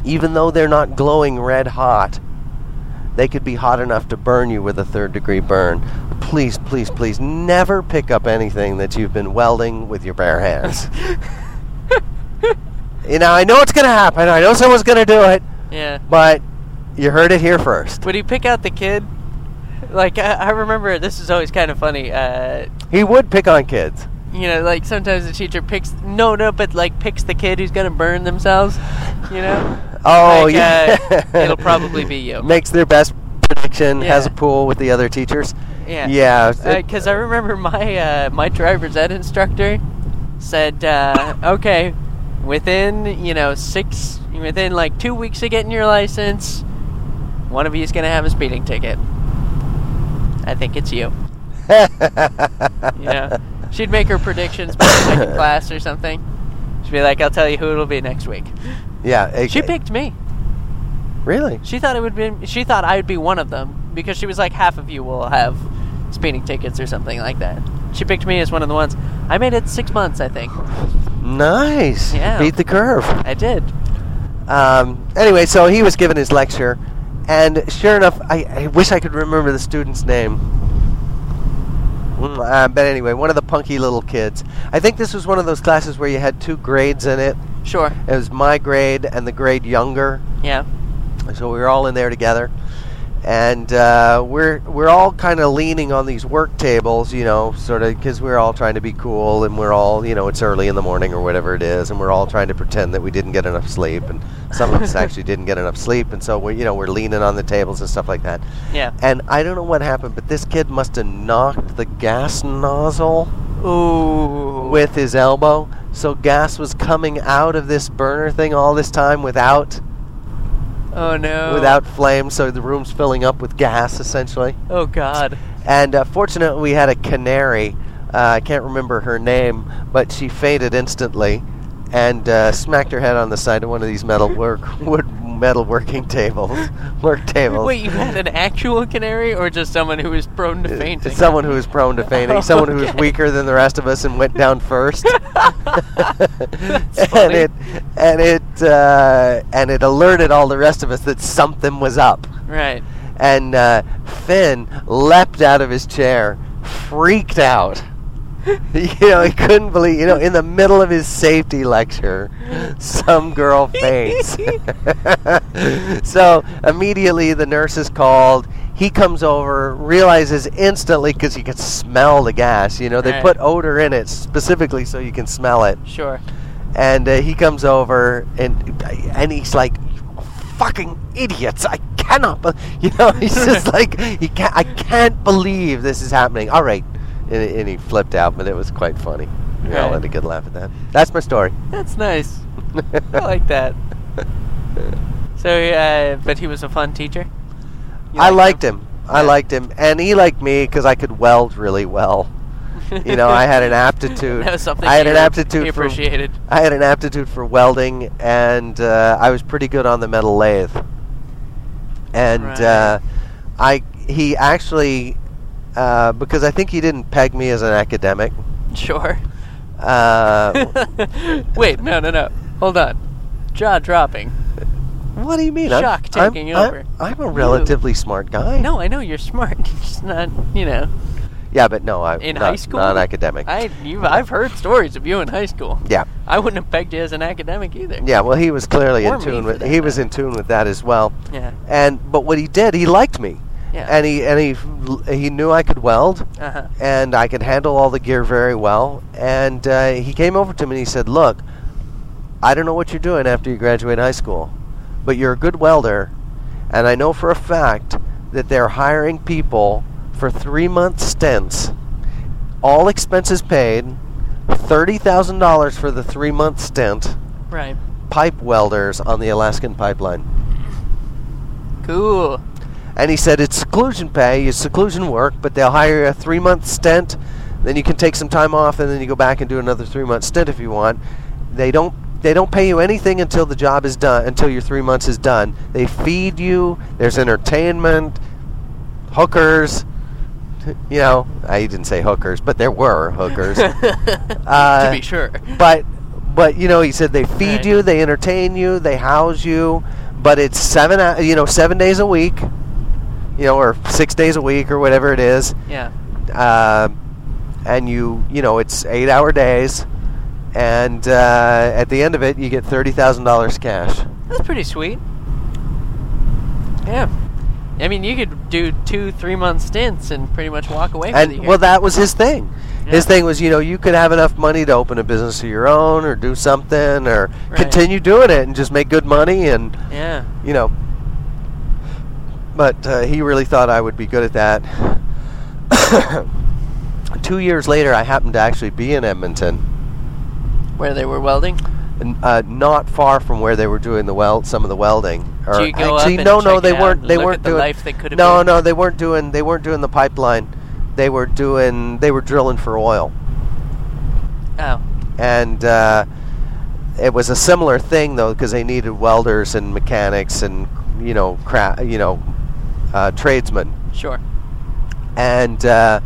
[SPEAKER 1] even though they're not glowing red hot, they could be hot enough to burn you with a third degree burn. Please, please, please, never pick up anything that you've been welding with your bare hands. you know, I know it's gonna happen. I know someone's gonna do it."
[SPEAKER 2] yeah.
[SPEAKER 1] But you heard it here first.
[SPEAKER 2] Would he pick out the kid? Like I, I remember, this is always kind of funny. Uh,
[SPEAKER 1] He would pick on kids.
[SPEAKER 2] you know, like sometimes the teacher picks no, no, but like picks the kid who's gonna burn themselves. You know.
[SPEAKER 1] Oh
[SPEAKER 2] Like,
[SPEAKER 1] yeah,
[SPEAKER 2] uh, it'll probably be you.
[SPEAKER 1] Makes their best prediction. Has a
[SPEAKER 2] Yeah.
[SPEAKER 1] pool with the other teachers.
[SPEAKER 2] Yeah.
[SPEAKER 1] Yeah. it-
[SPEAKER 2] Because Uh, I remember my uh, my driver's ed instructor said, uh, okay, within you know six, within like two weeks of getting your license, one of you is gonna have a speeding ticket. I think it's you. You know, she'd make her predictions by second class or something. She'd be like, I'll tell you who it'll be next week.
[SPEAKER 1] yeah. it-
[SPEAKER 2] She picked me.
[SPEAKER 1] Really?
[SPEAKER 2] She thought it would be. She thought I would be one of them because she was like, half of you will have speeding tickets or something like that. She picked me as one of the ones. I made it six months, I think.
[SPEAKER 1] Nice.
[SPEAKER 2] Yeah.
[SPEAKER 1] Beat the curve.
[SPEAKER 2] I did.
[SPEAKER 1] Um, anyway, so he was giving his lecture, and sure enough, I, I wish I could remember the student's name. Mm, uh, but anyway, one of the punky little kids. I think this was one of those classes where you had two grades in it.
[SPEAKER 2] Sure.
[SPEAKER 1] It was my grade and the grade younger,
[SPEAKER 2] Yeah.
[SPEAKER 1] so we were all in there together, and uh, we're we're all kind of leaning on these work tables, you know, sort of because we're all trying to be cool and we're all, you know, it's early in the morning or whatever it is, and we're all trying to pretend that we didn't get enough sleep, and some of us actually didn't get enough sleep, and so we're you know we're leaning on the tables and stuff like that,
[SPEAKER 2] Yeah.
[SPEAKER 1] and I don't know what happened, but this kid must have knocked the gas nozzle
[SPEAKER 2] Ooh.
[SPEAKER 1] with his elbow. So gas was coming out of this burner thing all this time without
[SPEAKER 2] Oh no.
[SPEAKER 1] without flame, so the room's filling up with gas essentially.
[SPEAKER 2] Oh god.
[SPEAKER 1] And uh, fortunately, we had a canary. Uh, I can't remember her name, but she fainted instantly and uh, smacked her head on the side of one of these metal work wood metal working tables, work tables.
[SPEAKER 2] Wait, you had an actual canary or just someone who was prone to
[SPEAKER 1] Uh,
[SPEAKER 2] fainting?
[SPEAKER 1] Someone who was prone to fainting,
[SPEAKER 2] Oh,
[SPEAKER 1] someone who was
[SPEAKER 2] okay.
[SPEAKER 1] weaker than the rest of us and went down first.
[SPEAKER 2] That's
[SPEAKER 1] and
[SPEAKER 2] funny.
[SPEAKER 1] it and it uh, and it alerted all the rest of us that something was up.
[SPEAKER 2] Right.
[SPEAKER 1] and uh, Finn leapt out of his chair, freaked out. you know, he couldn't believe. You know, in the middle of his safety lecture, some girl faints. so immediately the nurse is called. He comes over, realizes instantly because he could smell the gas. You know, they
[SPEAKER 2] Right.
[SPEAKER 1] put odor in it specifically so you can smell it
[SPEAKER 2] Sure.
[SPEAKER 1] and uh, he comes over and and he's like "You fucking idiots i cannot be-" you know he's just like he can't i can't believe this is happening all right and, and he flipped out but it was quite funny we all
[SPEAKER 2] Right.
[SPEAKER 1] had a good laugh at that that's my story
[SPEAKER 2] That's nice. I like that. So, uh, but he was a fun teacher. You
[SPEAKER 1] i liked him, i
[SPEAKER 2] Yeah.
[SPEAKER 1] liked him and he liked me because i could weld really well you know i had an aptitude
[SPEAKER 2] that was something
[SPEAKER 1] i had
[SPEAKER 2] he
[SPEAKER 1] an
[SPEAKER 2] re-
[SPEAKER 1] aptitude
[SPEAKER 2] he
[SPEAKER 1] for
[SPEAKER 2] appreciated.
[SPEAKER 1] i had an aptitude for welding and uh, i was pretty good on the metal lathe and
[SPEAKER 2] Right.
[SPEAKER 1] uh, i he actually uh, because i think he didn't peg me as an academic
[SPEAKER 2] Sure.
[SPEAKER 1] uh,
[SPEAKER 2] Wait, no, no, no. Hold on. Jaw dropping.
[SPEAKER 1] what do you mean
[SPEAKER 2] Shock
[SPEAKER 1] I'm,
[SPEAKER 2] taking
[SPEAKER 1] I'm,
[SPEAKER 2] over.
[SPEAKER 1] I'm, I'm a
[SPEAKER 2] You-
[SPEAKER 1] relatively smart guy
[SPEAKER 2] No, I know you're smart. You're just not, you know,
[SPEAKER 1] yeah but no i'm
[SPEAKER 2] in
[SPEAKER 1] not,
[SPEAKER 2] high school.
[SPEAKER 1] non-academic
[SPEAKER 2] I, you, I've heard stories of you in high school.
[SPEAKER 1] yeah
[SPEAKER 2] I wouldn't have pegged you as an academic either.
[SPEAKER 1] yeah well he was clearly
[SPEAKER 2] Or
[SPEAKER 1] in
[SPEAKER 2] me,
[SPEAKER 1] tune
[SPEAKER 2] for
[SPEAKER 1] with
[SPEAKER 2] that
[SPEAKER 1] he was
[SPEAKER 2] matter.
[SPEAKER 1] in tune with that as well
[SPEAKER 2] Yeah.
[SPEAKER 1] and but what he did he liked me
[SPEAKER 2] Yeah.
[SPEAKER 1] and he and he he knew i could weld
[SPEAKER 2] uh-huh.
[SPEAKER 1] and I could handle all the gear very well. And uh, he came over to me and he said, "Look, I don't know what you're doing after you graduate high school, but you're a good welder, and I know for a fact that they're hiring people for three month stints, all expenses paid, $30,000 for the three month stint,
[SPEAKER 2] Right.
[SPEAKER 1] pipe welders on the Alaskan pipeline.
[SPEAKER 2] Cool.
[SPEAKER 1] And he said it's seclusion pay, it's seclusion work, but they'll hire you a three month stint, then you can take some time off and then you go back and do another three month stint if you want. They don't they don't pay you anything until the job is done until your three months is done. They feed you, there's entertainment, hookers you know, I didn't say hookers, but there were hookers.
[SPEAKER 2] to be sure.
[SPEAKER 1] Uh, but but you know he said they feed
[SPEAKER 2] Right.
[SPEAKER 1] you they entertain you they house you but it's seven hou- you know seven days a week you know or six days a week or whatever it is
[SPEAKER 2] yeah.
[SPEAKER 1] uh, and you you know it's eight hour days and uh, at the end of it you get $30000 cash
[SPEAKER 2] That's pretty sweet. Yeah. I mean, you could do two, three month stints and pretty much walk away from the
[SPEAKER 1] and
[SPEAKER 2] year.
[SPEAKER 1] well that was his thing
[SPEAKER 2] Yeah.
[SPEAKER 1] his thing was you know you could have enough money to open a business of your own or do something or
[SPEAKER 2] Right.
[SPEAKER 1] continue doing it and just make good money and
[SPEAKER 2] yeah.
[SPEAKER 1] you know. But uh, he really thought I would be good at that. Two years later, I happened to actually be in Edmonton,
[SPEAKER 2] Where they were welding.
[SPEAKER 1] n- uh, not far from where they were doing the weld, some of the welding.
[SPEAKER 2] Do you go up
[SPEAKER 1] actually,
[SPEAKER 2] and
[SPEAKER 1] no, no,
[SPEAKER 2] check
[SPEAKER 1] they
[SPEAKER 2] it out
[SPEAKER 1] weren't.
[SPEAKER 2] and
[SPEAKER 1] they
[SPEAKER 2] look at
[SPEAKER 1] weren't
[SPEAKER 2] the
[SPEAKER 1] doing.
[SPEAKER 2] life that could have
[SPEAKER 1] no,
[SPEAKER 2] been?
[SPEAKER 1] no, they weren't doing. They weren't doing the pipeline. They were doing. They were drilling for oil.
[SPEAKER 2] Oh.
[SPEAKER 1] and uh, it was a similar thing though because they needed welders and mechanics and you know cra- you know uh, tradesmen
[SPEAKER 2] Sure.
[SPEAKER 1] and uh,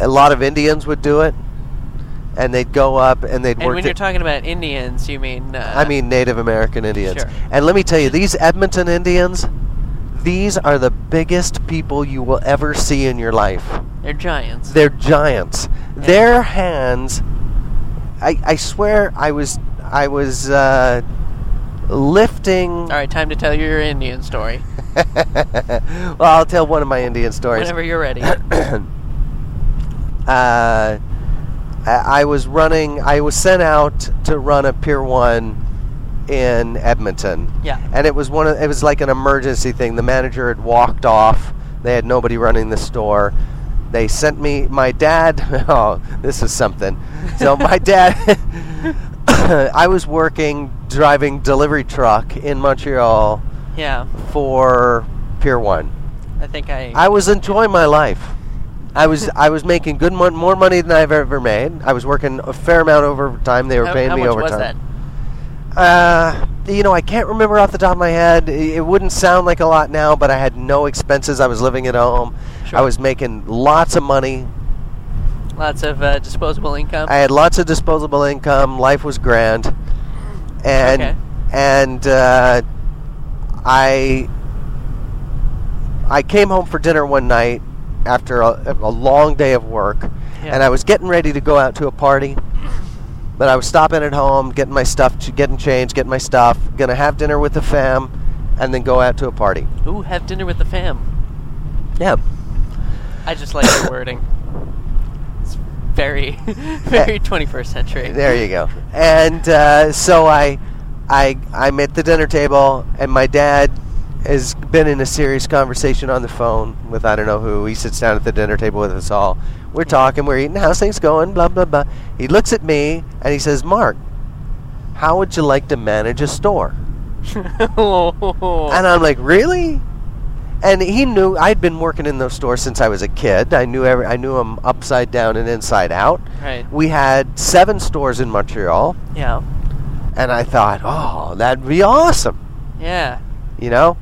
[SPEAKER 1] a lot of Indians would do it and they'd go up and they'd
[SPEAKER 2] And
[SPEAKER 1] work
[SPEAKER 2] when
[SPEAKER 1] the-
[SPEAKER 2] you're talking about Indians, you mean. Uh,
[SPEAKER 1] I mean Native American Indians
[SPEAKER 2] Sure.
[SPEAKER 1] and let me tell you these Edmonton Indians these are the biggest people you will ever see in your life
[SPEAKER 2] They're giants.
[SPEAKER 1] they're giants. Their hands, I, I swear, I was I was uh, lifting.
[SPEAKER 2] All right, time to tell your Indian story.
[SPEAKER 1] well, I'll tell one of my Indian stories.
[SPEAKER 2] Whenever you're ready.
[SPEAKER 1] uh, I I was running. I was sent out to run a Pier One in Edmonton,
[SPEAKER 2] yeah.
[SPEAKER 1] and it was one. Of, it was like an emergency thing. The manager had walked off. They had nobody running the store. They sent me. My dad. Oh, this is something. So my dad. I was working driving delivery truck in Montreal
[SPEAKER 2] Yeah.
[SPEAKER 1] for Pier One.
[SPEAKER 2] I think I.
[SPEAKER 1] I was enjoying my life. I was I was making good mon- more money than I've ever made. I was working a fair amount overtime. They were
[SPEAKER 2] how,
[SPEAKER 1] paying
[SPEAKER 2] how
[SPEAKER 1] me
[SPEAKER 2] much
[SPEAKER 1] overtime.
[SPEAKER 2] was that?
[SPEAKER 1] Uh, you know, I can't remember off the top of my head. I- It wouldn't sound like a lot now, but I had no expenses. I was living at home.
[SPEAKER 2] Sure.
[SPEAKER 1] I was making lots of money.
[SPEAKER 2] Lots of uh, disposable income.
[SPEAKER 1] I had lots of disposable income. Life was grand, and
[SPEAKER 2] Okay.
[SPEAKER 1] and uh, I I came home for dinner one night after a, a long day of work,
[SPEAKER 2] Yeah.
[SPEAKER 1] and I was getting ready to go out to a party. But I was stopping at home, getting my stuff, ch- getting changed, getting my stuff. Gonna have dinner with the fam, and then go out to a party.
[SPEAKER 2] Ooh, have dinner with the fam.
[SPEAKER 1] Yeah,
[SPEAKER 2] I just like the wording. It's very, very 21st century.
[SPEAKER 1] Eh. There you go. And uh, so I, I, I'm at the dinner table, and my dad has been in a serious conversation on the phone with I don't know who. He sits down at the dinner table with us all. We're talking, we're eating, how's things going, blah blah blah. He looks at me and he says, "Mark, how would you like to manage a store?"
[SPEAKER 2] oh,
[SPEAKER 1] And I'm like, really? And he knew I'd been working in those stores since I was a kid. I knew every, I knew them upside down and inside out.
[SPEAKER 2] right.
[SPEAKER 1] We had seven stores in Montreal.
[SPEAKER 2] Yeah.
[SPEAKER 1] And I thought, oh, that'd be awesome,
[SPEAKER 2] Yeah.
[SPEAKER 1] you know.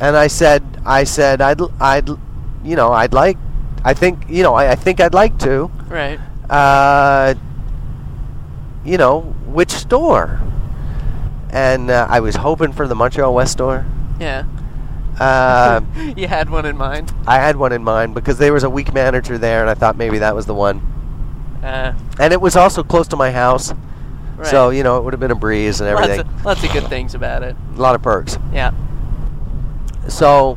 [SPEAKER 1] And I said, I said, I'd, I'd, you know, I'd like, I think, you know, I, I think I'd like to,
[SPEAKER 2] Right.
[SPEAKER 1] uh, you know, which store? And uh, I was hoping for the Montreal West store.
[SPEAKER 2] Yeah.
[SPEAKER 1] Uh,
[SPEAKER 2] you had one in mind.
[SPEAKER 1] I had one in mind because there was a weak manager there, and I thought maybe that was the one.
[SPEAKER 2] Uh,
[SPEAKER 1] And it was also close to my house,
[SPEAKER 2] right.
[SPEAKER 1] so you know it would have been a breeze and
[SPEAKER 2] lots
[SPEAKER 1] everything.
[SPEAKER 2] of, lots of good things about it.
[SPEAKER 1] a lot of perks.
[SPEAKER 2] Yeah.
[SPEAKER 1] So,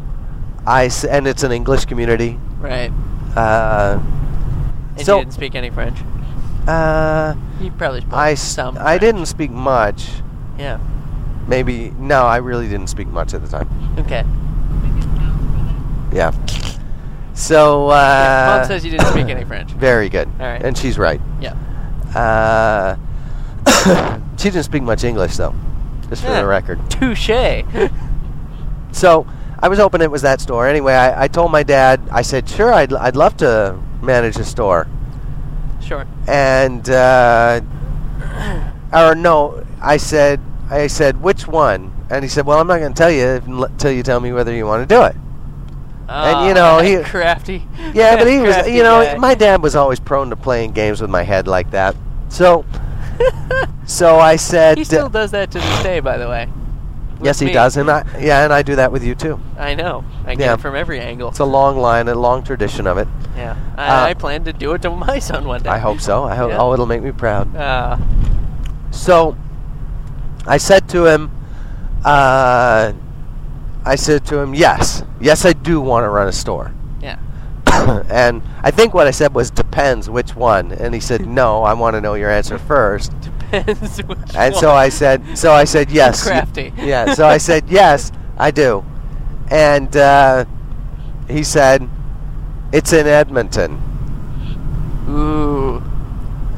[SPEAKER 1] I s- and it's an English community.
[SPEAKER 2] Right.
[SPEAKER 1] Uh,
[SPEAKER 2] And
[SPEAKER 1] So-
[SPEAKER 2] you didn't speak any French.
[SPEAKER 1] uh,
[SPEAKER 2] You probably spoke
[SPEAKER 1] I s-
[SPEAKER 2] some.
[SPEAKER 1] I
[SPEAKER 2] French.
[SPEAKER 1] didn't speak much.
[SPEAKER 2] Yeah.
[SPEAKER 1] Maybe no, I really didn't speak much at the time.
[SPEAKER 2] Okay.
[SPEAKER 3] Biggest house for that.
[SPEAKER 1] Yeah. So. Uh,
[SPEAKER 2] Yeah, Mom says you didn't speak any French.
[SPEAKER 1] Very good.
[SPEAKER 2] All right.
[SPEAKER 1] And she's right.
[SPEAKER 2] Yeah.
[SPEAKER 1] Uh, she didn't speak much English though, just for
[SPEAKER 2] Yeah.
[SPEAKER 1] the record.
[SPEAKER 2] Touche.
[SPEAKER 1] So I was hoping it was that store. Anyway, I, I told my dad. I said, "Sure, I'd I'd love to manage a store."
[SPEAKER 2] sure.
[SPEAKER 1] and uh, or no, I said, I said, which one? And he said, well, I'm not going to tell you until you tell me whether you want to do it. And, you
[SPEAKER 2] Ah,
[SPEAKER 1] know, he-
[SPEAKER 2] crafty.
[SPEAKER 1] Yeah, but he was,
[SPEAKER 2] crafty
[SPEAKER 1] you know,
[SPEAKER 2] guy.
[SPEAKER 1] my dad was always prone to playing games with my head like that. So, so I said,
[SPEAKER 2] he still does that to this day, by the way. With
[SPEAKER 1] uh, yes, he
[SPEAKER 2] me.
[SPEAKER 1] does, and I, yeah, and I do that with you too.
[SPEAKER 2] I know. I get
[SPEAKER 1] Yeah.
[SPEAKER 2] it from every angle.
[SPEAKER 1] It's a long line, a long tradition of it.
[SPEAKER 2] yeah.
[SPEAKER 1] uh,
[SPEAKER 2] I, I plan to do it to my son one day.
[SPEAKER 1] I hope so. I hope,
[SPEAKER 2] Yeah.
[SPEAKER 1] oh, it'll make me proud.
[SPEAKER 2] Uh,
[SPEAKER 1] So I said to him, uh, I said to him, yes, yes, I do want to run a store.
[SPEAKER 2] yeah.
[SPEAKER 1] and I think what I said was, depends which one. And he said, no, I want to know your answer first.
[SPEAKER 2] Depends which
[SPEAKER 1] And so
[SPEAKER 2] one.
[SPEAKER 1] I said, so I said, yes. y-
[SPEAKER 2] Crafty.
[SPEAKER 1] Yeah, so I said, yes, I do. And uh, he said, it's in Edmonton.
[SPEAKER 2] Ooh.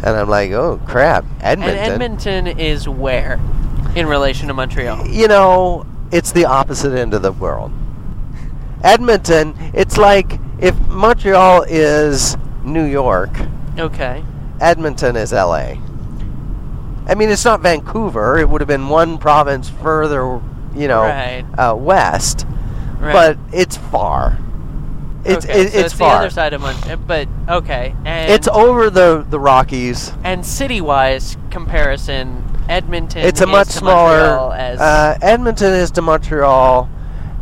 [SPEAKER 1] And I'm like, oh, crap, Edmonton.
[SPEAKER 2] And Edmonton is where? In relation to Montreal.
[SPEAKER 1] you know, it's the opposite end of the world. Edmonton, it's like if Montreal is New York,
[SPEAKER 2] Okay.
[SPEAKER 1] Edmonton is LA. I mean, it's not Vancouver. It would have been one province further, you know,
[SPEAKER 2] Right.
[SPEAKER 1] uh, west,
[SPEAKER 2] Right.
[SPEAKER 1] but it's far. It's
[SPEAKER 2] okay,
[SPEAKER 1] it,
[SPEAKER 2] so
[SPEAKER 1] it's,
[SPEAKER 2] it's
[SPEAKER 1] far.
[SPEAKER 2] the other side of Montreal. But, okay. And
[SPEAKER 1] It's over the the Rockies.
[SPEAKER 2] and city-wise comparison, Edmonton.
[SPEAKER 1] it's a
[SPEAKER 2] is
[SPEAKER 1] much
[SPEAKER 2] to
[SPEAKER 1] smaller.
[SPEAKER 2] Montreal as
[SPEAKER 1] uh, Edmonton is to Montreal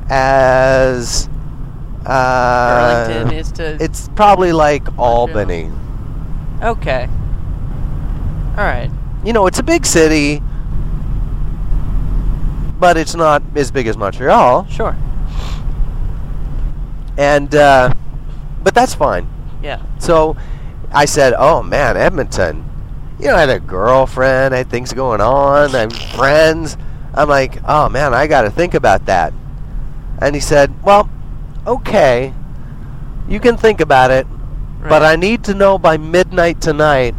[SPEAKER 1] as uh,
[SPEAKER 2] Burlington is to.
[SPEAKER 1] It's probably like Albany.
[SPEAKER 2] okay. All right.
[SPEAKER 1] You know, it's a big city, but it's not as big as Montreal.
[SPEAKER 2] Sure.
[SPEAKER 1] And uh, but that's fine.
[SPEAKER 2] Yeah.
[SPEAKER 1] So I said, "Oh man, Edmonton." You know, I had a girlfriend. I had things going on. I'm friends. I'm like, "Oh man, I got to think about that." And he said, "Well, okay, you can think about it, but I
[SPEAKER 2] Right.
[SPEAKER 1] need to know by midnight tonight,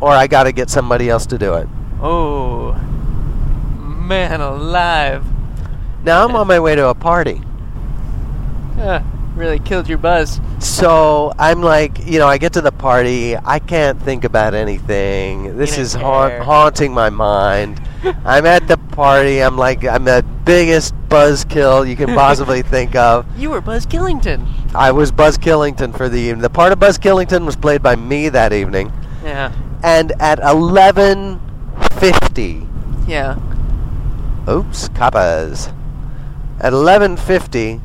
[SPEAKER 1] or I got to get somebody else to do it."
[SPEAKER 2] Oh. Man alive.
[SPEAKER 1] Now I'm on my way to a party.
[SPEAKER 2] Uh, really killed your buzz.
[SPEAKER 1] So I'm like, you know, I get to the party. I can't think about anything. This
[SPEAKER 2] don't
[SPEAKER 1] is haunt,
[SPEAKER 2] care.
[SPEAKER 1] haunting my mind. I'm at the party. I'm like, I'm the biggest buzzkill you can possibly think of.
[SPEAKER 2] You were Buzz Killington.
[SPEAKER 1] I was Buzz Killington for the evening. The part of Buzz Killington was played by me that evening.
[SPEAKER 2] Yeah.
[SPEAKER 1] And at 11:50,
[SPEAKER 2] Yeah.
[SPEAKER 1] oops, coppas. At 11:50,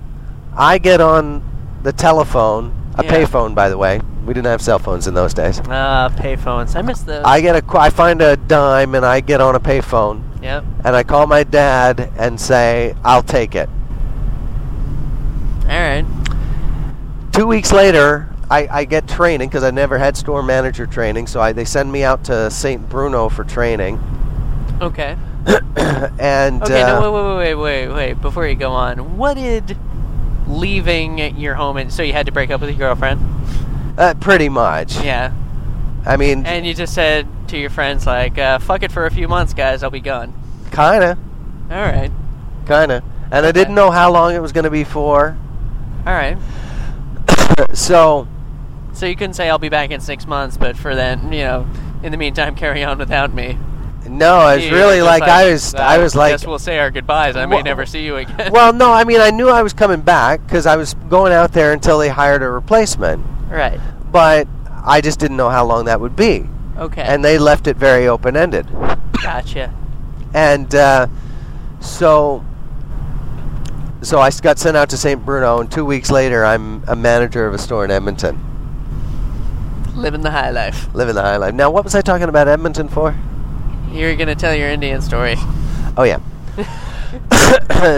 [SPEAKER 1] I get on the telephone, a
[SPEAKER 2] Yeah.
[SPEAKER 1] payphone, by the way. We didn't have cell phones in those days.
[SPEAKER 2] Ah, payphones. I miss those.
[SPEAKER 1] I get a, qu- I find a dime and I get on a payphone
[SPEAKER 2] Yep.
[SPEAKER 1] and I call my dad and say I'll take it.
[SPEAKER 2] All right.
[SPEAKER 1] Two weeks later, I, I get training because I never had store manager training, so I, they send me out to St. Bruno for training.
[SPEAKER 2] Okay.
[SPEAKER 1] and
[SPEAKER 2] Okay.
[SPEAKER 1] uh,
[SPEAKER 2] no. Wait. Wait. Wait. Wait. Wait. Wait. Before you go on, what did leaving your home and so you had to break up with your girlfriend?
[SPEAKER 1] uh, pretty much.
[SPEAKER 2] Yeah.
[SPEAKER 1] I mean,
[SPEAKER 2] And you just said to your friends like, uh, "Fuck it for a few months, guys. I'll be gone."
[SPEAKER 1] kinda,
[SPEAKER 2] All right.
[SPEAKER 1] kinda. And I didn't know how long it was going to be for,
[SPEAKER 2] All right.
[SPEAKER 1] so
[SPEAKER 2] So you couldn't say I'll be back in six months, but for then, you know, in the meantime, carry on without me.
[SPEAKER 1] no, it's
[SPEAKER 2] You
[SPEAKER 1] really
[SPEAKER 2] were
[SPEAKER 1] like,
[SPEAKER 2] just uh,
[SPEAKER 1] I was, I was like,
[SPEAKER 2] guess we'll say our goodbyes. I may
[SPEAKER 1] Wha-
[SPEAKER 2] never see you again.
[SPEAKER 1] well, no, I mean, I knew I was coming back because I was going out there until they hired a replacement.
[SPEAKER 2] right.
[SPEAKER 1] but I just didn't know how long that would be.
[SPEAKER 2] Okay.
[SPEAKER 1] And they left it very open ended.
[SPEAKER 2] gotcha.
[SPEAKER 1] And uh, so, so I s- got sent out to St. Bruno, and two weeks later, I'm a manager of a store in Edmonton,
[SPEAKER 2] Living the high life.
[SPEAKER 1] living the high life. Now, what was I talking about Edmonton for?
[SPEAKER 2] You're gonna tell your Indian story.
[SPEAKER 1] Oh yeah.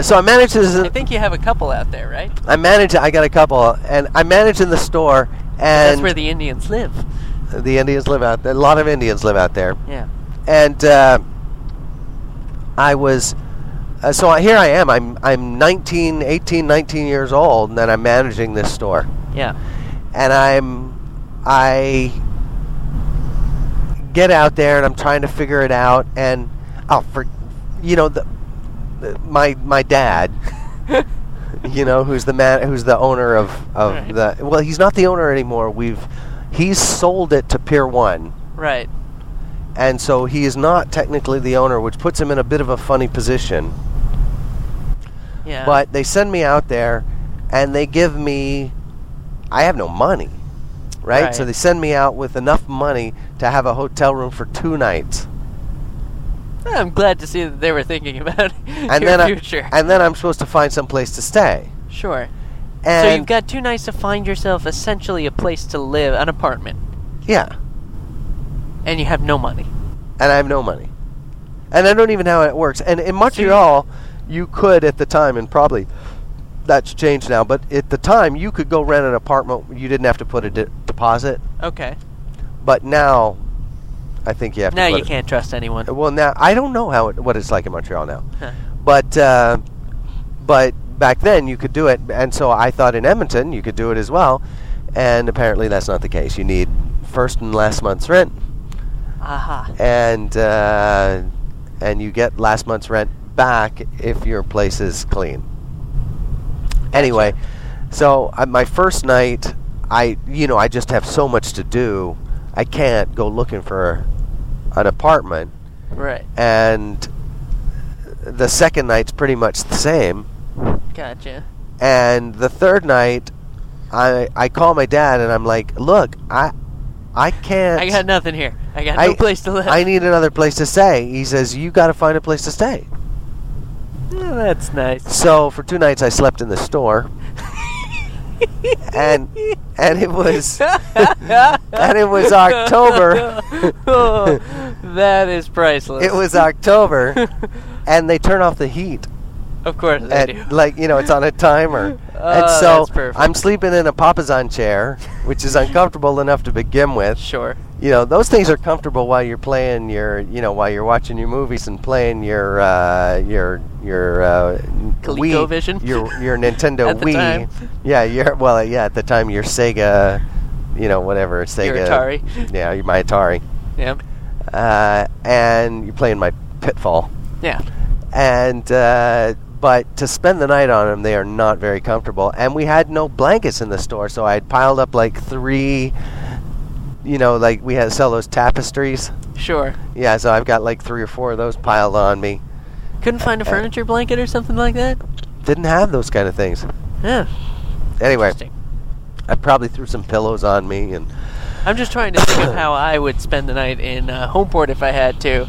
[SPEAKER 1] so I managed this.
[SPEAKER 2] I think you have a couple out there, right?
[SPEAKER 1] I managed. I got a couple, and I managed in the store. And
[SPEAKER 2] That's where the Indians live.
[SPEAKER 1] the Indians live out. there. A lot of Indians live out there.
[SPEAKER 2] Yeah.
[SPEAKER 1] and uh, I uh, was Uh, so I, here I am. I'm I'm 19, 18, 19 years old, and then I'm managing this store,
[SPEAKER 2] Yeah.
[SPEAKER 1] and I'm I get out there and I'm trying to figure it out, and oh, for you know the, the my my dad. you know who's the man who's the owner of of
[SPEAKER 2] Right.
[SPEAKER 1] the well he's not the owner anymore we've he's sold it to pier one
[SPEAKER 2] right.
[SPEAKER 1] and so he is not technically the owner which puts him in a bit of a funny position
[SPEAKER 2] Yeah.
[SPEAKER 1] but they send me out there and they give me i have no money right? so
[SPEAKER 2] Right.
[SPEAKER 1] they send me out with enough money to have a hotel room for two nights
[SPEAKER 2] I'm glad to see that they were thinking about
[SPEAKER 1] and
[SPEAKER 2] your
[SPEAKER 1] then
[SPEAKER 2] future.
[SPEAKER 1] I, and then i'm supposed to find some place to stay
[SPEAKER 2] sure.
[SPEAKER 1] and
[SPEAKER 2] so you've got two nights to find yourself essentially a place to live, an apartment,
[SPEAKER 1] yeah
[SPEAKER 2] and you have no money.
[SPEAKER 1] and I have no money. And I don't even know how it works. And in Montreal, you could at the time, and probably that's changed now, but at the time, you could go rent an apartment. You didn't have to put a de- deposit.
[SPEAKER 2] Okay.
[SPEAKER 1] But now, I think you have
[SPEAKER 2] Now
[SPEAKER 1] to. Oh. put
[SPEAKER 2] you
[SPEAKER 1] it-
[SPEAKER 2] can't trust anyone.
[SPEAKER 1] Well, now, I don't know how it, what it's like in Montreal now.
[SPEAKER 2] Huh.
[SPEAKER 1] But, uh, but back then, you could do it. And so I thought in Edmonton, you could do it as well. And apparently, that's not the case. You need first and last month's rent
[SPEAKER 2] Aha.
[SPEAKER 1] and uh, and you get last month's rent back if your place is clean. Anyway, so uh, my first night, I you know I just have so much to do, I can't go looking for an apartment,
[SPEAKER 2] Right.
[SPEAKER 1] and the second night's pretty much the same,
[SPEAKER 2] Gotcha.
[SPEAKER 1] and the third night. I, I call my dad and I'm like, look, I I can't.
[SPEAKER 2] I got nothing here. I got no
[SPEAKER 1] I-
[SPEAKER 2] place to live.
[SPEAKER 1] I need another place to stay. He says, You got to find a place to stay.
[SPEAKER 2] Yeah, Oh, that's nice.
[SPEAKER 1] So for two nights, I slept in the store. and and it was and it was October.
[SPEAKER 2] Oh, that is priceless.
[SPEAKER 1] it was October, and they turn off the heat
[SPEAKER 2] of course they do.
[SPEAKER 1] at like you know it's on a timer.
[SPEAKER 2] Oh,
[SPEAKER 1] and
[SPEAKER 2] that's
[SPEAKER 1] so
[SPEAKER 2] perfect.
[SPEAKER 1] I'm sleeping in a papasan chair, which is uncomfortable enough to begin with.
[SPEAKER 2] sure.
[SPEAKER 1] you know those things are comfortable while you're playing your you know while you're watching your movies and playing your uh, your your uh, Wii,
[SPEAKER 2] ColecoVision?
[SPEAKER 1] your your Nintendo
[SPEAKER 2] At the
[SPEAKER 1] Wii.
[SPEAKER 2] time.
[SPEAKER 1] Yeah, your well yeah at the time your Sega, you know whatever Sega.
[SPEAKER 2] Atari.
[SPEAKER 1] Yeah, your my Atari,
[SPEAKER 2] Yeah.
[SPEAKER 1] uh, and you're playing my Pitfall,
[SPEAKER 2] Yeah.
[SPEAKER 1] and uh, but to spend the night on them they are not very comfortable, and we had no blankets in the store, so I had piled up like three. You know, like we had sell those tapestries.
[SPEAKER 2] Sure.
[SPEAKER 1] Yeah, so I've got like three or four of those piled on me.
[SPEAKER 2] Couldn't find
[SPEAKER 1] Uh,
[SPEAKER 2] a furniture blanket or something like that?
[SPEAKER 1] Didn't have those kind of things.
[SPEAKER 2] Yeah.
[SPEAKER 1] Anyway,
[SPEAKER 2] Interesting.
[SPEAKER 1] I probably threw some pillows on me and
[SPEAKER 2] I'm just trying to think of how I would spend the night in uh, Homeport if I had to.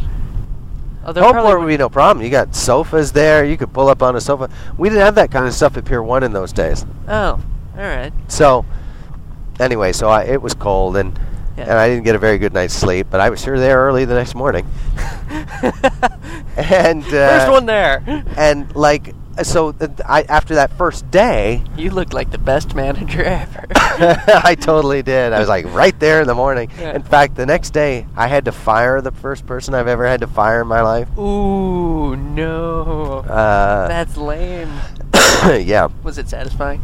[SPEAKER 2] Although
[SPEAKER 1] Homeport
[SPEAKER 2] probably
[SPEAKER 1] would be no problem. You got sofas there. You could pull up on a sofa. We didn't have that kind of stuff at Pier One in those days.
[SPEAKER 2] Oh, all right.
[SPEAKER 1] So anyway, so I, it was cold and
[SPEAKER 2] Yeah.
[SPEAKER 1] and I didn't get a very good night's sleep. But I was sure there early the next morning. And,
[SPEAKER 2] first
[SPEAKER 1] uh,
[SPEAKER 2] one there.
[SPEAKER 1] And like so, th- I after that first day,
[SPEAKER 2] You look like the best manager ever.
[SPEAKER 1] I totally did. I was like right there in the morning.
[SPEAKER 2] Yeah.
[SPEAKER 1] In fact, the next day I had to fire the first person I've ever had to fire in my life.
[SPEAKER 2] Ooh, no.
[SPEAKER 1] Uh,
[SPEAKER 2] That's lame.
[SPEAKER 1] yeah,
[SPEAKER 2] Was it satisfying?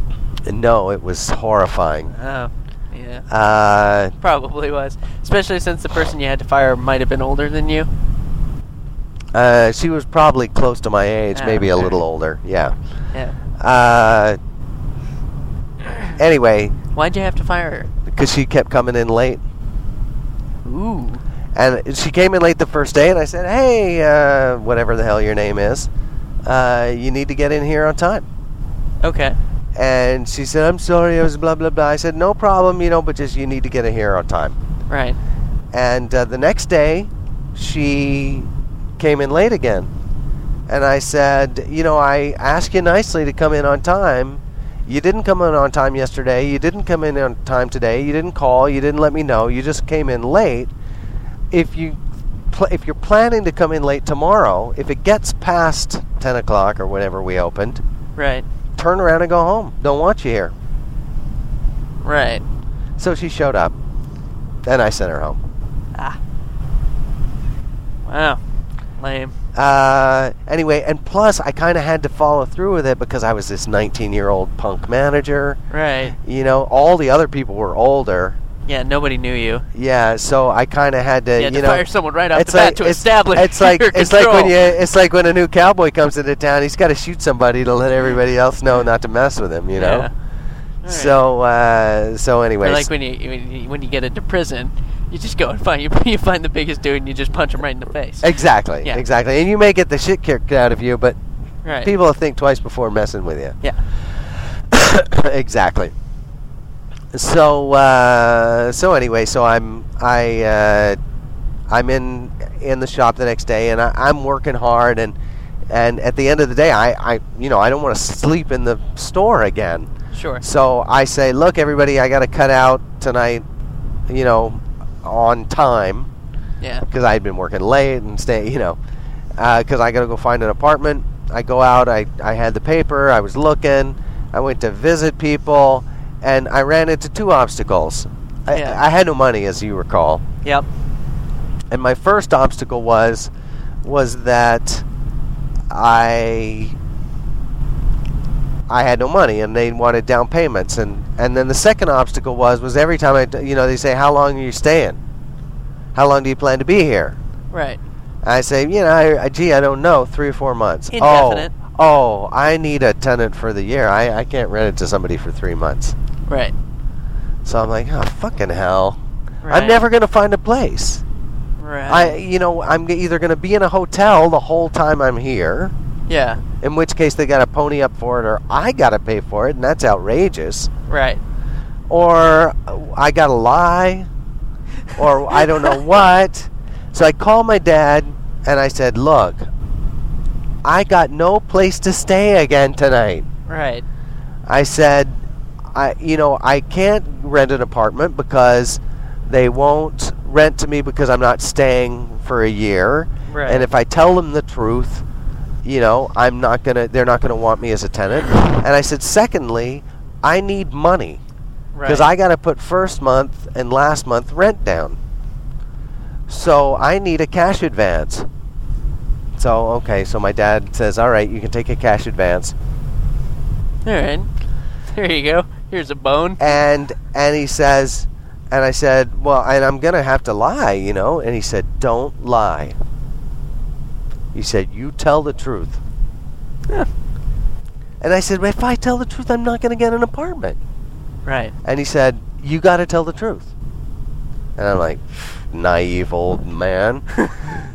[SPEAKER 1] no, it was horrifying.
[SPEAKER 2] Oh, yeah.
[SPEAKER 1] Uh,
[SPEAKER 2] Probably was. Especially since the person you had to fire might have been older than you.
[SPEAKER 1] uh, she was probably close to my age,
[SPEAKER 2] Ah,
[SPEAKER 1] maybe a
[SPEAKER 2] okay.
[SPEAKER 1] little older. Yeah.
[SPEAKER 2] Yeah.
[SPEAKER 1] Uh, anyway,
[SPEAKER 2] Why'd you have to fire
[SPEAKER 1] because she kept coming in late.
[SPEAKER 2] her? Ooh.
[SPEAKER 1] And she came in late the first day, and I said, "Hey, uh, whatever the hell your name is, uh, you need to get in here on time."
[SPEAKER 2] Okay.
[SPEAKER 1] and she said, "I'm sorry, I was blah blah blah." I said, "No problem, you know, but just you need to get it here on time."
[SPEAKER 2] Right.
[SPEAKER 1] And uh, the next day, she came in late again, and I said, "You know, I asked you nicely to come in on time. You didn't come in on time yesterday. You didn't come in on time today. You didn't call. You didn't let me know. You just came in late. If you pl- if you're planning to come in late tomorrow, if it gets past ten o'clock or whenever we opened,
[SPEAKER 2] Right.
[SPEAKER 1] turn around and go home. Don't want you here."
[SPEAKER 2] Right.
[SPEAKER 1] So she showed up.
[SPEAKER 2] Ah.
[SPEAKER 1] Then I sent her home.
[SPEAKER 2] Wow. Lame.
[SPEAKER 1] Uh, anyway, and plus, I kind of had to follow through with it because I was this 19 year old punk manager.
[SPEAKER 2] Right.
[SPEAKER 1] You know, all the other people were older.
[SPEAKER 2] Yeah, nobody knew you.
[SPEAKER 1] Yeah, so I kind of had to,
[SPEAKER 2] You had
[SPEAKER 1] you
[SPEAKER 2] to
[SPEAKER 1] know,
[SPEAKER 2] fire someone right off
[SPEAKER 1] it's
[SPEAKER 2] the bat
[SPEAKER 1] like-
[SPEAKER 2] to
[SPEAKER 1] it's-
[SPEAKER 2] establish
[SPEAKER 1] It's like
[SPEAKER 2] your
[SPEAKER 1] it's like when
[SPEAKER 2] control.
[SPEAKER 1] you it's like when a new cowboy comes into town, he's got to shoot somebody to let everybody else know not to mess with him. You know.
[SPEAKER 2] Yeah. Alright.
[SPEAKER 1] So uh, so
[SPEAKER 2] Or
[SPEAKER 1] anyway,
[SPEAKER 2] like when you when you, when you get into prison, you just go and find you, you find the biggest dude and you just punch him right in the face.
[SPEAKER 1] exactly,
[SPEAKER 2] Yeah.
[SPEAKER 1] exactly, and you may get the shit kicked out of you, but
[SPEAKER 2] Right.
[SPEAKER 1] people will think twice before messing with you.
[SPEAKER 2] Yeah.
[SPEAKER 1] exactly. So uh, so anyway, so I'm I uh, I'm in in the shop the next day, and I, I'm working hard, and and at the end of the day, I, I you know I don't want to sleep in the store again.
[SPEAKER 2] Sure.
[SPEAKER 1] So I say, look, everybody, I got to cut out tonight, you know, on time
[SPEAKER 2] Yeah.
[SPEAKER 1] because I had been working late and stay, you know, because I got to go find an apartment. I go out. I, I had the paper. I was looking. I went to visit people, and I ran into two obstacles. I,
[SPEAKER 2] Yeah.
[SPEAKER 1] I had no money, as you recall,
[SPEAKER 2] Yep.
[SPEAKER 1] and my first obstacle was was that I I had no money, and they wanted down payments, and and then the second obstacle was was every time I d- you know they say how long are you staying, how long do you plan to be here,
[SPEAKER 2] Right.
[SPEAKER 1] I say, you know, I, I, gee, I don't know, three or four months.
[SPEAKER 2] Indefinite.
[SPEAKER 1] Oh, oh, I need a tenant for the year. I, I can't rent it to somebody for three months.
[SPEAKER 2] Right.
[SPEAKER 1] So I'm like, oh, fucking hell.
[SPEAKER 2] Right.
[SPEAKER 1] I'm never going to find a place.
[SPEAKER 2] Right.
[SPEAKER 1] I, you know, I'm g- either going to be in a hotel the whole time I'm here,
[SPEAKER 2] yeah.
[SPEAKER 1] in which case they got to pony up for it, or I got to pay for it, and that's outrageous.
[SPEAKER 2] Right.
[SPEAKER 1] Or I got to lie, or I don't know what. So I called my dad and I said, Look, I got no place to stay again tonight.
[SPEAKER 2] Right.
[SPEAKER 1] I said, I, you know, I can't rent an apartment because they won't rent to me because I'm not staying for a year.
[SPEAKER 2] Right.
[SPEAKER 1] And if I tell them the truth, you know, I'm not gonna. They're not gonna want me as a tenant. And I said, secondly, I need money
[SPEAKER 2] Right.
[SPEAKER 1] because I got to put first month and last month rent down. So I need a cash advance. So okay, so my dad says, "All right, you can take a cash advance,"
[SPEAKER 2] All right. There you go. Here's a bone.
[SPEAKER 1] and and he says, and I said, "Well, and I'm gonna have to lie, you know." And he said, "Don't lie." He said, "You tell the truth."
[SPEAKER 2] Yeah.
[SPEAKER 1] And I said, well, "If I tell the truth, I'm not gonna get an apartment."
[SPEAKER 2] Right.
[SPEAKER 1] And he said, You got to tell the truth. And I'm like, Naive old man.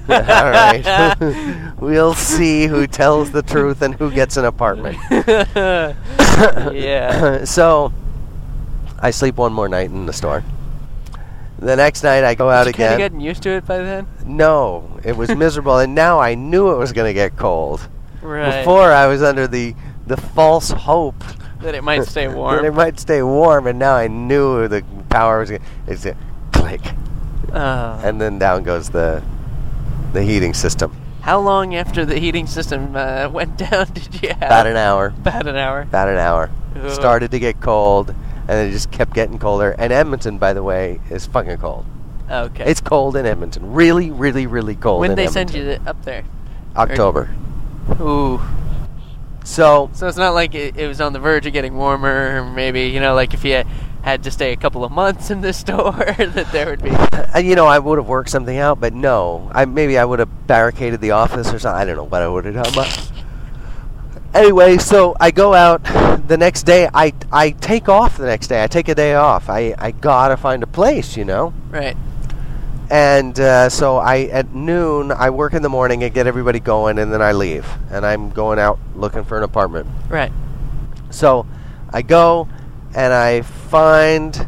[SPEAKER 1] All right. we'll see who tells the truth and who gets an apartment.
[SPEAKER 2] yeah.
[SPEAKER 1] so I sleep one more night in the store. The next night I go out
[SPEAKER 2] Did you kinda
[SPEAKER 1] again.
[SPEAKER 2] getting used to it by then.
[SPEAKER 1] No, it was miserable, and now I knew it was going to get cold.
[SPEAKER 2] Right.
[SPEAKER 1] Before I was under the the false hope
[SPEAKER 2] that it might stay
[SPEAKER 1] that
[SPEAKER 2] warm.
[SPEAKER 1] it might stay warm, and now I knew the power was going. It's a click,
[SPEAKER 2] Oh.
[SPEAKER 1] and then down goes the the heating system.
[SPEAKER 2] How long after the heating system uh, went down did you have?
[SPEAKER 1] About an hour.
[SPEAKER 2] About an hour.
[SPEAKER 1] About an hour.
[SPEAKER 2] Ugh.
[SPEAKER 1] Started to get cold, and it just kept getting colder. And Edmonton, by the way, is fucking cold.
[SPEAKER 2] Okay.
[SPEAKER 1] It's cold in Edmonton. Really, really, really cold.
[SPEAKER 2] when
[SPEAKER 1] in
[SPEAKER 2] they
[SPEAKER 1] Edmonton.
[SPEAKER 2] send you the, up there.
[SPEAKER 1] October.
[SPEAKER 2] Ooh.
[SPEAKER 1] So
[SPEAKER 2] So it's not like it, it was on the verge of getting warmer. Or maybe you know, like if you had to stay a couple of months in the store, that there would be.
[SPEAKER 1] Uh, you know, I would have worked something out, but no. I maybe I would have barricaded the office or something. I don't know what I would have done. But anyway, so I go out the next day. I I take off the next day. I take a day off. I I gotta find a place, you know.
[SPEAKER 2] Right.
[SPEAKER 1] And uh, so I at noon I work in the morning and get everybody going, and then I leave. And I'm going out looking for an apartment.
[SPEAKER 2] Right.
[SPEAKER 1] So I go and I find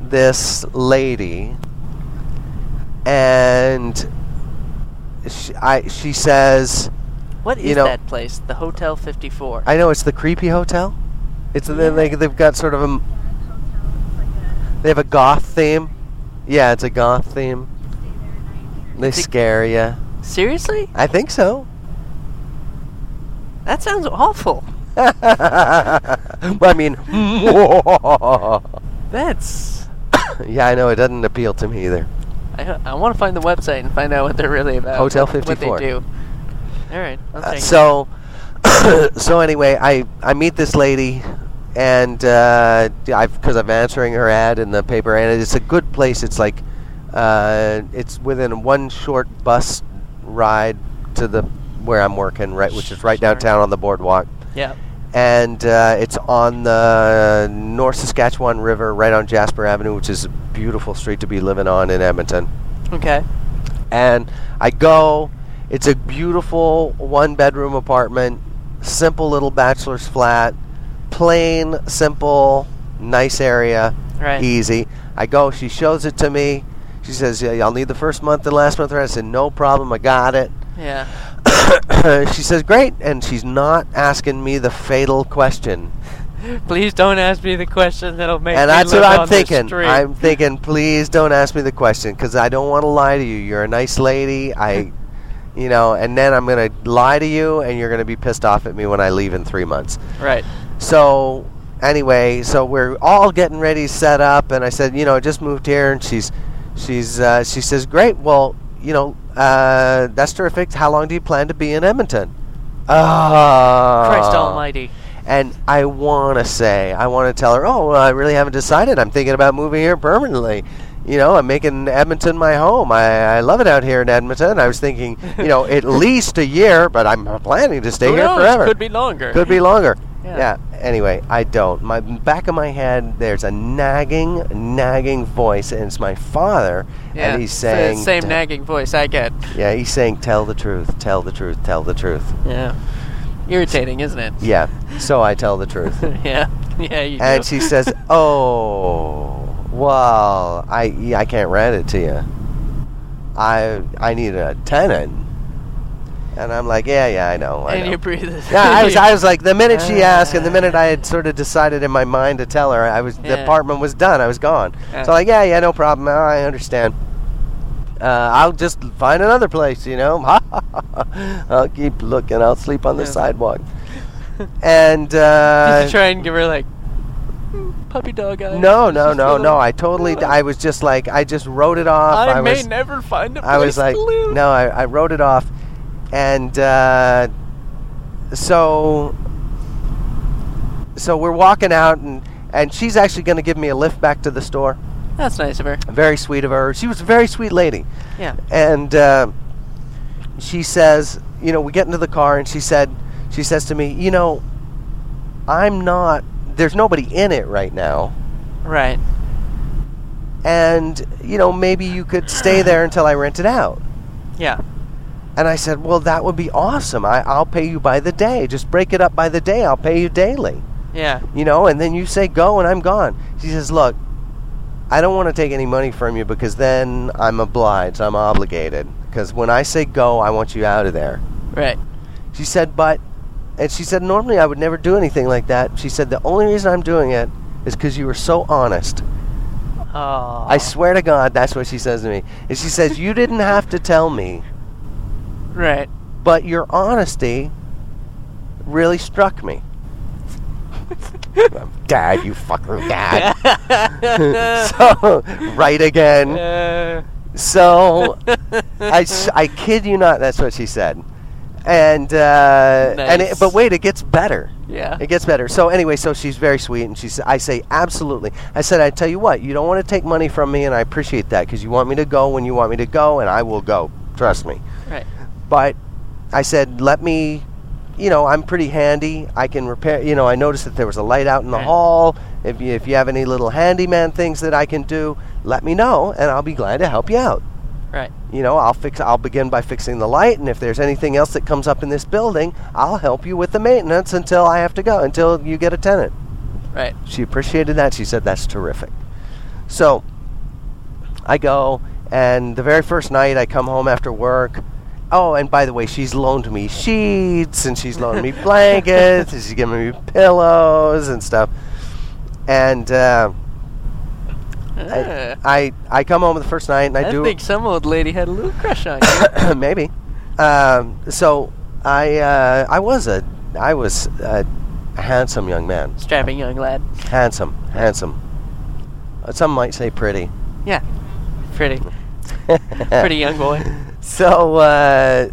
[SPEAKER 1] this lady, and she, I, she says,
[SPEAKER 2] What is
[SPEAKER 1] You know-
[SPEAKER 2] that place? The Hotel 54.
[SPEAKER 1] I know it's the creepy hotel. It's the, like they've got sort of a m- they have a goth theme. Yeah, it's a goth theme. They
[SPEAKER 2] It's a-
[SPEAKER 1] scare you.
[SPEAKER 2] Seriously?
[SPEAKER 1] I think so.
[SPEAKER 2] That sounds awful.
[SPEAKER 1] well, I mean,
[SPEAKER 2] That's.
[SPEAKER 1] yeah, I know it doesn't appeal to me either.
[SPEAKER 2] I, I want to find the website and find out what they're really about.
[SPEAKER 1] Hotel
[SPEAKER 2] what- What
[SPEAKER 1] 54.
[SPEAKER 2] they do. All right. I'll
[SPEAKER 1] Uh,
[SPEAKER 2] take it.
[SPEAKER 1] so, so anyway, I, I meet this lady, and uh, I've because I'm answering her ad in the paper, and it's a good place. It's like, uh, it's within one short bus ride to the where I'm working, right, which is right
[SPEAKER 2] Sure.
[SPEAKER 1] downtown on the boardwalk,
[SPEAKER 2] Yeah.
[SPEAKER 1] and uh, it's on the North Saskatchewan River, right on Jasper Avenue, which is a beautiful street to be living on in Edmonton
[SPEAKER 2] Okay.
[SPEAKER 1] and I go. It's a beautiful one bedroom apartment, simple little bachelor's flat, plain, simple, nice area,
[SPEAKER 2] Right.
[SPEAKER 1] easy. I go, she shows it to me. She says, yeah, I'll need the first month and last month. rent." I said, no problem, I got it.
[SPEAKER 2] Yeah.
[SPEAKER 1] she says, great. And she's not asking me the fatal question.
[SPEAKER 2] Please don't ask me the question that'll make
[SPEAKER 1] and
[SPEAKER 2] me
[SPEAKER 1] that's what
[SPEAKER 2] live
[SPEAKER 1] I'm
[SPEAKER 2] on the
[SPEAKER 1] thinking.
[SPEAKER 2] street.
[SPEAKER 1] I'm thinking, please don't ask me the question because I don't want to lie to you. You're a nice lady. I, you know, and then I'm gonna lie to you, and you're gonna be pissed off at me when I leave in three months.
[SPEAKER 2] Right.
[SPEAKER 1] So anyway, so we're all getting ready, set up, and I said, you know, I just moved here, and she's, she's, uh, she says, great. Well, you know, uh, that's terrific. How long do you plan to be in Edmonton? Ah,
[SPEAKER 2] Christ Almighty.
[SPEAKER 1] and I want to say, I want to tell her, oh, well, I really haven't decided. I'm thinking about moving here permanently. You know, I'm making Edmonton my home. I, I love it out here in Edmonton. I was thinking, you know, at least a year, but I'm planning to stay
[SPEAKER 2] Who
[SPEAKER 1] here
[SPEAKER 2] knows?
[SPEAKER 1] forever.
[SPEAKER 2] Could be longer.
[SPEAKER 1] Could be longer.
[SPEAKER 2] Yeah.
[SPEAKER 1] Yeah. Anyway, I don't. My back of my head, there's a nagging, nagging voice, and it's my father,
[SPEAKER 2] Yeah.
[SPEAKER 1] and he's
[SPEAKER 2] Sa-
[SPEAKER 1] saying,
[SPEAKER 2] same
[SPEAKER 1] "Tell-"
[SPEAKER 2] nagging voice I get.
[SPEAKER 1] Yeah, he's saying, "Tell the truth. Tell the truth. Tell the truth."
[SPEAKER 2] Yeah. Irritating, isn't it?
[SPEAKER 1] Yeah. So I tell the truth.
[SPEAKER 2] yeah. Yeah. You
[SPEAKER 1] and
[SPEAKER 2] do.
[SPEAKER 1] she says, "Oh, well, I yeah, I can't rent it to you. I I need a tenant." And I'm like, "Yeah, yeah, I know." I
[SPEAKER 2] and
[SPEAKER 1] know."
[SPEAKER 2] you breathe. it-
[SPEAKER 1] yeah, I was, I was like, the minute she asked, and the minute
[SPEAKER 2] Uh.
[SPEAKER 1] I had sort of decided in my mind to tell her, I was the
[SPEAKER 2] Yeah.
[SPEAKER 1] apartment was done, I was gone.
[SPEAKER 2] Uh.
[SPEAKER 1] So like, yeah, yeah, no problem, Oh, I understand. Uh, I'll just find another place, you know. I'll keep looking. I'll sleep on the
[SPEAKER 2] Yeah.
[SPEAKER 1] sidewalk. And uh,
[SPEAKER 2] Did you try and give her like mm, puppy dog eyes?
[SPEAKER 1] No,
[SPEAKER 2] It's
[SPEAKER 1] no,
[SPEAKER 2] just
[SPEAKER 1] no,
[SPEAKER 2] little-
[SPEAKER 1] no. I totally. I was just like, I just wrote it off.
[SPEAKER 2] I, may
[SPEAKER 1] was,
[SPEAKER 2] never find a place
[SPEAKER 1] I was like,
[SPEAKER 2] to live.
[SPEAKER 1] no, I, I wrote it off, and uh, so, so we're walking out, and and she's actually going to give me a lift back to the store.
[SPEAKER 2] That's nice of her.
[SPEAKER 1] Very sweet of her. She was a very sweet lady
[SPEAKER 2] Yeah.
[SPEAKER 1] and uh, she says, you know, we get into the car, and she said, she says to me, you know, I'm not. There's nobody in it right now,
[SPEAKER 2] Right.
[SPEAKER 1] and you know, maybe you could stay there until I rent it out.
[SPEAKER 2] Yeah.
[SPEAKER 1] And I said, well, that would be awesome. I, I'll pay you by the day. Just break it up by the day. I'll pay you daily.
[SPEAKER 2] Yeah.
[SPEAKER 1] You know, and then you say go, and I'm gone. She says, look. I don't want to take any money from you because then I'm obliged. I'm obligated. Because when I say go, I want you out of there.
[SPEAKER 2] Right.
[SPEAKER 1] She said, but, and she said, normally I would never do anything like that. She said, the only reason I'm doing it is because you were so honest.
[SPEAKER 2] Oh.
[SPEAKER 1] I swear to God, that's what she says to me. And she says, you didn't have to tell me,
[SPEAKER 2] Right.
[SPEAKER 1] but your honesty really struck me. Dad, you fucker, dad. so, right again.
[SPEAKER 2] Uh,
[SPEAKER 1] So, I, s- I kid you not, that's what she said. And, uh, and it,
[SPEAKER 2] Nice.
[SPEAKER 1] but wait, it gets better.
[SPEAKER 2] yeah.
[SPEAKER 1] It gets better. So anyway, so she's very sweet, and she's. I say absolutely. I said, I tell you what, you don't want to take money from me, and I appreciate that because you want me to go when you want me to go, and I will go. Trust me.
[SPEAKER 2] Right.
[SPEAKER 1] But I said, let me. You know, I'm pretty handy. I can repair. You know, I noticed that there was a light out in the
[SPEAKER 2] Right.
[SPEAKER 1] hall. If you, if you have any little handyman things that I can do, let me know, and I'll be glad to help you out.
[SPEAKER 2] Right.
[SPEAKER 1] You know, I'll fix. I'll begin by fixing the light, and if there's anything else that comes up in this building, I'll help you with the maintenance until I have to go, until you get a tenant.
[SPEAKER 2] Right.
[SPEAKER 1] She appreciated that. She said, "That's terrific." So, I go, and the very first night I come home after work. Oh, and by the way, she's loaned me sheets, and she's loaned me blankets, and she's given me pillows and stuff. And uh,
[SPEAKER 2] Uh,
[SPEAKER 1] I, I come home the first night, and I,
[SPEAKER 2] I,
[SPEAKER 1] do.
[SPEAKER 2] think some old lady had a little crush on you.
[SPEAKER 1] maybe. Um, so I uh, I was a I was a handsome young man,
[SPEAKER 2] Strapping young lad.
[SPEAKER 1] handsome, handsome. Uh, Some might say pretty.
[SPEAKER 2] Yeah. Pretty. Pretty young boy.
[SPEAKER 1] So uh,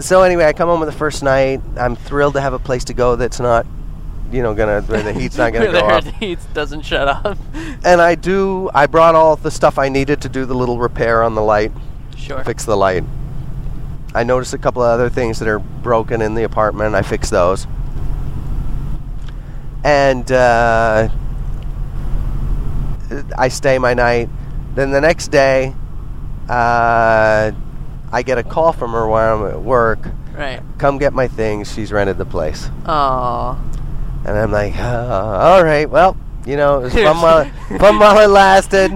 [SPEAKER 1] so anyway, I come home on the first night. I'm thrilled to have a place to go that's not, you know, gonna where the heat's not gonna
[SPEAKER 2] Where
[SPEAKER 1] go
[SPEAKER 2] the
[SPEAKER 1] off.
[SPEAKER 2] heat doesn't shut off.
[SPEAKER 1] And I do. I brought all the stuff I needed to do the little repair on the light,
[SPEAKER 2] sure.
[SPEAKER 1] fix the light. I noticed a couple of other things that are broken in the apartment. I fixed those. And uh, I stay my night. Then the next day, uh, I get a call from her while I'm at work.
[SPEAKER 2] Right.
[SPEAKER 1] Come get my things. She's rented the place.
[SPEAKER 2] Aw.
[SPEAKER 1] And I'm like, uh, all right, well, you know, it was fun while, fun while it lasted,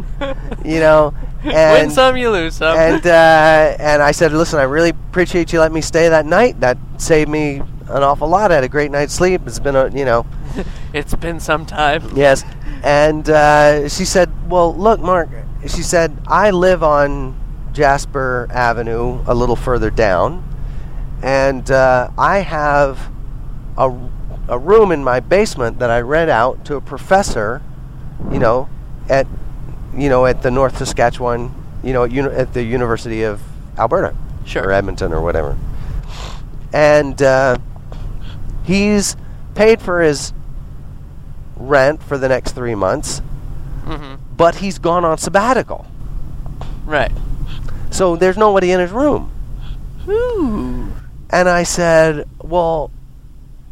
[SPEAKER 1] you know.
[SPEAKER 2] Win
[SPEAKER 1] And
[SPEAKER 2] some, you lose some.
[SPEAKER 1] and uh, and I said, listen, I really appreciate you letting me stay that night. That saved me an awful lot. I had a great night's sleep. It's been a you know
[SPEAKER 2] it's been some time.
[SPEAKER 1] yes. And uh, she said, well, look, Mark. She said I live on Jasper Avenue, a little further down, and uh, I have a a room in my basement that I rent out to a professor, you know, at you know at the North Saskatchewan, you know, at, uni- at the University of Alberta or
[SPEAKER 2] Sure.
[SPEAKER 1] Edmonton or whatever. And uh, he's paid for his rent for the next three months,
[SPEAKER 2] Mm-hmm.
[SPEAKER 1] but he's gone on sabbatical.
[SPEAKER 2] Right.
[SPEAKER 1] So there's nobody in his room.
[SPEAKER 2] Ooh.
[SPEAKER 1] And I said, Well,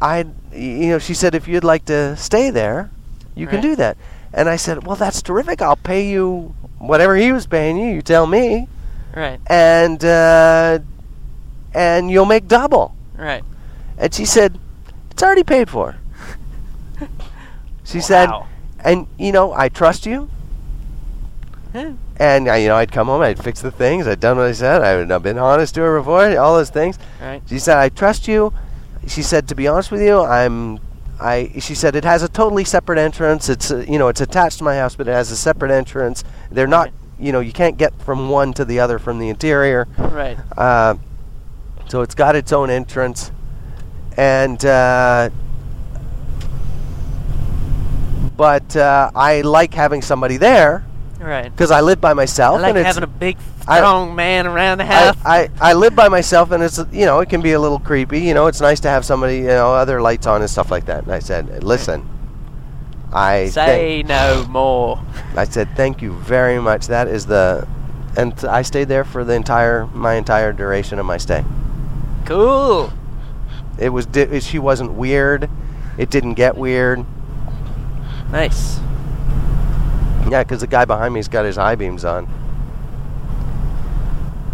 [SPEAKER 1] I, you know, she said, if you'd like to stay there, you can
[SPEAKER 2] Right.
[SPEAKER 1] do that. And I said, Well, that's terrific. I'll pay you whatever he was paying you. You tell me.
[SPEAKER 2] Right.
[SPEAKER 1] And, uh, and you'll make double.
[SPEAKER 2] Right.
[SPEAKER 1] And she said, It's already paid for. she said,
[SPEAKER 2] Wow.
[SPEAKER 1] And, you know, I trust you.
[SPEAKER 2] Yeah.
[SPEAKER 1] And, I, you know, I'd come home, I'd fix the things, I'd done what I said, I would- I'd been honest to her before, all those things.
[SPEAKER 2] Right.
[SPEAKER 1] She said, I trust you. She said, To be honest with you, I'm. I, she said it has a totally separate entrance. It's uh, you know it's attached to my house, but it has a separate entrance. They're not
[SPEAKER 2] Right.
[SPEAKER 1] you know you can't get from one to the other from the interior.
[SPEAKER 2] Right.
[SPEAKER 1] Uh, so it's got its own entrance, and uh, but uh, I like having somebody there
[SPEAKER 2] Right.
[SPEAKER 1] because I live by myself.
[SPEAKER 2] I like
[SPEAKER 1] and it's,
[SPEAKER 2] having a big,
[SPEAKER 1] I-
[SPEAKER 2] strong man around the
[SPEAKER 1] I,
[SPEAKER 2] house.
[SPEAKER 1] I, I live by myself, and it's you know it can be a little creepy. You know, it's nice to have somebody you know other lights on and stuff like that. And I said, listen, I
[SPEAKER 2] Say no more.
[SPEAKER 1] thank, I said thank you very much. That is the and I stayed there for the entire my entire duration of my stay.
[SPEAKER 2] Cool.
[SPEAKER 1] It was di- she wasn't weird. It didn't get weird.
[SPEAKER 2] Nice.
[SPEAKER 1] Yeah, because the guy behind me's got his eye beams on.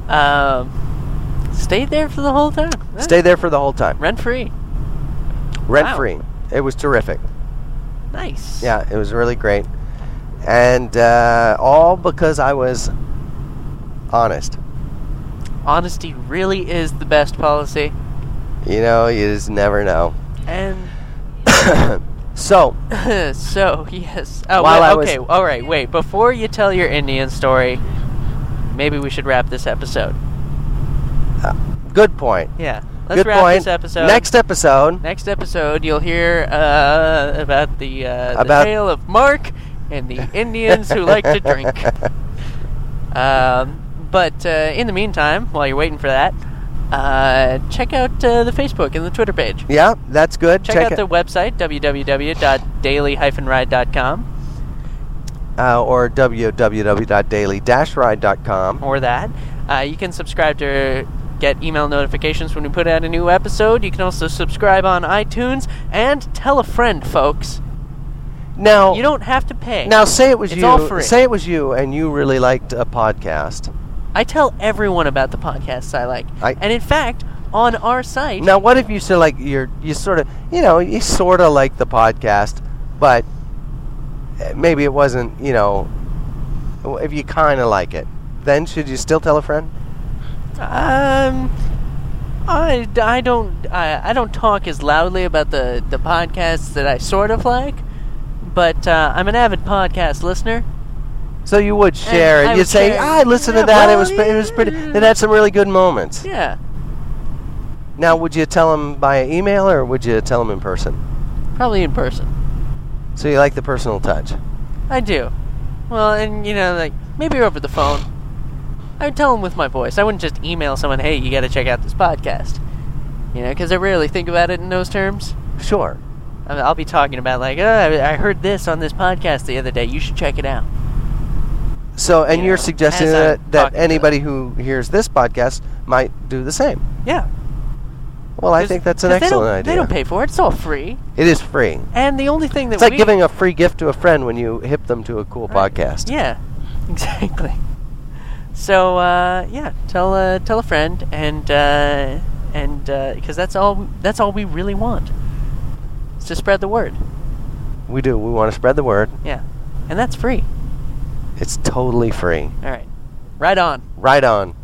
[SPEAKER 2] Um, stayed there for the whole time. Nice.
[SPEAKER 1] Stay there for the whole time,
[SPEAKER 2] rent free.
[SPEAKER 1] rent
[SPEAKER 2] Wow.
[SPEAKER 1] free. It was terrific.
[SPEAKER 2] Nice.
[SPEAKER 1] Yeah, it was really great, and uh, all because I was honest.
[SPEAKER 2] Honesty really is the best policy.
[SPEAKER 1] You know, you just never know.
[SPEAKER 2] And
[SPEAKER 1] so,
[SPEAKER 2] so yes. Oh,
[SPEAKER 1] While
[SPEAKER 2] well,
[SPEAKER 1] I was-
[SPEAKER 2] okay. All right. Wait. Before you tell your Indian story, maybe we should wrap this episode.
[SPEAKER 1] good point.
[SPEAKER 2] Yeah. Let's
[SPEAKER 1] good
[SPEAKER 2] wrap
[SPEAKER 1] point.
[SPEAKER 2] this episode.
[SPEAKER 1] Next e- episode,
[SPEAKER 2] Next episode, you'll hear uh, about the, uh, the
[SPEAKER 1] About-
[SPEAKER 2] tale of Mark and the Indians who like to drink. Um, but uh, in the meantime, while you're waiting for that, uh, check out uh, the Facebook and the Twitter page.
[SPEAKER 1] yeah, that's good.
[SPEAKER 2] Check, out the website, www.daily-ride.com,
[SPEAKER 1] the uh, or www.daily-ride.com.
[SPEAKER 2] or that. Uh, you can subscribe to get email notifications when we put out a new episode. You can also subscribe on iTunes and tell a friend, folks.
[SPEAKER 1] Now,
[SPEAKER 2] You don't have to pay.
[SPEAKER 1] Oh. now say it was
[SPEAKER 2] It's
[SPEAKER 1] you.
[SPEAKER 2] all free.
[SPEAKER 1] Say it was you, and you really liked a podcast.
[SPEAKER 2] I tell everyone about the podcasts I like.
[SPEAKER 1] I-
[SPEAKER 2] and in fact, on our site,
[SPEAKER 1] Now, what if you say like you're you sort of you know you sort of like the podcast, but uh, maybe it wasn't you know if you kind of like it, then should you still tell a friend?
[SPEAKER 2] um, I, I don't I, I don't talk as loudly about the the podcasts that I sort of like, but uh, I'm an avid podcast listener.
[SPEAKER 1] So you would share it.
[SPEAKER 2] I
[SPEAKER 1] You'd
[SPEAKER 2] would
[SPEAKER 1] say,
[SPEAKER 2] share it.
[SPEAKER 1] "Ah, "I listened
[SPEAKER 2] Yeah,
[SPEAKER 1] to that.
[SPEAKER 2] well,
[SPEAKER 1] it was pre- it was pretty.
[SPEAKER 2] yeah.
[SPEAKER 1] It had some really good moments."
[SPEAKER 2] Yeah,
[SPEAKER 1] Now, would you tell them by email or would you tell them in person?
[SPEAKER 2] probably in person.
[SPEAKER 1] So you like the personal touch.
[SPEAKER 2] I do. Well, and you know, like maybe over the phone. I would tell them with my voice. I wouldn't just email someone, "Hey, you got to check out this podcast." You know, because I rarely think about it in those terms.
[SPEAKER 1] Sure.
[SPEAKER 2] I mean, I'll be talking about like, oh, I I heard this on this podcast the other day. You should check it out.
[SPEAKER 1] So, and
[SPEAKER 2] You
[SPEAKER 1] you are
[SPEAKER 2] know,
[SPEAKER 1] suggesting
[SPEAKER 2] as I'm
[SPEAKER 1] that, that
[SPEAKER 2] talking to
[SPEAKER 1] anybody who hears this podcast might do the same.
[SPEAKER 2] Yeah.
[SPEAKER 1] Well, I
[SPEAKER 2] 'Cause-
[SPEAKER 1] think that's an
[SPEAKER 2] 'cause they
[SPEAKER 1] excellent
[SPEAKER 2] don't-
[SPEAKER 1] idea.
[SPEAKER 2] They don't pay for it. It's all free.
[SPEAKER 1] It is free.
[SPEAKER 2] And the only thing that
[SPEAKER 1] It's like
[SPEAKER 2] we,
[SPEAKER 1] giving a free gift to a friend when you hip them to a cool
[SPEAKER 2] Right.
[SPEAKER 1] podcast.
[SPEAKER 2] Yeah, exactly. So uh, yeah, tell uh, tell a friend, and uh, and because that's all that's all we really want is to spread the word.
[SPEAKER 1] We do. We want to spread the word.
[SPEAKER 2] Yeah, and that's free.
[SPEAKER 1] It's totally free.
[SPEAKER 2] All right, right on.
[SPEAKER 1] Right on.